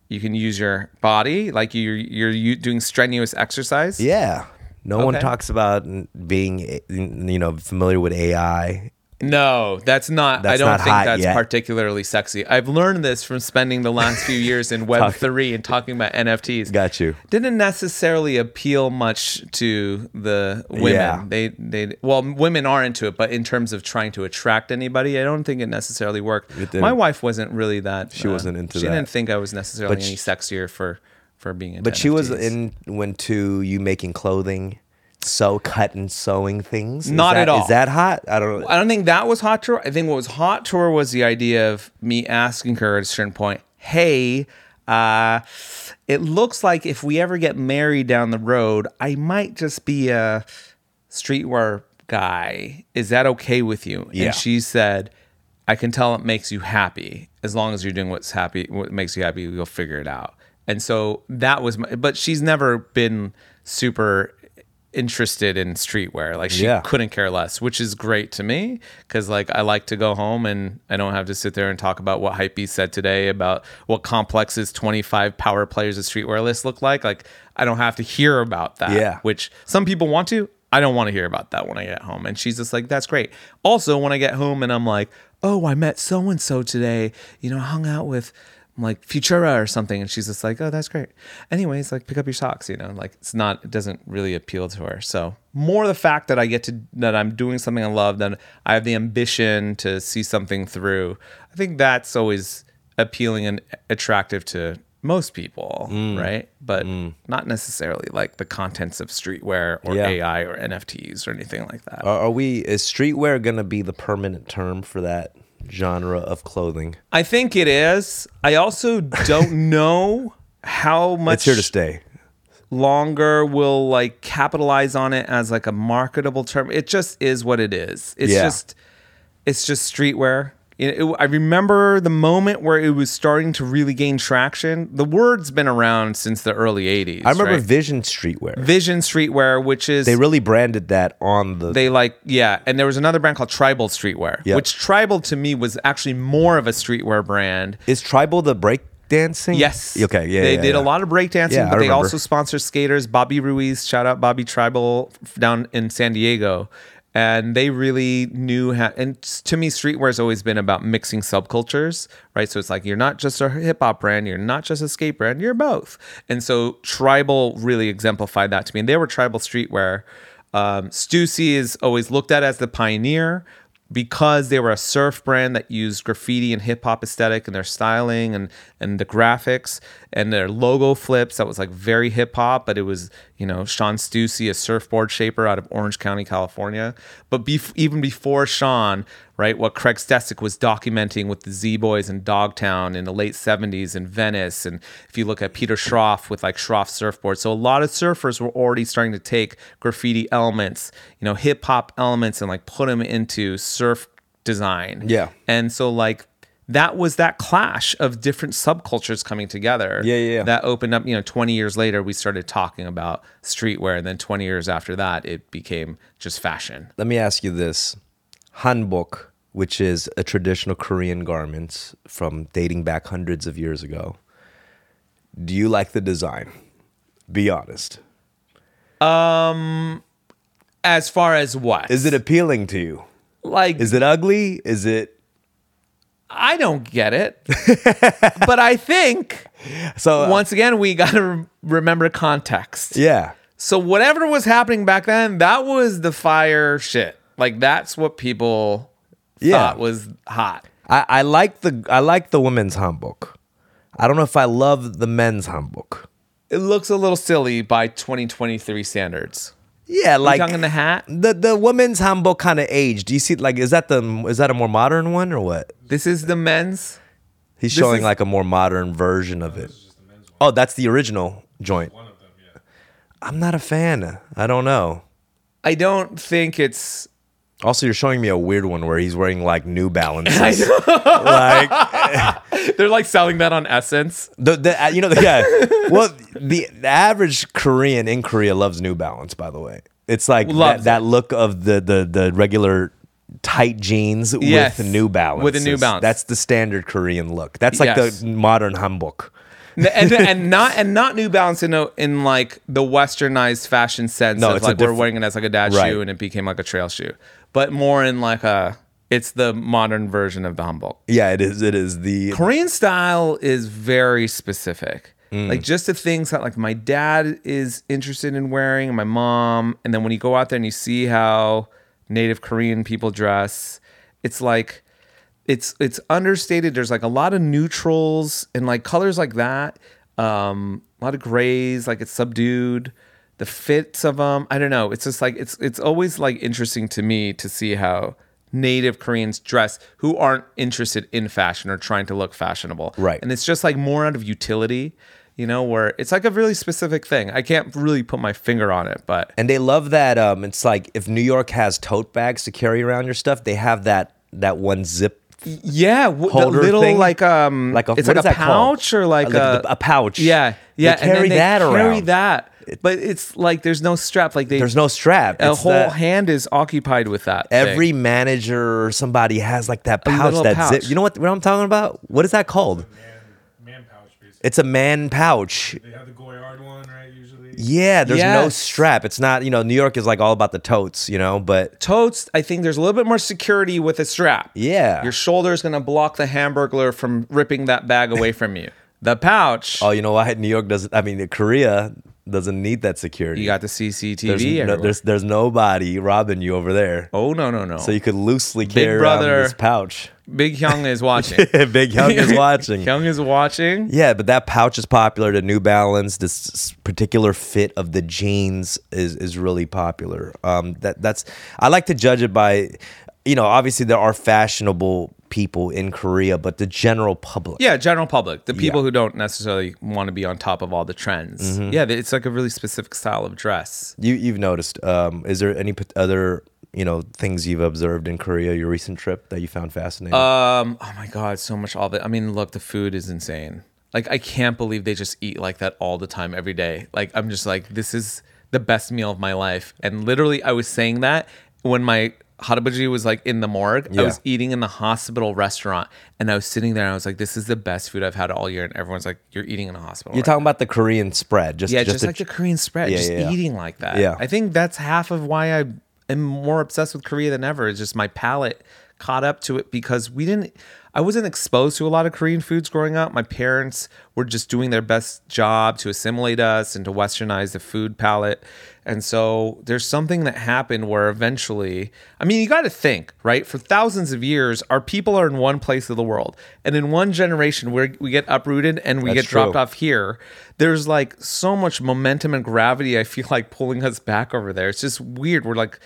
[SPEAKER 2] you can use your body like you're you're u- doing strenuous exercise
[SPEAKER 1] yeah. No one
[SPEAKER 2] Okay.
[SPEAKER 1] talks about n- being, eh, n- you know, familiar with AI.
[SPEAKER 2] no that's not i
[SPEAKER 1] That's
[SPEAKER 2] don't
[SPEAKER 1] not
[SPEAKER 2] think
[SPEAKER 1] hot
[SPEAKER 2] that's
[SPEAKER 1] yet.
[SPEAKER 2] particularly sexy i've learned this from spending the last few years in web 3 and talking about nfts
[SPEAKER 1] Got you.
[SPEAKER 2] didn't necessarily appeal much to the women
[SPEAKER 1] Yeah.
[SPEAKER 2] they they well women are into it but in terms of trying to attract anybody i don't think it necessarily worked
[SPEAKER 1] didn't.
[SPEAKER 2] my wife wasn't really that she
[SPEAKER 1] wasn't into
[SPEAKER 2] she
[SPEAKER 1] that.
[SPEAKER 2] didn't think i was necessarily
[SPEAKER 1] But
[SPEAKER 2] any sexier for for being into
[SPEAKER 1] But she was
[SPEAKER 2] NFTs.
[SPEAKER 1] in when to you making clothing, sew, cut, and sewing things. Is
[SPEAKER 2] Not
[SPEAKER 1] that-
[SPEAKER 2] at all.
[SPEAKER 1] Is that hot? I don't know.
[SPEAKER 2] I don't think that was hot tour. I think what was hot tour was the idea of me asking her at a certain point, "Hey, Uh, it looks like if we ever get married down the road, I might just be a streetwear guy. Is that okay with you?
[SPEAKER 1] Yeah.
[SPEAKER 2] And she said, I can tell it makes you happy. As long as you're doing what's happy, what makes you happy, you'll figure it out. And so that was my, but she's never been super interested in streetwear. Like she
[SPEAKER 1] Yeah.
[SPEAKER 2] couldn't care less, which is great to me because like I like to go home and I don't have to sit there and talk about what Hypebeast said today about what complexes 25 power players of streetwear list look like. Like I don't have to hear about that.
[SPEAKER 1] Yeah.
[SPEAKER 2] Which some people want to. I don't want to hear about that when I get home. And she's just like, that's great. Also, when I get home and I'm like, oh, I met so and so today, you know, I hung out with like Futura or something. And she's just like, oh, that's great. Anyways, like pick up your socks, you know, like it's not, it doesn't really appeal to her. So more the fact that I get to, that I'm doing something I love, that I have the ambition to see something through. I think that's always appealing and attractive to most people,
[SPEAKER 1] Mm.
[SPEAKER 2] right? But not necessarily like the contents of streetwear or
[SPEAKER 1] Yeah.
[SPEAKER 2] AI or NFTs or anything like that.
[SPEAKER 1] Are, are we? Is streetwear gonna be the permanent term for that genre of clothing?
[SPEAKER 2] I think it is. I also don't know how
[SPEAKER 1] It's
[SPEAKER 2] much
[SPEAKER 1] here to stay.
[SPEAKER 2] longer will like capitalize on it as like a marketable term. It just is what it is. It's
[SPEAKER 1] Yeah.
[SPEAKER 2] just it's just streetwear. It- it- I remember the moment where it was starting to really gain traction. The word's been around since the early 80s.
[SPEAKER 1] I remember
[SPEAKER 2] right?
[SPEAKER 1] Vision Streetwear.
[SPEAKER 2] Vision Streetwear, which is
[SPEAKER 1] They really branded that on the.
[SPEAKER 2] they like yeah and there was another brand called tribal streetwear
[SPEAKER 1] Yeah.
[SPEAKER 2] which tribal to me was actually more of a streetwear brand
[SPEAKER 1] is tribal the break dancing?
[SPEAKER 2] yes
[SPEAKER 1] Okay. Yeah.
[SPEAKER 2] they
[SPEAKER 1] yeah,
[SPEAKER 2] did
[SPEAKER 1] yeah.
[SPEAKER 2] a lot of breakdancing
[SPEAKER 1] Yeah, I
[SPEAKER 2] but they
[SPEAKER 1] remember.
[SPEAKER 2] also sponsor skaters bobby ruiz shout out bobby tribal f- down in san diego and they really knew how and s- to me streetwear has always been about mixing subcultures right so it's like you're not just a hip-hop brand you're not just a skate brand you're both and so tribal really exemplified that to me and they were tribal streetwear um, Stussy is always looked at as the pioneer because they were a surf brand that used graffiti and hip hop aesthetic in their styling and and the graphics and their logo flips that was like very hip hop, but it was you know Sean Stussy, a surfboard shaper out of Orange County, California. But bef- even before Sean, right, what Craig Stessic was documenting with the Z Boys in Dogtown in the late '70s in Venice, and if you look at Peter Schroff with like Schroff surfboard, so a lot of surfers were already starting to take graffiti elements, you know, hip hop elements, and like put them into surf design.
[SPEAKER 1] Yeah.
[SPEAKER 2] And so like that was that clash of different subcultures coming together.
[SPEAKER 1] Yeah, yeah, yeah.
[SPEAKER 2] That opened up, you know, 20 years later we started talking about streetwear and then 20 years after that it became just fashion.
[SPEAKER 1] Let me ask you this: hanbok, which is a traditional Korean garment from dating back hundreds of years ago. Do you like the design? Be honest.
[SPEAKER 2] As far as what?
[SPEAKER 1] Is it appealing to you?
[SPEAKER 2] like
[SPEAKER 1] Is it ugly? Is it
[SPEAKER 2] I don't get it. but I think
[SPEAKER 1] so? uh,
[SPEAKER 2] once again we got to re- remember context.
[SPEAKER 1] yeah.
[SPEAKER 2] So whatever was happening back then, that was the fire shit. Like that's what people
[SPEAKER 1] Yeah.
[SPEAKER 2] thought was hot.
[SPEAKER 1] I, I like the I like the women's hanbok. I don't know if I love the men's hanbok.
[SPEAKER 2] It looks a little silly by 2023 standards.
[SPEAKER 1] Yeah, like
[SPEAKER 2] tongue in the hat.
[SPEAKER 1] The the women's hanbok kind of aged. Do you see? Like, is that the is that a more modern one or what?
[SPEAKER 2] This is the men's.
[SPEAKER 1] He's showing
[SPEAKER 2] is-
[SPEAKER 1] like a more modern version of it. Oh, that's the original joint. I'm not a fan. I don't know.
[SPEAKER 2] I don't think it's.
[SPEAKER 1] Also, you're showing me a weird one where he's wearing like New Balances. like
[SPEAKER 2] They're like selling that on Essence.
[SPEAKER 1] The, the uh, you know the yeah. well, the, the average Korean in Korea loves New Balance. By the way, it's like that,
[SPEAKER 2] Loves
[SPEAKER 1] that look of the the the regular tight jeans
[SPEAKER 2] Yes,
[SPEAKER 1] with New Balance.
[SPEAKER 2] with the New Balance.
[SPEAKER 1] That's the standard Korean look. That's like
[SPEAKER 2] Yes.
[SPEAKER 1] the modern hanbok.
[SPEAKER 2] and, and not and not New Balance in a, in like the westernized fashion sense
[SPEAKER 1] No,
[SPEAKER 2] of
[SPEAKER 1] it's a
[SPEAKER 2] like we're
[SPEAKER 1] diff-
[SPEAKER 2] wearing it as like a dad
[SPEAKER 1] Right.
[SPEAKER 2] shoe and it became like a trail shoe, but more in like a it's the modern version of the Humboldt.
[SPEAKER 1] Yeah, it is. It is the
[SPEAKER 2] Korean style is very specific. Like just the things that like my dad is interested in wearing, and my mom, and then when you go out there and you see how native Korean people dress, it's like it's it's understated. There's like a lot of neutrals and like colors like that. Um, a lot of grays, like it's subdued. The fits of them, I don't know. It's just like it's it's always like interesting to me to see how native Koreans dress who aren't interested in fashion or trying to look fashionable.
[SPEAKER 1] Right.
[SPEAKER 2] And it's just like more out of utility, you know, where it's like a really specific thing. I can't really put my finger on it, but
[SPEAKER 1] And they love that. Um, it's like if New York has tote bags to carry around your stuff, they have that that one zip,
[SPEAKER 2] yeah, w- the
[SPEAKER 1] Holder
[SPEAKER 2] little
[SPEAKER 1] thing?
[SPEAKER 2] like um
[SPEAKER 1] like a
[SPEAKER 2] it's
[SPEAKER 1] what
[SPEAKER 2] like
[SPEAKER 1] is
[SPEAKER 2] a
[SPEAKER 1] that called?
[SPEAKER 2] pouch or like,
[SPEAKER 1] a,
[SPEAKER 2] a,
[SPEAKER 1] a pouch.
[SPEAKER 2] Yeah, yeah,
[SPEAKER 1] They carry
[SPEAKER 2] and then they
[SPEAKER 1] that
[SPEAKER 2] carry
[SPEAKER 1] around.
[SPEAKER 2] that. But it's like there's no strap. Like they
[SPEAKER 1] There's no strap.
[SPEAKER 2] a
[SPEAKER 1] It's
[SPEAKER 2] whole
[SPEAKER 1] that-
[SPEAKER 2] hand is occupied with that. thing.
[SPEAKER 1] Every manager or somebody has like that pouch,
[SPEAKER 2] little
[SPEAKER 1] that
[SPEAKER 2] pouch.
[SPEAKER 1] zip. You know what, what I'm talking about? What is that called?
[SPEAKER 3] Man pouch, basically.
[SPEAKER 1] It's a man pouch.
[SPEAKER 3] They have the Goyard one, right? Usually.
[SPEAKER 1] Yeah, there's no
[SPEAKER 2] Yes.
[SPEAKER 1] strap. It's not, you know, New York is like all about the totes, you know, but
[SPEAKER 2] totes, I think there's a little bit more security with a strap.
[SPEAKER 1] yeah.
[SPEAKER 2] Your shoulder is going to block the hamburglar from ripping that bag away from you. The pouch,
[SPEAKER 1] oh, you know why New York doesn't, I mean, Korea doesn't need that security.
[SPEAKER 2] you got the CCTV.
[SPEAKER 1] there's, no,
[SPEAKER 2] everywhere.
[SPEAKER 1] there's, there's nobody robbing you over there.
[SPEAKER 2] oh, no, no, no.
[SPEAKER 1] So you could loosely carry
[SPEAKER 2] brother.
[SPEAKER 1] around this pouch.
[SPEAKER 2] Big Hyung is watching.
[SPEAKER 1] Big Young is watching.
[SPEAKER 2] Hyung is watching.
[SPEAKER 1] Yeah, but that pouch is popular. The New Balance, this s- particular fit of the jeans is is really popular. Um, that that's I like to judge it by, you know, obviously there are fashionable people in Korea, but the general public.
[SPEAKER 2] Yeah, general public, the people who don't necessarily want to be on top of all the trends.
[SPEAKER 1] Mm-hmm.
[SPEAKER 2] Yeah, it's like a really specific style of dress.
[SPEAKER 1] you you've noticed. Um, is there any p- other you know things you've observed in Korea? Your recent trip that you found fascinating?
[SPEAKER 2] Um, oh my god, so much all that. I mean, look, the food is insane. Like I can't believe they just eat like that all the time every day. Like I'm just like this is the best meal of my life. And literally I was saying that when my harabuji was like in the morgue. I
[SPEAKER 1] Yeah.
[SPEAKER 2] was eating in the hospital restaurant and I was sitting there and I was like this is the best food I've had all year and everyone's like you're eating in a hospital.
[SPEAKER 1] You're
[SPEAKER 2] right now."
[SPEAKER 1] talking about the Korean spread, just
[SPEAKER 2] yeah,
[SPEAKER 1] just,
[SPEAKER 2] just,
[SPEAKER 1] the
[SPEAKER 2] like the Korean spread,
[SPEAKER 1] Yeah,
[SPEAKER 2] just
[SPEAKER 1] yeah, yeah.
[SPEAKER 2] eating like that.
[SPEAKER 1] Yeah.
[SPEAKER 2] I think that's half of why I am more obsessed with Korea than ever. It's just my palate caught up to it because we didn't I wasn't exposed to a lot of Korean foods growing up. My parents were just doing their best job to assimilate us and to westernize the food palate. And so there's something that happened where eventually, I mean, you got to think, right? For thousands of years, our people are in one place of the world. And in one generation, we we get uprooted and we
[SPEAKER 1] That's
[SPEAKER 2] get dropped
[SPEAKER 1] true.
[SPEAKER 2] off here. There's like so much momentum and gravity, I feel like pulling us back over there. It's just weird. We're like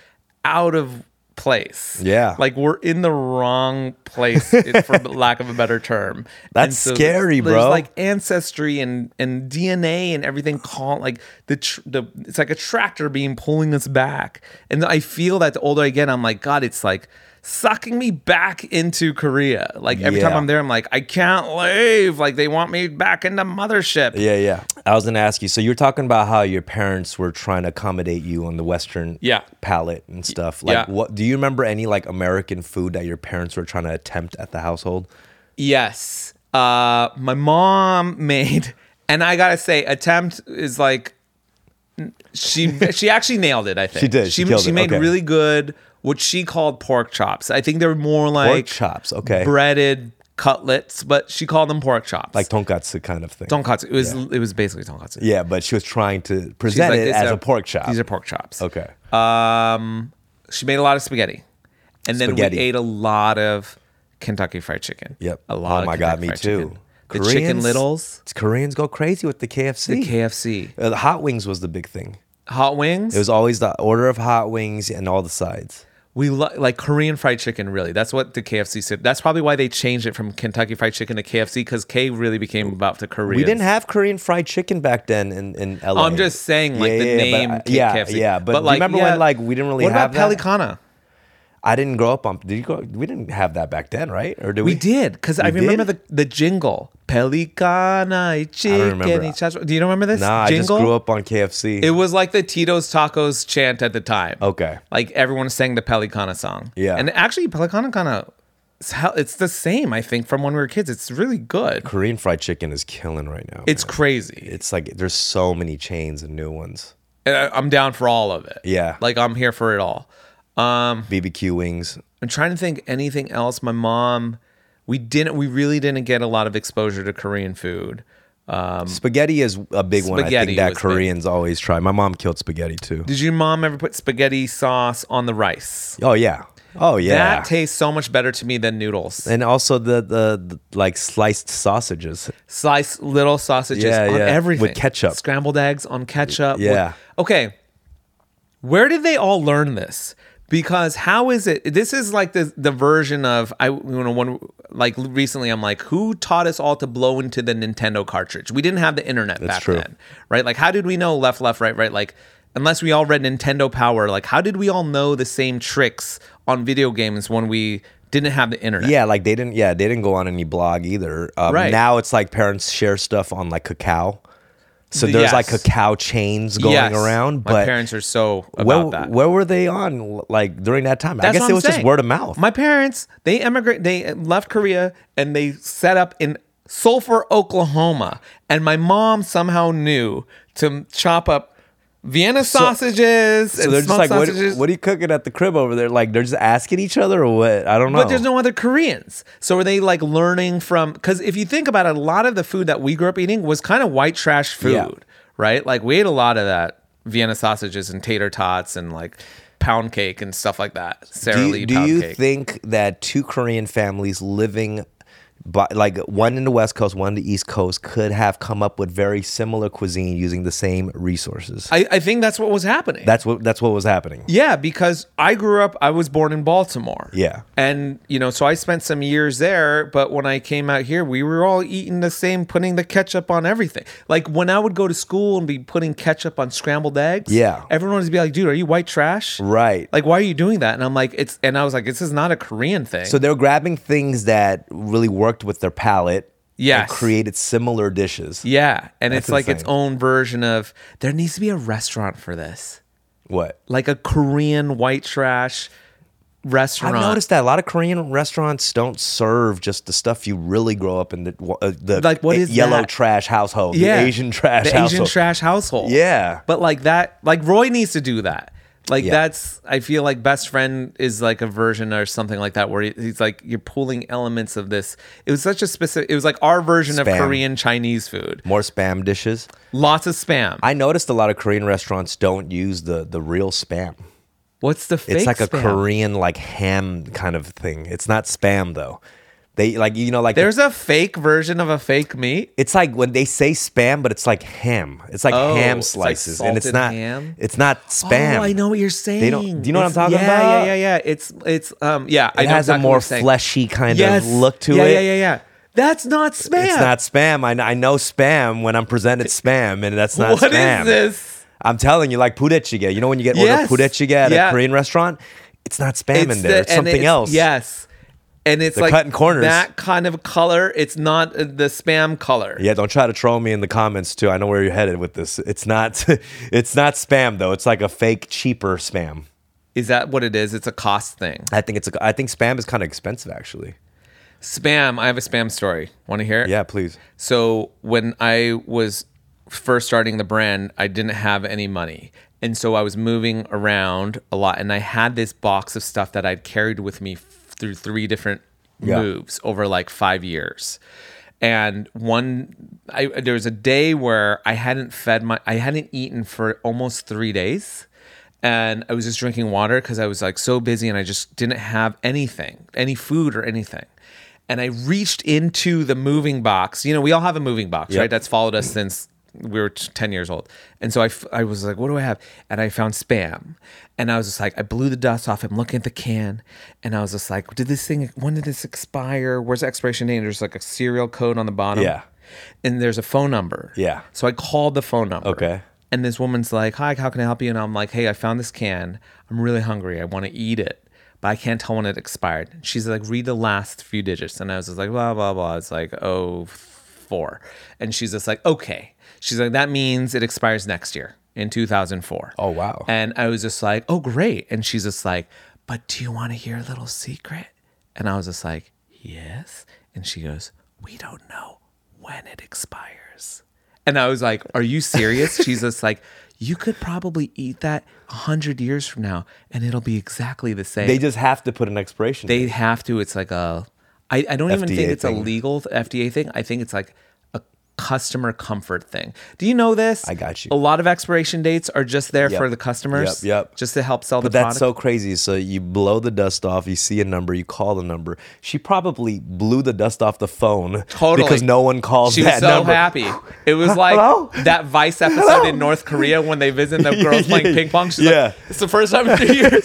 [SPEAKER 2] out of place.
[SPEAKER 1] Yeah.
[SPEAKER 2] Like we're in the wrong place, it- for lack of a better term.
[SPEAKER 1] That's scary,
[SPEAKER 2] there's
[SPEAKER 1] bro.
[SPEAKER 2] like ancestry and, and DNA and everything call like the, tr- the, it's like a tractor being pulling us back. And I feel that the older I get, I'm like, God, it's like, Sucking me back into Korea. Like every time
[SPEAKER 1] Yeah.
[SPEAKER 2] I'm there, I'm like, I can't leave. Like they want me back into mothership.
[SPEAKER 1] Yeah, yeah. I was gonna ask you. So you're talking about how your parents were trying to accommodate you on the Western
[SPEAKER 2] Yeah.
[SPEAKER 1] palate and stuff. Like,
[SPEAKER 2] Yeah.
[SPEAKER 1] what do you remember any like American food that your parents were trying to attempt at the household?
[SPEAKER 2] Yes. Uh, my mom made, and I gotta say, attempt is like she she actually nailed it. I think
[SPEAKER 1] She did.
[SPEAKER 2] She
[SPEAKER 1] She killed
[SPEAKER 2] she
[SPEAKER 1] it.
[SPEAKER 2] made
[SPEAKER 1] Okay.
[SPEAKER 2] really good what she called pork chops. I think they were more like
[SPEAKER 1] chops, okay.
[SPEAKER 2] breaded cutlets, but she called them pork chops,
[SPEAKER 1] Like tonkatsu kind of thing.
[SPEAKER 2] tonkatsu. It was it was basically tonkatsu.
[SPEAKER 1] yeah, but she was trying to
[SPEAKER 2] She's
[SPEAKER 1] present
[SPEAKER 2] like,
[SPEAKER 1] it
[SPEAKER 2] "These
[SPEAKER 1] as
[SPEAKER 2] are-
[SPEAKER 1] a pork chop.
[SPEAKER 2] These are pork chops.
[SPEAKER 1] okay.
[SPEAKER 2] Um, she made a lot of spaghetti, and then
[SPEAKER 1] Spaghetti.
[SPEAKER 2] we ate a lot of Kentucky Fried Chicken.
[SPEAKER 1] Yep.
[SPEAKER 2] a lot.
[SPEAKER 1] Oh
[SPEAKER 2] of
[SPEAKER 1] my god,
[SPEAKER 2] Kentucky
[SPEAKER 1] me
[SPEAKER 2] Fried
[SPEAKER 1] too.
[SPEAKER 2] Chicken. The chicken littles,
[SPEAKER 1] Koreans go crazy with the KFC.
[SPEAKER 2] the KFC,
[SPEAKER 1] Uh, the hot wings was the big thing.
[SPEAKER 2] hot wings.
[SPEAKER 1] It was always the order of hot wings and all the sides.
[SPEAKER 2] we lo- like Korean Fried Chicken. Really, that's what the KFC said. That's probably why they changed it from Kentucky Fried Chicken to KFC because K really became about the Korean.
[SPEAKER 1] We didn't have Korean fried chicken back then in, in LA.
[SPEAKER 2] Oh, I'm just saying, like
[SPEAKER 1] Yeah,
[SPEAKER 2] the
[SPEAKER 1] yeah, yeah,
[SPEAKER 2] name.
[SPEAKER 1] but, uh,
[SPEAKER 2] K-
[SPEAKER 1] yeah,
[SPEAKER 2] KFC.
[SPEAKER 1] yeah. But, do you remember when like we didn't really
[SPEAKER 2] what
[SPEAKER 1] have
[SPEAKER 2] about
[SPEAKER 1] that?
[SPEAKER 2] Pelicana?
[SPEAKER 1] I didn't grow up on. Did you grow? We didn't have that back then, right? Or did we?
[SPEAKER 2] We did because I
[SPEAKER 1] We
[SPEAKER 2] remember
[SPEAKER 1] did?
[SPEAKER 2] the the jingle. Pelicana y chicken
[SPEAKER 1] remember.
[SPEAKER 2] y chacho- Do you remember this?
[SPEAKER 1] Nah, I
[SPEAKER 2] jingle?
[SPEAKER 1] just grew up on KFC.
[SPEAKER 2] It was like the Tito's Tacos chant at the time.
[SPEAKER 1] Okay.
[SPEAKER 2] Like everyone sang the Pelicana song.
[SPEAKER 1] Yeah.
[SPEAKER 2] And actually, Pelicana kind of, it's the same, I think, from when we were kids. It's really good.
[SPEAKER 1] Korean fried chicken is killing right now.
[SPEAKER 2] It's
[SPEAKER 1] man.
[SPEAKER 2] crazy.
[SPEAKER 1] it's like there's so many chains and new ones.
[SPEAKER 2] And I- I'm down for all of it.
[SPEAKER 1] Yeah.
[SPEAKER 2] Like I'm here for it all. Um,
[SPEAKER 1] BBQ wings.
[SPEAKER 2] I'm trying to think anything else. My mom, we didn't, we really didn't get a lot of exposure to Korean food. Um,
[SPEAKER 1] Spaghetti is a big one. I
[SPEAKER 2] Spaghetti
[SPEAKER 1] think that
[SPEAKER 2] was big.
[SPEAKER 1] Koreans always try. My mom killed spaghetti too.
[SPEAKER 2] did your mom ever put spaghetti sauce on the rice?
[SPEAKER 1] Oh yeah. Oh yeah.
[SPEAKER 2] That tastes so much better to me than noodles.
[SPEAKER 1] and also the, the the like sliced sausages.
[SPEAKER 2] slice little sausages
[SPEAKER 1] Yeah,
[SPEAKER 2] on
[SPEAKER 1] yeah,
[SPEAKER 2] everything
[SPEAKER 1] with ketchup.
[SPEAKER 2] scrambled eggs on ketchup.
[SPEAKER 1] Yeah.
[SPEAKER 2] With- okay. Where did they all learn this? because how is it this is like the the version of i you know one like recently i'm like who taught us all to blow into the nintendo cartridge we didn't have the internet back
[SPEAKER 1] true.
[SPEAKER 2] then right like how did we know left left right right like unless we all read nintendo power like how did we all know the same tricks on video games when we didn't have the internet
[SPEAKER 1] Yeah, like they didn't. Yeah, they didn't go on any blog either. Um,
[SPEAKER 2] Right.
[SPEAKER 1] now it's like parents share stuff on like cacao. So
[SPEAKER 2] The-
[SPEAKER 1] there's like
[SPEAKER 2] yes.
[SPEAKER 1] cacao chains going
[SPEAKER 2] Yes.
[SPEAKER 1] around,
[SPEAKER 2] my
[SPEAKER 1] but
[SPEAKER 2] parents are so about
[SPEAKER 1] where,
[SPEAKER 2] that
[SPEAKER 1] where were they on like during that time? I
[SPEAKER 2] That's
[SPEAKER 1] guess
[SPEAKER 2] what
[SPEAKER 1] it
[SPEAKER 2] I'm
[SPEAKER 1] was just
[SPEAKER 2] saying.
[SPEAKER 1] word of mouth.
[SPEAKER 2] My parents, they immigrate, they left Korea and they set up in Sulphur, Oklahoma. And my mom somehow knew to chop up Vienna sausages
[SPEAKER 1] so
[SPEAKER 2] and
[SPEAKER 1] they're just like,
[SPEAKER 2] smoked
[SPEAKER 1] what,
[SPEAKER 2] sausages.
[SPEAKER 1] what are you cooking at the crib over there? Like they're just asking each other or what? I don't know.
[SPEAKER 2] but there's no other Koreans. So are they like learning from? Because if you think about it, a lot of the food that we grew up eating was kind of white trash food,
[SPEAKER 1] Yeah.
[SPEAKER 2] right? Like we ate a lot of that Vienna sausages and tater tots and like pound cake and stuff like that. Sara
[SPEAKER 1] do
[SPEAKER 2] Lee
[SPEAKER 1] you, do
[SPEAKER 2] pound
[SPEAKER 1] you
[SPEAKER 2] cake.
[SPEAKER 1] think that two Korean families living by, like one in the West Coast, one in the East Coast, could have come up with very similar cuisine using the same resources?
[SPEAKER 2] I, I think that's what was happening.
[SPEAKER 1] that's what that's what was happening.
[SPEAKER 2] Yeah, because I grew up, I was born in Baltimore.
[SPEAKER 1] Yeah.
[SPEAKER 2] And, you know, so I spent some years there, but when I came out here, we were all eating the same, putting the ketchup on everything. Like when I would go to school and be putting ketchup on scrambled eggs,
[SPEAKER 1] Yeah.
[SPEAKER 2] everyone would be like, dude, are you white trash?
[SPEAKER 1] Right.
[SPEAKER 2] Like, why are you doing that? And I'm like, it's, and I was like, this is not a Korean thing.
[SPEAKER 1] so they were grabbing things that really worked with their palate.
[SPEAKER 2] Yes.
[SPEAKER 1] And created similar dishes.
[SPEAKER 2] yeah. And it's like its
[SPEAKER 1] insane.
[SPEAKER 2] own version of there needs to be a restaurant for this,
[SPEAKER 1] What?
[SPEAKER 2] like a Korean white trash
[SPEAKER 1] I've
[SPEAKER 2] restaurant.
[SPEAKER 1] noticed that a lot of Korean restaurants don't serve just the stuff you really grow up in the uh, the
[SPEAKER 2] Like, what is
[SPEAKER 1] yellow
[SPEAKER 2] that?
[SPEAKER 1] trash household,
[SPEAKER 2] yeah,
[SPEAKER 1] the Asian trash
[SPEAKER 2] the
[SPEAKER 1] household.
[SPEAKER 2] Asian trash household.
[SPEAKER 1] Yeah.
[SPEAKER 2] but like that, like Roy needs to do that. Like
[SPEAKER 1] Yeah.
[SPEAKER 2] that's, I feel like best friend is like a version or something like that, where he- he's like you're pulling elements of this. It was such a specific. It was like our version of
[SPEAKER 1] Spam.
[SPEAKER 2] Korean Chinese food.
[SPEAKER 1] More spam dishes.
[SPEAKER 2] Lots of spam.
[SPEAKER 1] I noticed a lot of Korean restaurants don't use the the real spam.
[SPEAKER 2] What's the fake?
[SPEAKER 1] It's like a
[SPEAKER 2] spam?
[SPEAKER 1] Korean like ham kind of thing. It's not spam though. They like you know like the-
[SPEAKER 2] There's a fake version of a fake meat.
[SPEAKER 1] it's like when they say spam, but it's like ham. It's like
[SPEAKER 2] Oh,
[SPEAKER 1] ham
[SPEAKER 2] it's like
[SPEAKER 1] slices, and it's
[SPEAKER 2] salted
[SPEAKER 1] not
[SPEAKER 2] ham?
[SPEAKER 1] it's not spam.
[SPEAKER 2] Oh, I know what you're saying.
[SPEAKER 1] don't- do you know what I'm
[SPEAKER 2] It's-
[SPEAKER 1] talking
[SPEAKER 2] yeah,
[SPEAKER 1] about?
[SPEAKER 2] Yeah, yeah, yeah. It's it's um yeah. I
[SPEAKER 1] It
[SPEAKER 2] know
[SPEAKER 1] has
[SPEAKER 2] exactly
[SPEAKER 1] a
[SPEAKER 2] what
[SPEAKER 1] more
[SPEAKER 2] you're saying.
[SPEAKER 1] fleshy kind
[SPEAKER 2] yes.
[SPEAKER 1] of look to
[SPEAKER 2] yeah,
[SPEAKER 1] it.
[SPEAKER 2] Yeah, yeah, yeah. That's not spam.
[SPEAKER 1] It's not spam. I, kn- I know spam when I'm presented spam, and that's not
[SPEAKER 2] What is
[SPEAKER 1] spam.
[SPEAKER 2] this?
[SPEAKER 1] I'm telling you, like pudetjiga. You know when you get
[SPEAKER 2] Yes.
[SPEAKER 1] order pudetjiga at
[SPEAKER 2] Yeah.
[SPEAKER 1] a Korean restaurant, it's not spam in
[SPEAKER 2] the-
[SPEAKER 1] there. it's
[SPEAKER 2] and
[SPEAKER 1] something else.
[SPEAKER 2] Yes. And it's
[SPEAKER 1] They're
[SPEAKER 2] like
[SPEAKER 1] cutting corners.
[SPEAKER 2] that kind of color. It's not uh, the spam color.
[SPEAKER 1] Yeah, don't try to troll me in the comments too. I know where you're headed with this. It's not it's not spam though. It's like a fake cheaper spam.
[SPEAKER 2] Is that what it is? It's a cost thing.
[SPEAKER 1] I think it's a, I think spam is kind of expensive actually.
[SPEAKER 2] Spam. I have a spam story. Want to hear it?
[SPEAKER 1] Yeah, please.
[SPEAKER 2] So when I was first starting the brand, I didn't have any money. And so I was moving around a lot and I had this box of stuff that I'd carried with me f- through three different
[SPEAKER 1] Yeah.
[SPEAKER 2] moves over like 5 years. And one I there was a day where I hadn't fed my I hadn't eaten for almost 3 days and I was just drinking water cuz I was like so busy and I just didn't have anything, any food or anything and I reached into the moving box. You know, we all have a moving box, right? That's followed us since we were t- 10 years old. And so I, f- I was like, what do I have? And I found spam. And I was just like, I blew the dust off. I'm looking at the can. And I was just like, did this thing, when did this expire? Where's the expiration date? And there's like a serial code on the bottom.
[SPEAKER 1] Yeah.
[SPEAKER 2] And there's a phone number.
[SPEAKER 1] Yeah.
[SPEAKER 2] So I called the phone number.
[SPEAKER 1] Okay.
[SPEAKER 2] And this woman's like, Hi, how can I help you? And I'm like, Hey, I found this can. I'm really hungry. I want to eat it, but I can't tell when it expired. And she's like, Read the last few digits. And I was just like, Blah, blah, blah. It's like, Oh, four. And she's just like, Okay. She's like, That means it expires next year in 2004.
[SPEAKER 1] Oh, wow.
[SPEAKER 2] And I was just like, Oh, great. And she's just like, But do you want to hear a little secret? And I was just like, Yes. And she goes, We don't know when it expires. And I was like, Are you serious? She's just like, You could probably eat that 100 years from now and it'll be exactly the same.
[SPEAKER 1] They just have to put an expiration.
[SPEAKER 2] They
[SPEAKER 1] date.
[SPEAKER 2] have to. It's like a, I, I don't even
[SPEAKER 1] FDA
[SPEAKER 2] think it's
[SPEAKER 1] thing.
[SPEAKER 2] a legal FDA thing. I think it's like a customer comfort thing. Do you know this?
[SPEAKER 1] I got you.
[SPEAKER 2] A lot of expiration dates are just there
[SPEAKER 1] Yep.
[SPEAKER 2] for the customers.
[SPEAKER 1] Yep, yep.
[SPEAKER 2] Just to help sell
[SPEAKER 1] But
[SPEAKER 2] the
[SPEAKER 1] that's
[SPEAKER 2] product.
[SPEAKER 1] so crazy. So you blow the dust off, you see a number, you call the number. She probably blew the dust off the phone
[SPEAKER 2] Totally.
[SPEAKER 1] because no one called
[SPEAKER 2] she was
[SPEAKER 1] that
[SPEAKER 2] so
[SPEAKER 1] number.
[SPEAKER 2] happy. It was like
[SPEAKER 1] Hello?
[SPEAKER 2] that Vice episode in North Korea when they visit the girls playing ping pong. She's
[SPEAKER 1] Yeah.
[SPEAKER 2] like, it's the first time in two years.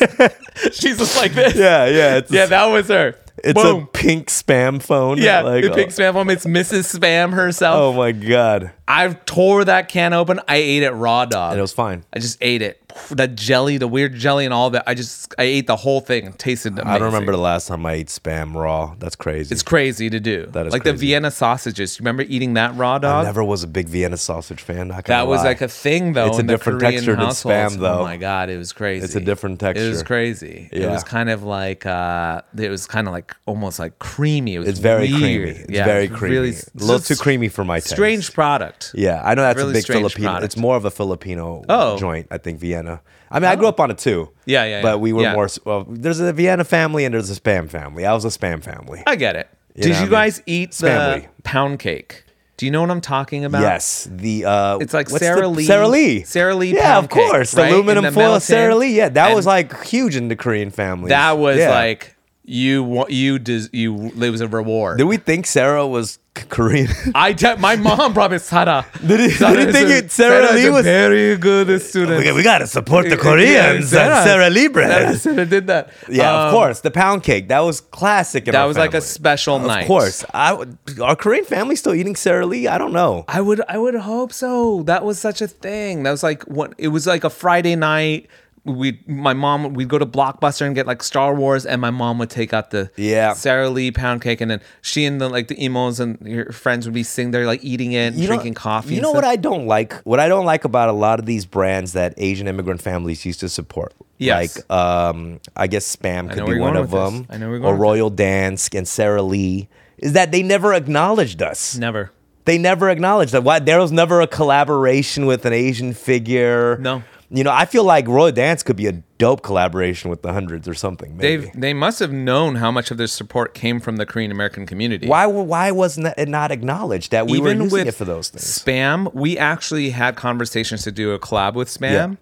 [SPEAKER 2] She's just like this.
[SPEAKER 1] Yeah, yeah. It's,
[SPEAKER 2] Yeah, that was her.
[SPEAKER 1] it's
[SPEAKER 2] Boom.
[SPEAKER 1] a pink spam phone.
[SPEAKER 2] yeah,
[SPEAKER 1] Like,
[SPEAKER 2] it picks Spam home. It's Mrs. Spam herself.
[SPEAKER 1] oh my god.
[SPEAKER 2] I tore that can open. I ate it raw dog.
[SPEAKER 1] And it was fine.
[SPEAKER 2] I just ate it. That jelly, the weird jelly and all that. I just I ate the whole thing and tasted amazing.
[SPEAKER 1] I don't remember the last time I ate spam raw. That's crazy.
[SPEAKER 2] It's crazy to do.
[SPEAKER 1] That is
[SPEAKER 2] like the
[SPEAKER 1] crazy.
[SPEAKER 2] Vienna sausages. You remember eating that raw
[SPEAKER 1] I
[SPEAKER 2] dog?
[SPEAKER 1] never was a big Vienna sausage fan. Not gonna
[SPEAKER 2] that was
[SPEAKER 1] lie.
[SPEAKER 2] like a thing though.
[SPEAKER 1] It's a
[SPEAKER 2] in the
[SPEAKER 1] different
[SPEAKER 2] Korean
[SPEAKER 1] texture than spam,
[SPEAKER 2] households.
[SPEAKER 1] though.
[SPEAKER 2] Oh my god, it was crazy.
[SPEAKER 1] It's a different
[SPEAKER 2] It was
[SPEAKER 1] texture.
[SPEAKER 2] crazy. It
[SPEAKER 1] Yeah.
[SPEAKER 2] was kind of like uh it was kind of like almost like creamy. It was
[SPEAKER 1] It's very
[SPEAKER 2] weird.
[SPEAKER 1] creamy. It's
[SPEAKER 2] yeah,
[SPEAKER 1] very
[SPEAKER 2] it was
[SPEAKER 1] creamy.
[SPEAKER 2] Really,
[SPEAKER 1] a little too creamy for my taste.
[SPEAKER 2] Strange product.
[SPEAKER 1] Yeah, I know that's
[SPEAKER 2] Really
[SPEAKER 1] a big
[SPEAKER 2] strange
[SPEAKER 1] Filipino.
[SPEAKER 2] product.
[SPEAKER 1] It's more of a Filipino
[SPEAKER 2] Oh.
[SPEAKER 1] joint, I think. Vienna. I mean, I grew up on it too.
[SPEAKER 2] Yeah, yeah, yeah.
[SPEAKER 1] But we were
[SPEAKER 2] Yeah.
[SPEAKER 1] more. s- Well, there's a Vienna family and there's a spam family. I was a spam family.
[SPEAKER 2] I get it.
[SPEAKER 1] You
[SPEAKER 2] Did
[SPEAKER 1] know what I
[SPEAKER 2] you
[SPEAKER 1] mean?
[SPEAKER 2] guys eat the
[SPEAKER 1] Spamly.
[SPEAKER 2] pound cake? Do you know what I'm talking about?
[SPEAKER 1] Yes, the uh,
[SPEAKER 2] It's like
[SPEAKER 1] what's
[SPEAKER 2] Sara
[SPEAKER 1] the,
[SPEAKER 2] Lee-
[SPEAKER 1] Sara Lee,
[SPEAKER 2] Sara Lee
[SPEAKER 1] Yeah,
[SPEAKER 2] pound
[SPEAKER 1] of course,
[SPEAKER 2] cake, right?
[SPEAKER 1] the
[SPEAKER 2] In
[SPEAKER 1] aluminum
[SPEAKER 2] the
[SPEAKER 1] foil
[SPEAKER 2] metal
[SPEAKER 1] Sara
[SPEAKER 2] tin.
[SPEAKER 1] Lee. Yeah, that
[SPEAKER 2] And-
[SPEAKER 1] was like huge in the Korean family.
[SPEAKER 2] That was
[SPEAKER 1] Yeah.
[SPEAKER 2] like you wa- you des- you it was a reward.
[SPEAKER 1] Did we think Sarah was K- Korean?
[SPEAKER 2] I de- my mom brought me Sara.
[SPEAKER 1] Did you- did you think
[SPEAKER 2] is a-
[SPEAKER 1] it- Sara
[SPEAKER 2] is
[SPEAKER 1] Lee
[SPEAKER 2] a
[SPEAKER 1] was-
[SPEAKER 2] very good student?
[SPEAKER 1] we, we gotta support the
[SPEAKER 2] Yeah,
[SPEAKER 1] Koreans
[SPEAKER 2] Sarah-
[SPEAKER 1] and Sara Lee
[SPEAKER 2] Sarah,
[SPEAKER 1] bread.
[SPEAKER 2] Sarah did that.
[SPEAKER 1] Yeah,
[SPEAKER 2] Um,
[SPEAKER 1] of course, the pound cake. That was classic. In
[SPEAKER 2] That
[SPEAKER 1] our
[SPEAKER 2] was like a
[SPEAKER 1] family.
[SPEAKER 2] special night.
[SPEAKER 1] Of course, I would- are Korean families still eating Sara Lee? I don't know.
[SPEAKER 2] I would I would hope so. That was such a thing. That was like what it was like a Friday night. We my mom we'd go to Blockbuster and get like Star Wars, and my mom would take out the
[SPEAKER 1] Yeah.
[SPEAKER 2] Sara Lee pound cake, and then she and the like the emos and your friends would be sitting there like eating it, and
[SPEAKER 1] You know-
[SPEAKER 2] drinking coffee.
[SPEAKER 1] You
[SPEAKER 2] and
[SPEAKER 1] know what
[SPEAKER 2] stuff.
[SPEAKER 1] I don't like? What I don't like about a lot of these brands that Asian immigrant families used to support.
[SPEAKER 2] Yes.
[SPEAKER 1] Like, um, I guess Spam
[SPEAKER 2] know
[SPEAKER 1] could
[SPEAKER 2] where
[SPEAKER 1] be
[SPEAKER 2] you're
[SPEAKER 1] one
[SPEAKER 2] going
[SPEAKER 1] of
[SPEAKER 2] with this.
[SPEAKER 1] them.
[SPEAKER 2] I know where you're
[SPEAKER 1] or
[SPEAKER 2] going with
[SPEAKER 1] Royal Dansk and Sara Lee. Is that they never acknowledged us?
[SPEAKER 2] never.
[SPEAKER 1] They never acknowledged that. Why there was never a collaboration with an Asian figure.
[SPEAKER 2] No.
[SPEAKER 1] You know, I feel like Royal Dance could be a dope collaboration with the hundreds or something. Maybe.
[SPEAKER 2] They they must have known how much of their support came from the Korean American community.
[SPEAKER 1] why why wasn't it not acknowledged that we were using it for those things?
[SPEAKER 2] Spam, we actually had conversations to do a collab with Spam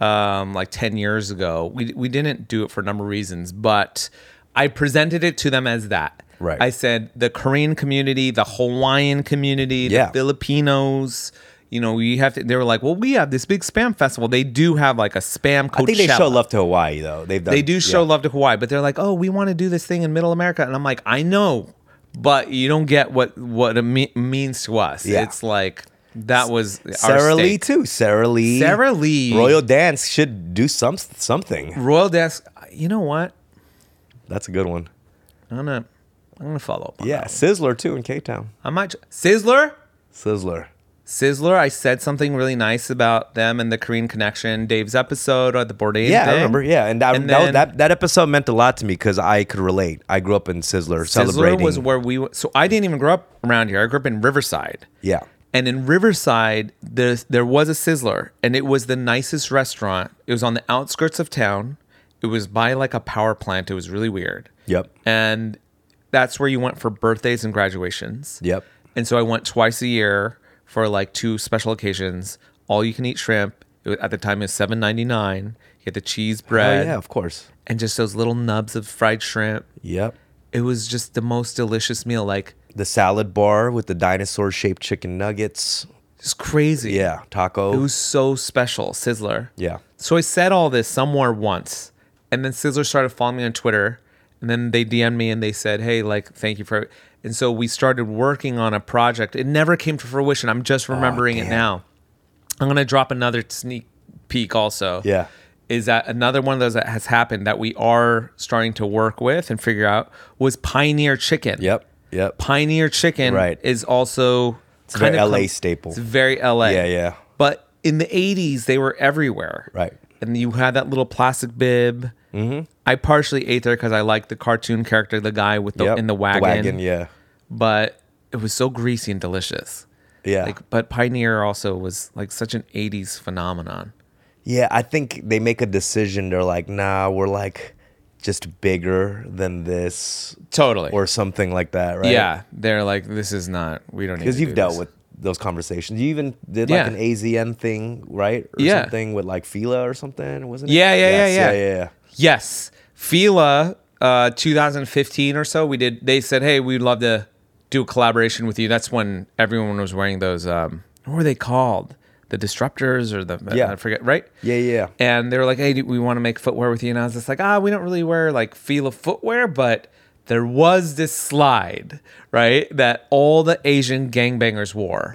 [SPEAKER 2] um, like 10 years ago. We, we didn't do it for a number of reasons, but I presented it to them as that.
[SPEAKER 1] Right.
[SPEAKER 2] I said the Korean community, the Hawaiian community,
[SPEAKER 1] Yeah.
[SPEAKER 2] the Filipinos. You know, we have to. They were like, "Well, we have this big spam festival. They do have like a spam Coachella.
[SPEAKER 1] I think they show love to Hawaii though. They've done,
[SPEAKER 2] They do show
[SPEAKER 1] yeah.
[SPEAKER 2] love to Hawaii, but they're like, "Oh, we want to do this thing in Middle America," and I'm like, "I know, but you don't get what what it me- means to us.
[SPEAKER 1] Yeah.
[SPEAKER 2] It's like that was
[SPEAKER 1] Sarah
[SPEAKER 2] our
[SPEAKER 1] Lee
[SPEAKER 2] stake.
[SPEAKER 1] too. Sarah Lee.
[SPEAKER 2] Sara Lee.
[SPEAKER 1] Royal Dance should do some something.
[SPEAKER 2] Royal Desk. You know what?
[SPEAKER 1] That's a good one.
[SPEAKER 2] I'm gonna I'm gonna follow up. On
[SPEAKER 1] Yeah,
[SPEAKER 2] that.
[SPEAKER 1] Sizzler too in Cape Town.
[SPEAKER 2] I might ju- Sizzler.
[SPEAKER 1] Sizzler.
[SPEAKER 2] Sizzler, I said something really nice about them and the Korean connection. Dave's episode or the Bourdain.
[SPEAKER 1] Yeah, I
[SPEAKER 2] thing.
[SPEAKER 1] remember. Yeah, and, that,
[SPEAKER 2] And
[SPEAKER 1] that,
[SPEAKER 2] then-
[SPEAKER 1] that that episode meant a lot to me because I could relate. I grew up in Sizzler,
[SPEAKER 2] Sizzler
[SPEAKER 1] celebrating.
[SPEAKER 2] was where we. w- So I didn't even grow up around here. I grew up in Riverside.
[SPEAKER 1] yeah,
[SPEAKER 2] And in Riverside, there there was a Sizzler, and it was the nicest restaurant. It was on the outskirts of town. It was by like a power plant. It was really weird.
[SPEAKER 1] Yep.
[SPEAKER 2] And that's where you went for birthdays and graduations.
[SPEAKER 1] Yep.
[SPEAKER 2] And so I went twice a year for like two special occasions. All you can eat shrimp. It was, at the time, it was seven ninety nine. You had the cheese
[SPEAKER 1] oh
[SPEAKER 2] bread
[SPEAKER 1] yeah, of course.
[SPEAKER 2] and just those little nubs of fried shrimp.
[SPEAKER 1] Yep.
[SPEAKER 2] It was just the most delicious meal. Like
[SPEAKER 1] The salad bar with the dinosaur shaped chicken nuggets.
[SPEAKER 2] just crazy.
[SPEAKER 1] Yeah, taco.
[SPEAKER 2] It was so special, Sizzler.
[SPEAKER 1] yeah.
[SPEAKER 2] So I said all this somewhere once, and then Sizzler started following me on Twitter, and then they DM'd me and they said, "Hey, like, thank you for." And so we started working on a project. It never came to fruition. I'm just remembering it
[SPEAKER 1] damn.
[SPEAKER 2] now. I'm gonna drop another sneak peek. Also,
[SPEAKER 1] Yeah.
[SPEAKER 2] is that another one of those that has happened that we are starting to work with and figure out was Pioneer Chicken.
[SPEAKER 1] Yep. Yep.
[SPEAKER 2] Pioneer Chicken
[SPEAKER 1] Right.
[SPEAKER 2] is also
[SPEAKER 1] a very LA staple.
[SPEAKER 2] It's very LA.
[SPEAKER 1] Yeah, yeah.
[SPEAKER 2] But in the 80s, they were everywhere.
[SPEAKER 1] Right.
[SPEAKER 2] And you had that little plastic bib. Mm-hmm. I partially ate there because I liked the cartoon character, the guy with the
[SPEAKER 1] Yep.
[SPEAKER 2] in the wagon.
[SPEAKER 1] yeah.
[SPEAKER 2] But it was so greasy and delicious.
[SPEAKER 1] Yeah.
[SPEAKER 2] Like, but Pioneer also was like such an 80s phenomenon.
[SPEAKER 1] Yeah, I think they make a decision. They're like, nah, we're like just bigger than this
[SPEAKER 2] Totally.
[SPEAKER 1] or something like that, right?
[SPEAKER 2] Yeah. They're like, this is not, we don't need
[SPEAKER 1] Because
[SPEAKER 2] to
[SPEAKER 1] you've
[SPEAKER 2] do
[SPEAKER 1] dealt
[SPEAKER 2] this.
[SPEAKER 1] with those conversations. You even did
[SPEAKER 2] Yeah.
[SPEAKER 1] like an AZN thing, right? Or
[SPEAKER 2] Yeah.
[SPEAKER 1] something with like Fila or something, wasn't it?
[SPEAKER 2] Yeah, yeah, yeah,
[SPEAKER 1] Yes,
[SPEAKER 2] yeah.
[SPEAKER 1] yeah, yeah,
[SPEAKER 2] Yes, Fila, uh, 2015 or so. We did. They said, "Hey, we'd love to do a collaboration with you." That's when everyone was wearing those. Um, what were they called? The disruptors or the
[SPEAKER 1] Yeah.
[SPEAKER 2] I forget. Right?
[SPEAKER 1] yeah, yeah. yeah.
[SPEAKER 2] And they were like, "Hey, do we want to make footwear with you." And I was just like, "Ah, we don't really wear like Fila footwear, but." There was this slide, right, that all the Asian gangbangers wore,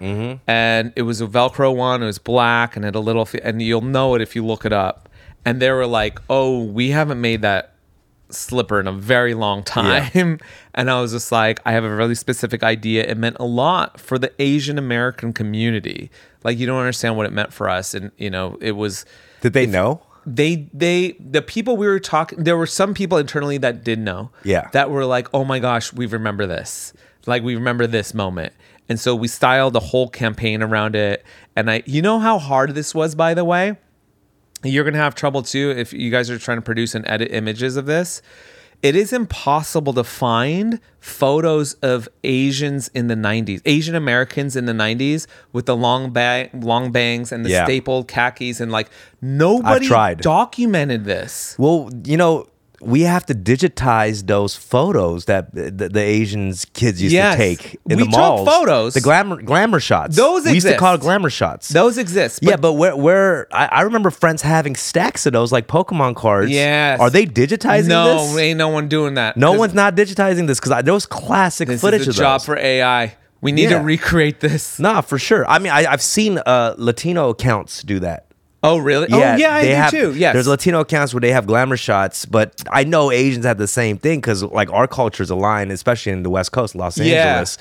[SPEAKER 2] and it was a Velcro one. It was black and had a little, fe- and you'll know it if you look it up. And they were like, "Oh, we haven't made that slipper in a very long time. And I was just like, I have a really specific idea. It meant a lot for the Asian American community. Like you don't understand what it meant for us. And you know, it was
[SPEAKER 1] Did they know?
[SPEAKER 2] they they the people we were talking there were some people internally that did know.
[SPEAKER 1] Yeah.
[SPEAKER 2] That were like, oh my gosh, we remember this. Like we remember this moment. And so we styled a whole campaign around it. And I you know how hard this was, by the way? you're going to have trouble too if you guys are trying to produce and edit images of this. It is impossible to find photos of Asians in the 90s, Asian Americans in the 90s with the long bang, long bangs and the
[SPEAKER 1] Yeah.
[SPEAKER 2] stapled khakis and like nobody
[SPEAKER 1] tried.
[SPEAKER 2] documented this.
[SPEAKER 1] Well, you know, we have to digitize those photos that the, the Asians kids used
[SPEAKER 2] Yes.
[SPEAKER 1] to take in the
[SPEAKER 2] We took
[SPEAKER 1] malls.
[SPEAKER 2] photos.
[SPEAKER 1] the glamour glamour shots.
[SPEAKER 2] Those
[SPEAKER 1] we used to call it
[SPEAKER 2] exist.
[SPEAKER 1] glamour shots.
[SPEAKER 2] Those exist.
[SPEAKER 1] yeah, but where where I, I remember friends having stacks of those like Pokemon cards.
[SPEAKER 2] Yes.
[SPEAKER 1] are they digitizing
[SPEAKER 2] no,
[SPEAKER 1] this?
[SPEAKER 2] ain't no one doing that.
[SPEAKER 1] No
[SPEAKER 2] This-
[SPEAKER 1] one's not digitizing this because there was classic
[SPEAKER 2] this
[SPEAKER 1] footage
[SPEAKER 2] is a
[SPEAKER 1] of
[SPEAKER 2] job
[SPEAKER 1] those.
[SPEAKER 2] for AI. We need
[SPEAKER 1] Yeah.
[SPEAKER 2] to recreate this.
[SPEAKER 1] nah, for sure. I mean, I, I've seen uh, Latino accounts do that.
[SPEAKER 2] Oh, really? oh, yeah, I
[SPEAKER 1] they
[SPEAKER 2] do
[SPEAKER 1] have-
[SPEAKER 2] too. Yes.
[SPEAKER 1] There's Latino accounts where they have glamour shots, but I know Asians have the same thing because like our cultures align, especially in the West Coast, Los
[SPEAKER 2] Yeah.
[SPEAKER 1] Angeles.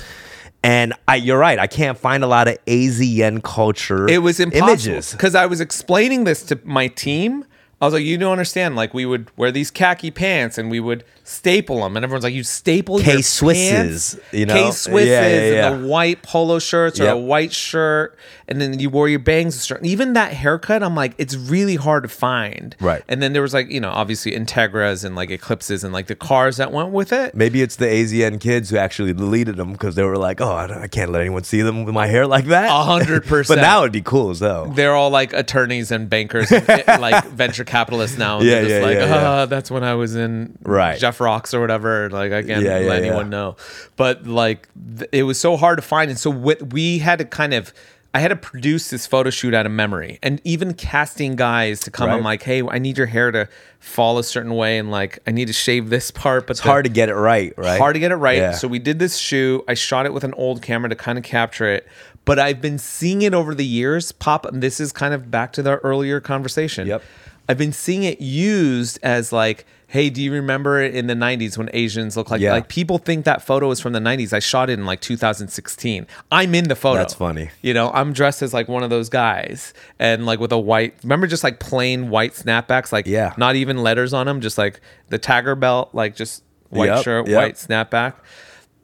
[SPEAKER 1] And I, you're right. I can't find a lot of AZN culture.
[SPEAKER 2] It was impossible
[SPEAKER 1] images.
[SPEAKER 2] because I was explaining this to my team. I was like, "You don't understand. Like, we would wear these khaki pants and we would staple them, and everyone's like, "You staple your
[SPEAKER 1] K-Swisses,
[SPEAKER 2] pants?
[SPEAKER 1] you know?
[SPEAKER 2] K Swisses,
[SPEAKER 1] Yeah, yeah, yeah.
[SPEAKER 2] and the white polo shirts or
[SPEAKER 1] Yep.
[SPEAKER 2] a white shirt, and then you wore your bangs a certain. Even that haircut, I'm like, it's really hard to find.
[SPEAKER 1] Right.
[SPEAKER 2] And then there was like, you know, obviously Integras and like Eclipses and like the cars that went with it.
[SPEAKER 1] Maybe it's the AZN kids who actually deleted them because they were like, "Oh, I, don't- I can't let anyone see them with my hair like that."
[SPEAKER 2] A hundred
[SPEAKER 1] But
[SPEAKER 2] percent.
[SPEAKER 1] now it'd be cool as though.
[SPEAKER 2] they're all like attorneys and bankers and eh, like venture capitalists now. And
[SPEAKER 1] Yeah,
[SPEAKER 2] they're just
[SPEAKER 1] yeah,
[SPEAKER 2] like,
[SPEAKER 1] yeah, yeah.
[SPEAKER 2] "Ah, that's when I was in
[SPEAKER 1] Right.
[SPEAKER 2] Jeff Rocks or whatever. Like, I can't
[SPEAKER 1] Yeah, yeah,
[SPEAKER 2] let
[SPEAKER 1] yeah.
[SPEAKER 2] anyone know. But like, th- it was so hard to find. And so wh- we had to kind of, I had to produce this photo shoot out of memory. And even casting guys to come, I'm
[SPEAKER 1] Right.
[SPEAKER 2] like, hey, I need your hair to fall a certain way. And like, I need to shave this part. But
[SPEAKER 1] It's hard to get it right, right?
[SPEAKER 2] Hard to get it right.
[SPEAKER 1] Yeah.
[SPEAKER 2] So we did this shoe. I shot it with an old camera to kind of capture it. But I've been seeing it over the years pop. And this is kind of back to the earlier conversation.
[SPEAKER 1] Yep.
[SPEAKER 2] I've been seeing it used as like, hey, do you remember in the 90s when Asians look like
[SPEAKER 1] Yeah.
[SPEAKER 2] like people think that photo is from the 90s. I shot it in like 2016. I'm in the photo.
[SPEAKER 1] That's funny.
[SPEAKER 2] You know, I'm dressed as like one of those guys and like with a white, remember just like plain white snapbacks, like
[SPEAKER 1] Yeah.
[SPEAKER 2] not even letters on them, just like the tagger belt, like just white
[SPEAKER 1] Yep,
[SPEAKER 2] shirt,
[SPEAKER 1] yep.
[SPEAKER 2] white snapback.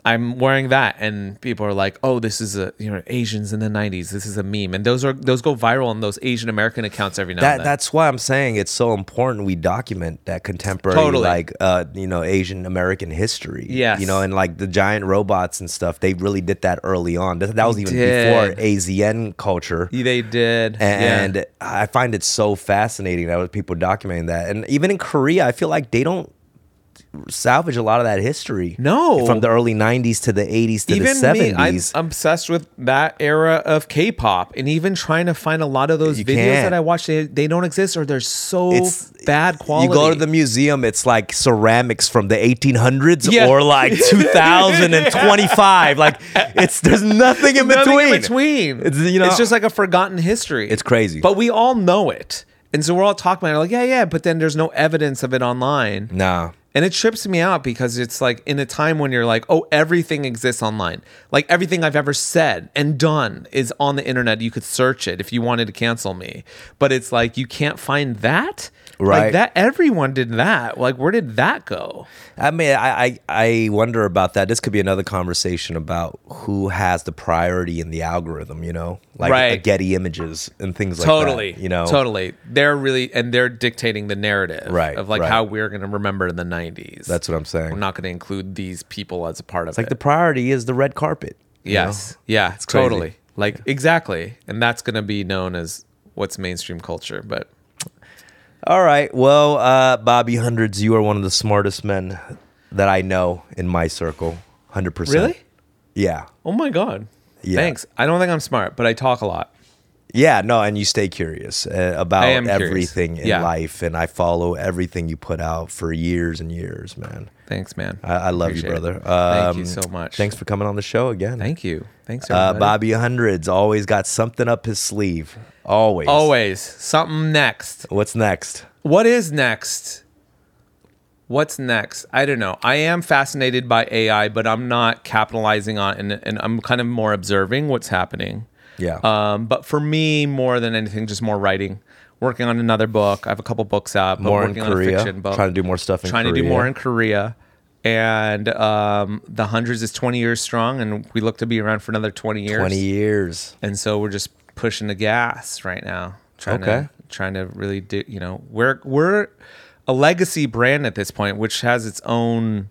[SPEAKER 2] I'm wearing that, and people are like, "Oh, this is a you know Asians in the '90s. This is a meme," and those are those go viral on those Asian American accounts every now
[SPEAKER 1] that,
[SPEAKER 2] and then.
[SPEAKER 1] that's why I'm saying it's so important we document that contemporary
[SPEAKER 2] Totally.
[SPEAKER 1] like uh you know Asian American history.
[SPEAKER 2] Yes.
[SPEAKER 1] You know, and like the giant robots and stuff, they really did that early on. That, that was even
[SPEAKER 2] did.
[SPEAKER 1] before AZN culture.
[SPEAKER 2] they did,
[SPEAKER 1] And
[SPEAKER 2] Yeah.
[SPEAKER 1] I find it so fascinating that people documenting that. And even in Korea, I feel like they don't salvage a lot of that history.
[SPEAKER 2] No.
[SPEAKER 1] From the early 90s to the 80s to
[SPEAKER 2] even
[SPEAKER 1] the 70s.
[SPEAKER 2] me, I'm obsessed with that era of K-pop, and even trying to find a lot of those
[SPEAKER 1] You
[SPEAKER 2] videos
[SPEAKER 1] can't.
[SPEAKER 2] that I watch, they, they don't exist or they're so
[SPEAKER 1] It's-
[SPEAKER 2] bad quality.
[SPEAKER 1] You go to the museum, it's like ceramics from the 1800s
[SPEAKER 2] Yeah.
[SPEAKER 1] or like 2025. Like it's there's nothing in
[SPEAKER 2] Nothing
[SPEAKER 1] between.
[SPEAKER 2] in between.
[SPEAKER 1] It's, you know,
[SPEAKER 2] it's just like a forgotten history.
[SPEAKER 1] It's crazy.
[SPEAKER 2] But we all know it. And so we're all talking about it like, yeah, yeah, but then there's no evidence of it online.
[SPEAKER 1] nah.
[SPEAKER 2] And it trips me out because it's like in a time when you're like, oh, everything exists online. Like everything I've ever said and done is on the internet. You could search it if you wanted to cancel me. But it's like you can't find that.
[SPEAKER 1] Right.
[SPEAKER 2] Like that everyone did that. Like where did that go?
[SPEAKER 1] I mean, I, I I wonder about that. This could be another conversation about who has the priority in the algorithm. You know, like uh,
[SPEAKER 2] Right.
[SPEAKER 1] Getty images and things like
[SPEAKER 2] totally
[SPEAKER 1] that. You know,
[SPEAKER 2] totally they're really and they're dictating the narrative
[SPEAKER 1] Right,
[SPEAKER 2] of like
[SPEAKER 1] right.
[SPEAKER 2] how we're going to remember the 90s
[SPEAKER 1] That's what I'm saying.
[SPEAKER 2] we're not going to include these people as a part of
[SPEAKER 1] Like
[SPEAKER 2] it
[SPEAKER 1] the priority is the red carpet. you know?
[SPEAKER 2] yes yeah
[SPEAKER 1] crazy.
[SPEAKER 2] totally Like exactly, and that's going to be known as what's mainstream culture. But
[SPEAKER 1] All right. Well, uh, Bobby Hundreds, you are one of the smartest men that I know in my circle. 100%. Yeah.
[SPEAKER 2] oh my god,
[SPEAKER 1] Yeah.
[SPEAKER 2] thanks. I don't think I'm smart, but I talk a lot.
[SPEAKER 1] Yeah, no, and you stay curious uh, about
[SPEAKER 2] I am curious.
[SPEAKER 1] everything in
[SPEAKER 2] Yeah.
[SPEAKER 1] life, and I follow everything you put out for years and years, man.
[SPEAKER 2] Thanks, man.
[SPEAKER 1] I, I love you,
[SPEAKER 2] Appreciate it.
[SPEAKER 1] brother.
[SPEAKER 2] Thank you
[SPEAKER 1] Um,
[SPEAKER 2] so much.
[SPEAKER 1] Thanks for coming on the show again.
[SPEAKER 2] Thank you. Thanks,
[SPEAKER 1] uh,
[SPEAKER 2] everybody.
[SPEAKER 1] Bobby Hundreds always got something up his sleeve. Always.
[SPEAKER 2] Always something next.
[SPEAKER 1] What's next?
[SPEAKER 2] What is next? What's next? I don't know. I am fascinated by AI, but I'm not capitalizing on and, and I'm kind of more observing what's happening.
[SPEAKER 1] Yeah.
[SPEAKER 2] Um, but for me, more than anything, just more writing. Working on another book. I have a couple books out. But
[SPEAKER 1] more in
[SPEAKER 2] working on a
[SPEAKER 1] Korea.
[SPEAKER 2] fiction book.
[SPEAKER 1] Trying to do more stuff in
[SPEAKER 2] trying
[SPEAKER 1] Korea.
[SPEAKER 2] to do more in Korea. And um, the hundreds is 20 years strong, and we look to be around for another 20 years.
[SPEAKER 1] 20 years.
[SPEAKER 2] and so we're just pushing the gas right now trying
[SPEAKER 1] Okay.
[SPEAKER 2] to trying to really do you know we're we're a legacy brand at this point which has its own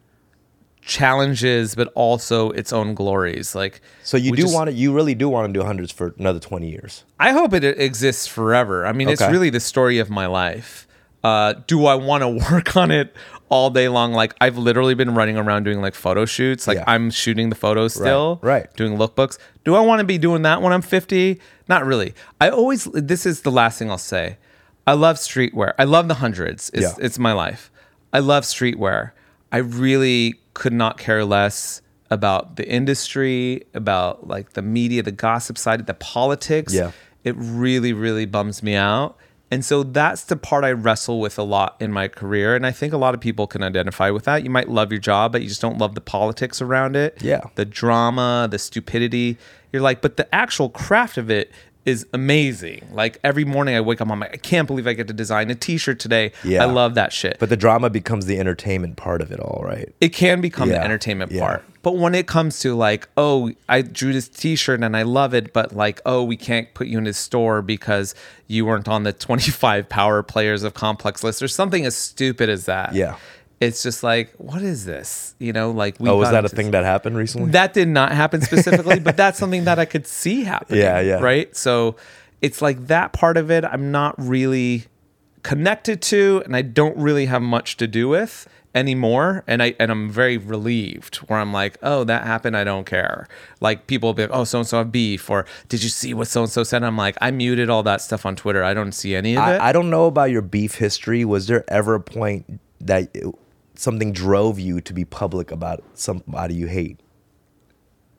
[SPEAKER 2] challenges but also its own glories like
[SPEAKER 1] So you
[SPEAKER 2] we
[SPEAKER 1] do
[SPEAKER 2] just-
[SPEAKER 1] want to, you really do want to do hundreds for another 20 years.
[SPEAKER 2] i hope it exists forever i mean it's
[SPEAKER 1] Okay.
[SPEAKER 2] really the story of my life uh, do i want to work on it all day long like i've literally been running around doing like photo shoots like
[SPEAKER 1] Yeah.
[SPEAKER 2] i'm shooting the photos still
[SPEAKER 1] right.
[SPEAKER 2] doing lookbooks. Do I want to be doing that when I'm 50? Not really. I always this is the last thing I'll say. I love streetwear. I love the hundreds. It's
[SPEAKER 1] Yeah.
[SPEAKER 2] it's my life. I love streetwear. I really could not care less about the industry, about like the media, the gossip side, the politics.
[SPEAKER 1] Yeah.
[SPEAKER 2] It really really bums me out. And so that's the part I wrestle with a lot in my career. And I think a lot of people can identify with that. You might love your job, but you just don't love the politics around it
[SPEAKER 1] Yeah.
[SPEAKER 2] the drama, the stupidity. You're like, but the actual craft of it is amazing. Like every morning I wake up, I'm like, I can't believe I get to design a t-shirt today.
[SPEAKER 1] Yeah.
[SPEAKER 2] I love that shit.
[SPEAKER 1] But the drama becomes the entertainment part of it all, right?
[SPEAKER 2] it can become
[SPEAKER 1] Yeah,
[SPEAKER 2] the entertainment
[SPEAKER 1] yeah.
[SPEAKER 2] part. But when it comes to like, oh, I drew this t-shirt and I love it, but like, oh, we can't put you in this store because you weren't on the 25 power players of complex list or something as stupid as that.
[SPEAKER 1] Yeah.
[SPEAKER 2] It's just like, what is this? You know, like we
[SPEAKER 1] Oh, was
[SPEAKER 2] got
[SPEAKER 1] that a
[SPEAKER 2] into-
[SPEAKER 1] thing that happened recently?
[SPEAKER 2] that did not happen specifically, but that's something that I could see happening.
[SPEAKER 1] Yeah, yeah.
[SPEAKER 2] Right. So it's like that part of it I'm not really connected to and I don't really have much to do with anymore. And I and I'm very relieved where I'm like, oh, that happened, I don't care. Like people will be like, oh, so and so have beef, or did you see what so and so said? I'm like, I muted all that stuff on Twitter. I don't see any of it.
[SPEAKER 1] I, I don't know about your beef history. Was there ever a point that it- something drove you to be public about somebody you hate?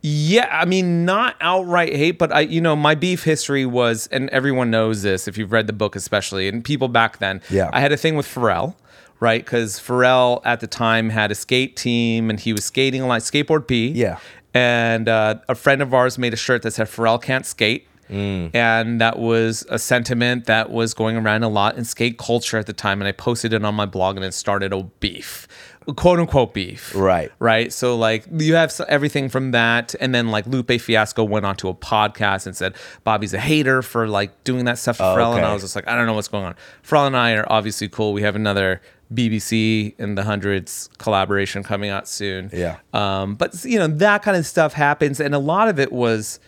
[SPEAKER 2] Yeah, I mean, not outright hate, but I, you know, my beef history was, and everyone knows this if you've read the book, especially, and people back then.
[SPEAKER 1] Yeah.
[SPEAKER 2] I had a thing with Pharrell, right? Because Pharrell at the time had a skate team, and he was skating a lot, skateboard P.
[SPEAKER 1] Yeah.
[SPEAKER 2] And uh, a friend of ours made a shirt that said Pharrell can't skate.
[SPEAKER 1] Mm.
[SPEAKER 2] And that was a sentiment that was going around a lot in skate culture at the time. And I posted it on my blog and it started a beef, quote unquote beef
[SPEAKER 1] Right.
[SPEAKER 2] right? So like you have s- everything from that, and then like Lupe Fiasco went onto a podcast and said Bobby's a hater for like doing that stuff to Pharrell, and
[SPEAKER 1] okay.
[SPEAKER 2] I was just like, I don't know what's going on. Pharrell and I are obviously cool. We have another BBC in the hundreds collaboration coming out soon.
[SPEAKER 1] Yeah.
[SPEAKER 2] Um, but you know that kind of stuff happens, and a lot of it was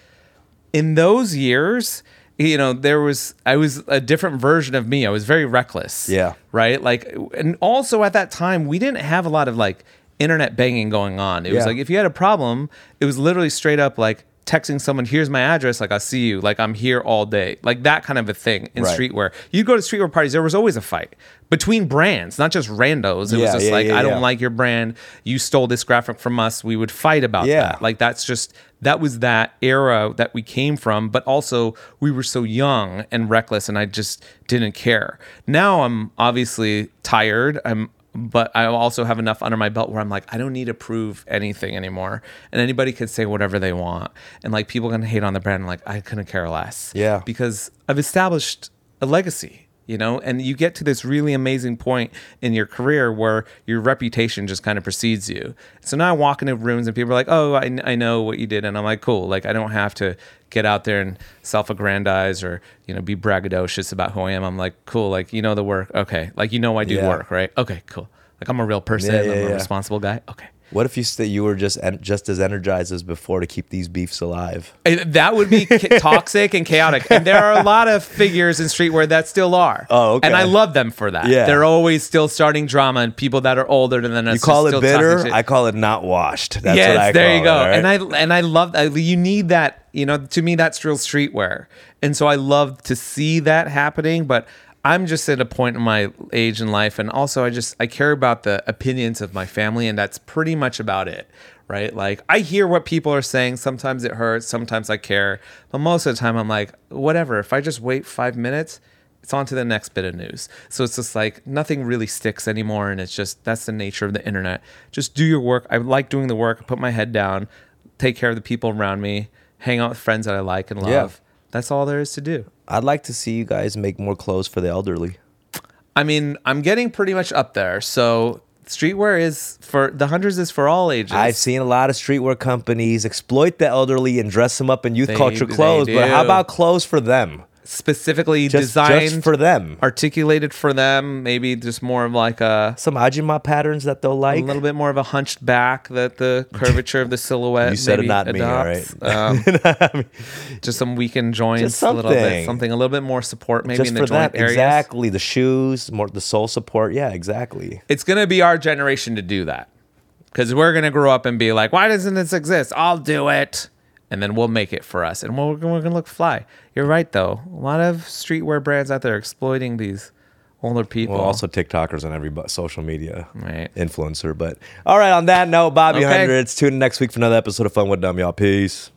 [SPEAKER 2] in those years. You know, there was I was a different version of me. I was very reckless
[SPEAKER 1] Yeah.
[SPEAKER 2] right? Like, and also at that time, we didn't have a lot of like internet banging going on. It was
[SPEAKER 1] Yeah.
[SPEAKER 2] like if you had a problem, it was literally straight up like texting someone, "Here's my address," like "I'll see you," like "I'm here all day," like that kind of a thing in
[SPEAKER 1] Right.
[SPEAKER 2] streetwear. You go to streetwear parties, there was always a fight between brands, not just randos. It
[SPEAKER 1] Yeah,
[SPEAKER 2] was just
[SPEAKER 1] yeah,
[SPEAKER 2] like,
[SPEAKER 1] yeah,
[SPEAKER 2] "I don't
[SPEAKER 1] yeah.
[SPEAKER 2] like your brand. You stole this graphic from us." We would fight about
[SPEAKER 1] Yeah.
[SPEAKER 2] that. Like that's just that was that era that we came from, but also we were so young and reckless and I just didn't care. Now I'm obviously tired. I'm but I also have enough under my belt where I'm like, I don't need to prove anything anymore. And anybody can say whatever they want. And like people can hate on the brand. Like, I couldn't care less.
[SPEAKER 1] Yeah.
[SPEAKER 2] Because I've established a legacy, you know, and you get to this really amazing point in your career where your reputation just kind of precedes you. So now I walk into rooms and people are like, oh, I, I know what you did. And I'm like, cool. Like, I don't have to get out there and self aggrandize or, you know, be braggadocious about who I am. I'm like, cool. Like, you know the work. Okay. Like, you know I do
[SPEAKER 1] Yeah.
[SPEAKER 2] work, right? Okay, cool. Like, I'm a real person.
[SPEAKER 1] Yeah, yeah,
[SPEAKER 2] I'm a
[SPEAKER 1] yeah.
[SPEAKER 2] responsible guy. Okay.
[SPEAKER 1] What if you said you were just en- just as energized as before to keep these beefs alive?
[SPEAKER 2] Uh, That would be ca- toxic and chaotic. And there are a lot of figures in streetwear that still are.
[SPEAKER 1] Oh, okay.
[SPEAKER 2] And I love them for that.
[SPEAKER 1] Yeah.
[SPEAKER 2] They're always still starting drama and people that are older than us.
[SPEAKER 1] You call it
[SPEAKER 2] still
[SPEAKER 1] bitter.
[SPEAKER 2] toxic.
[SPEAKER 1] I call it not washed. That's
[SPEAKER 2] yes,
[SPEAKER 1] what I
[SPEAKER 2] there
[SPEAKER 1] call
[SPEAKER 2] you go.
[SPEAKER 1] it, all
[SPEAKER 2] And
[SPEAKER 1] right?
[SPEAKER 2] I and I love I, you need that. You know, to me that's real streetwear, and so I love to see that happening. But I'm just at a point in my age in life, and also I just I care about the opinions of my family, and that's pretty much about it. Right? Like I hear what people are saying. Sometimes it hurts. Sometimes I care. But most of the time I'm like, whatever. If I just wait five minutes, it's on to the next bit of news. So it's just like nothing really sticks anymore. And it's just that's the nature of the internet. Just do your work. I like doing the work, I put my head down, take care of the people around me, hang out with friends that I like and love.
[SPEAKER 1] Yeah.
[SPEAKER 2] That's all there is to do.
[SPEAKER 1] I'd like to see you guys make more clothes for the elderly.
[SPEAKER 2] I mean, I'm getting pretty much up there. So streetwear is for the hundreds is for all ages.
[SPEAKER 1] I've seen a lot of streetwear companies exploit the elderly and dress them up in youth
[SPEAKER 2] They-
[SPEAKER 1] culture
[SPEAKER 2] they
[SPEAKER 1] clothes, but how
[SPEAKER 2] do.
[SPEAKER 1] about clothes for them?
[SPEAKER 2] specifically
[SPEAKER 1] Just,
[SPEAKER 2] designed
[SPEAKER 1] just for them.
[SPEAKER 2] articulated for them, maybe just more of like a
[SPEAKER 1] Some Ajima patterns that they'll like.
[SPEAKER 2] a little bit more of a hunched back that the curvature of the silhouette.
[SPEAKER 1] You said it,
[SPEAKER 2] maybe
[SPEAKER 1] not me, all
[SPEAKER 2] adopts. Um, just some weakened joints,
[SPEAKER 1] Just
[SPEAKER 2] a little bit,
[SPEAKER 1] something.
[SPEAKER 2] something a little bit more support, maybe
[SPEAKER 1] just
[SPEAKER 2] in
[SPEAKER 1] for
[SPEAKER 2] the joint
[SPEAKER 1] that.
[SPEAKER 2] areas.
[SPEAKER 1] Exactly. The shoes, more the sole support. Yeah, exactly.
[SPEAKER 2] It's gonna be our generation to do that because we're gonna grow up and be like, why doesn't this exist? I'll do it. And then we'll make it for us, and we're, we're gonna look fly. You're right, though. A lot of streetwear brands out there exploiting these older people.
[SPEAKER 1] Well, also TikTokers on every bu- social media
[SPEAKER 2] Right.
[SPEAKER 1] influencer. But all right, on that note, Bobby
[SPEAKER 2] Okay.
[SPEAKER 1] Hundreds. Tune in next week for another episode of Fun with Dumb, y'all. Peace.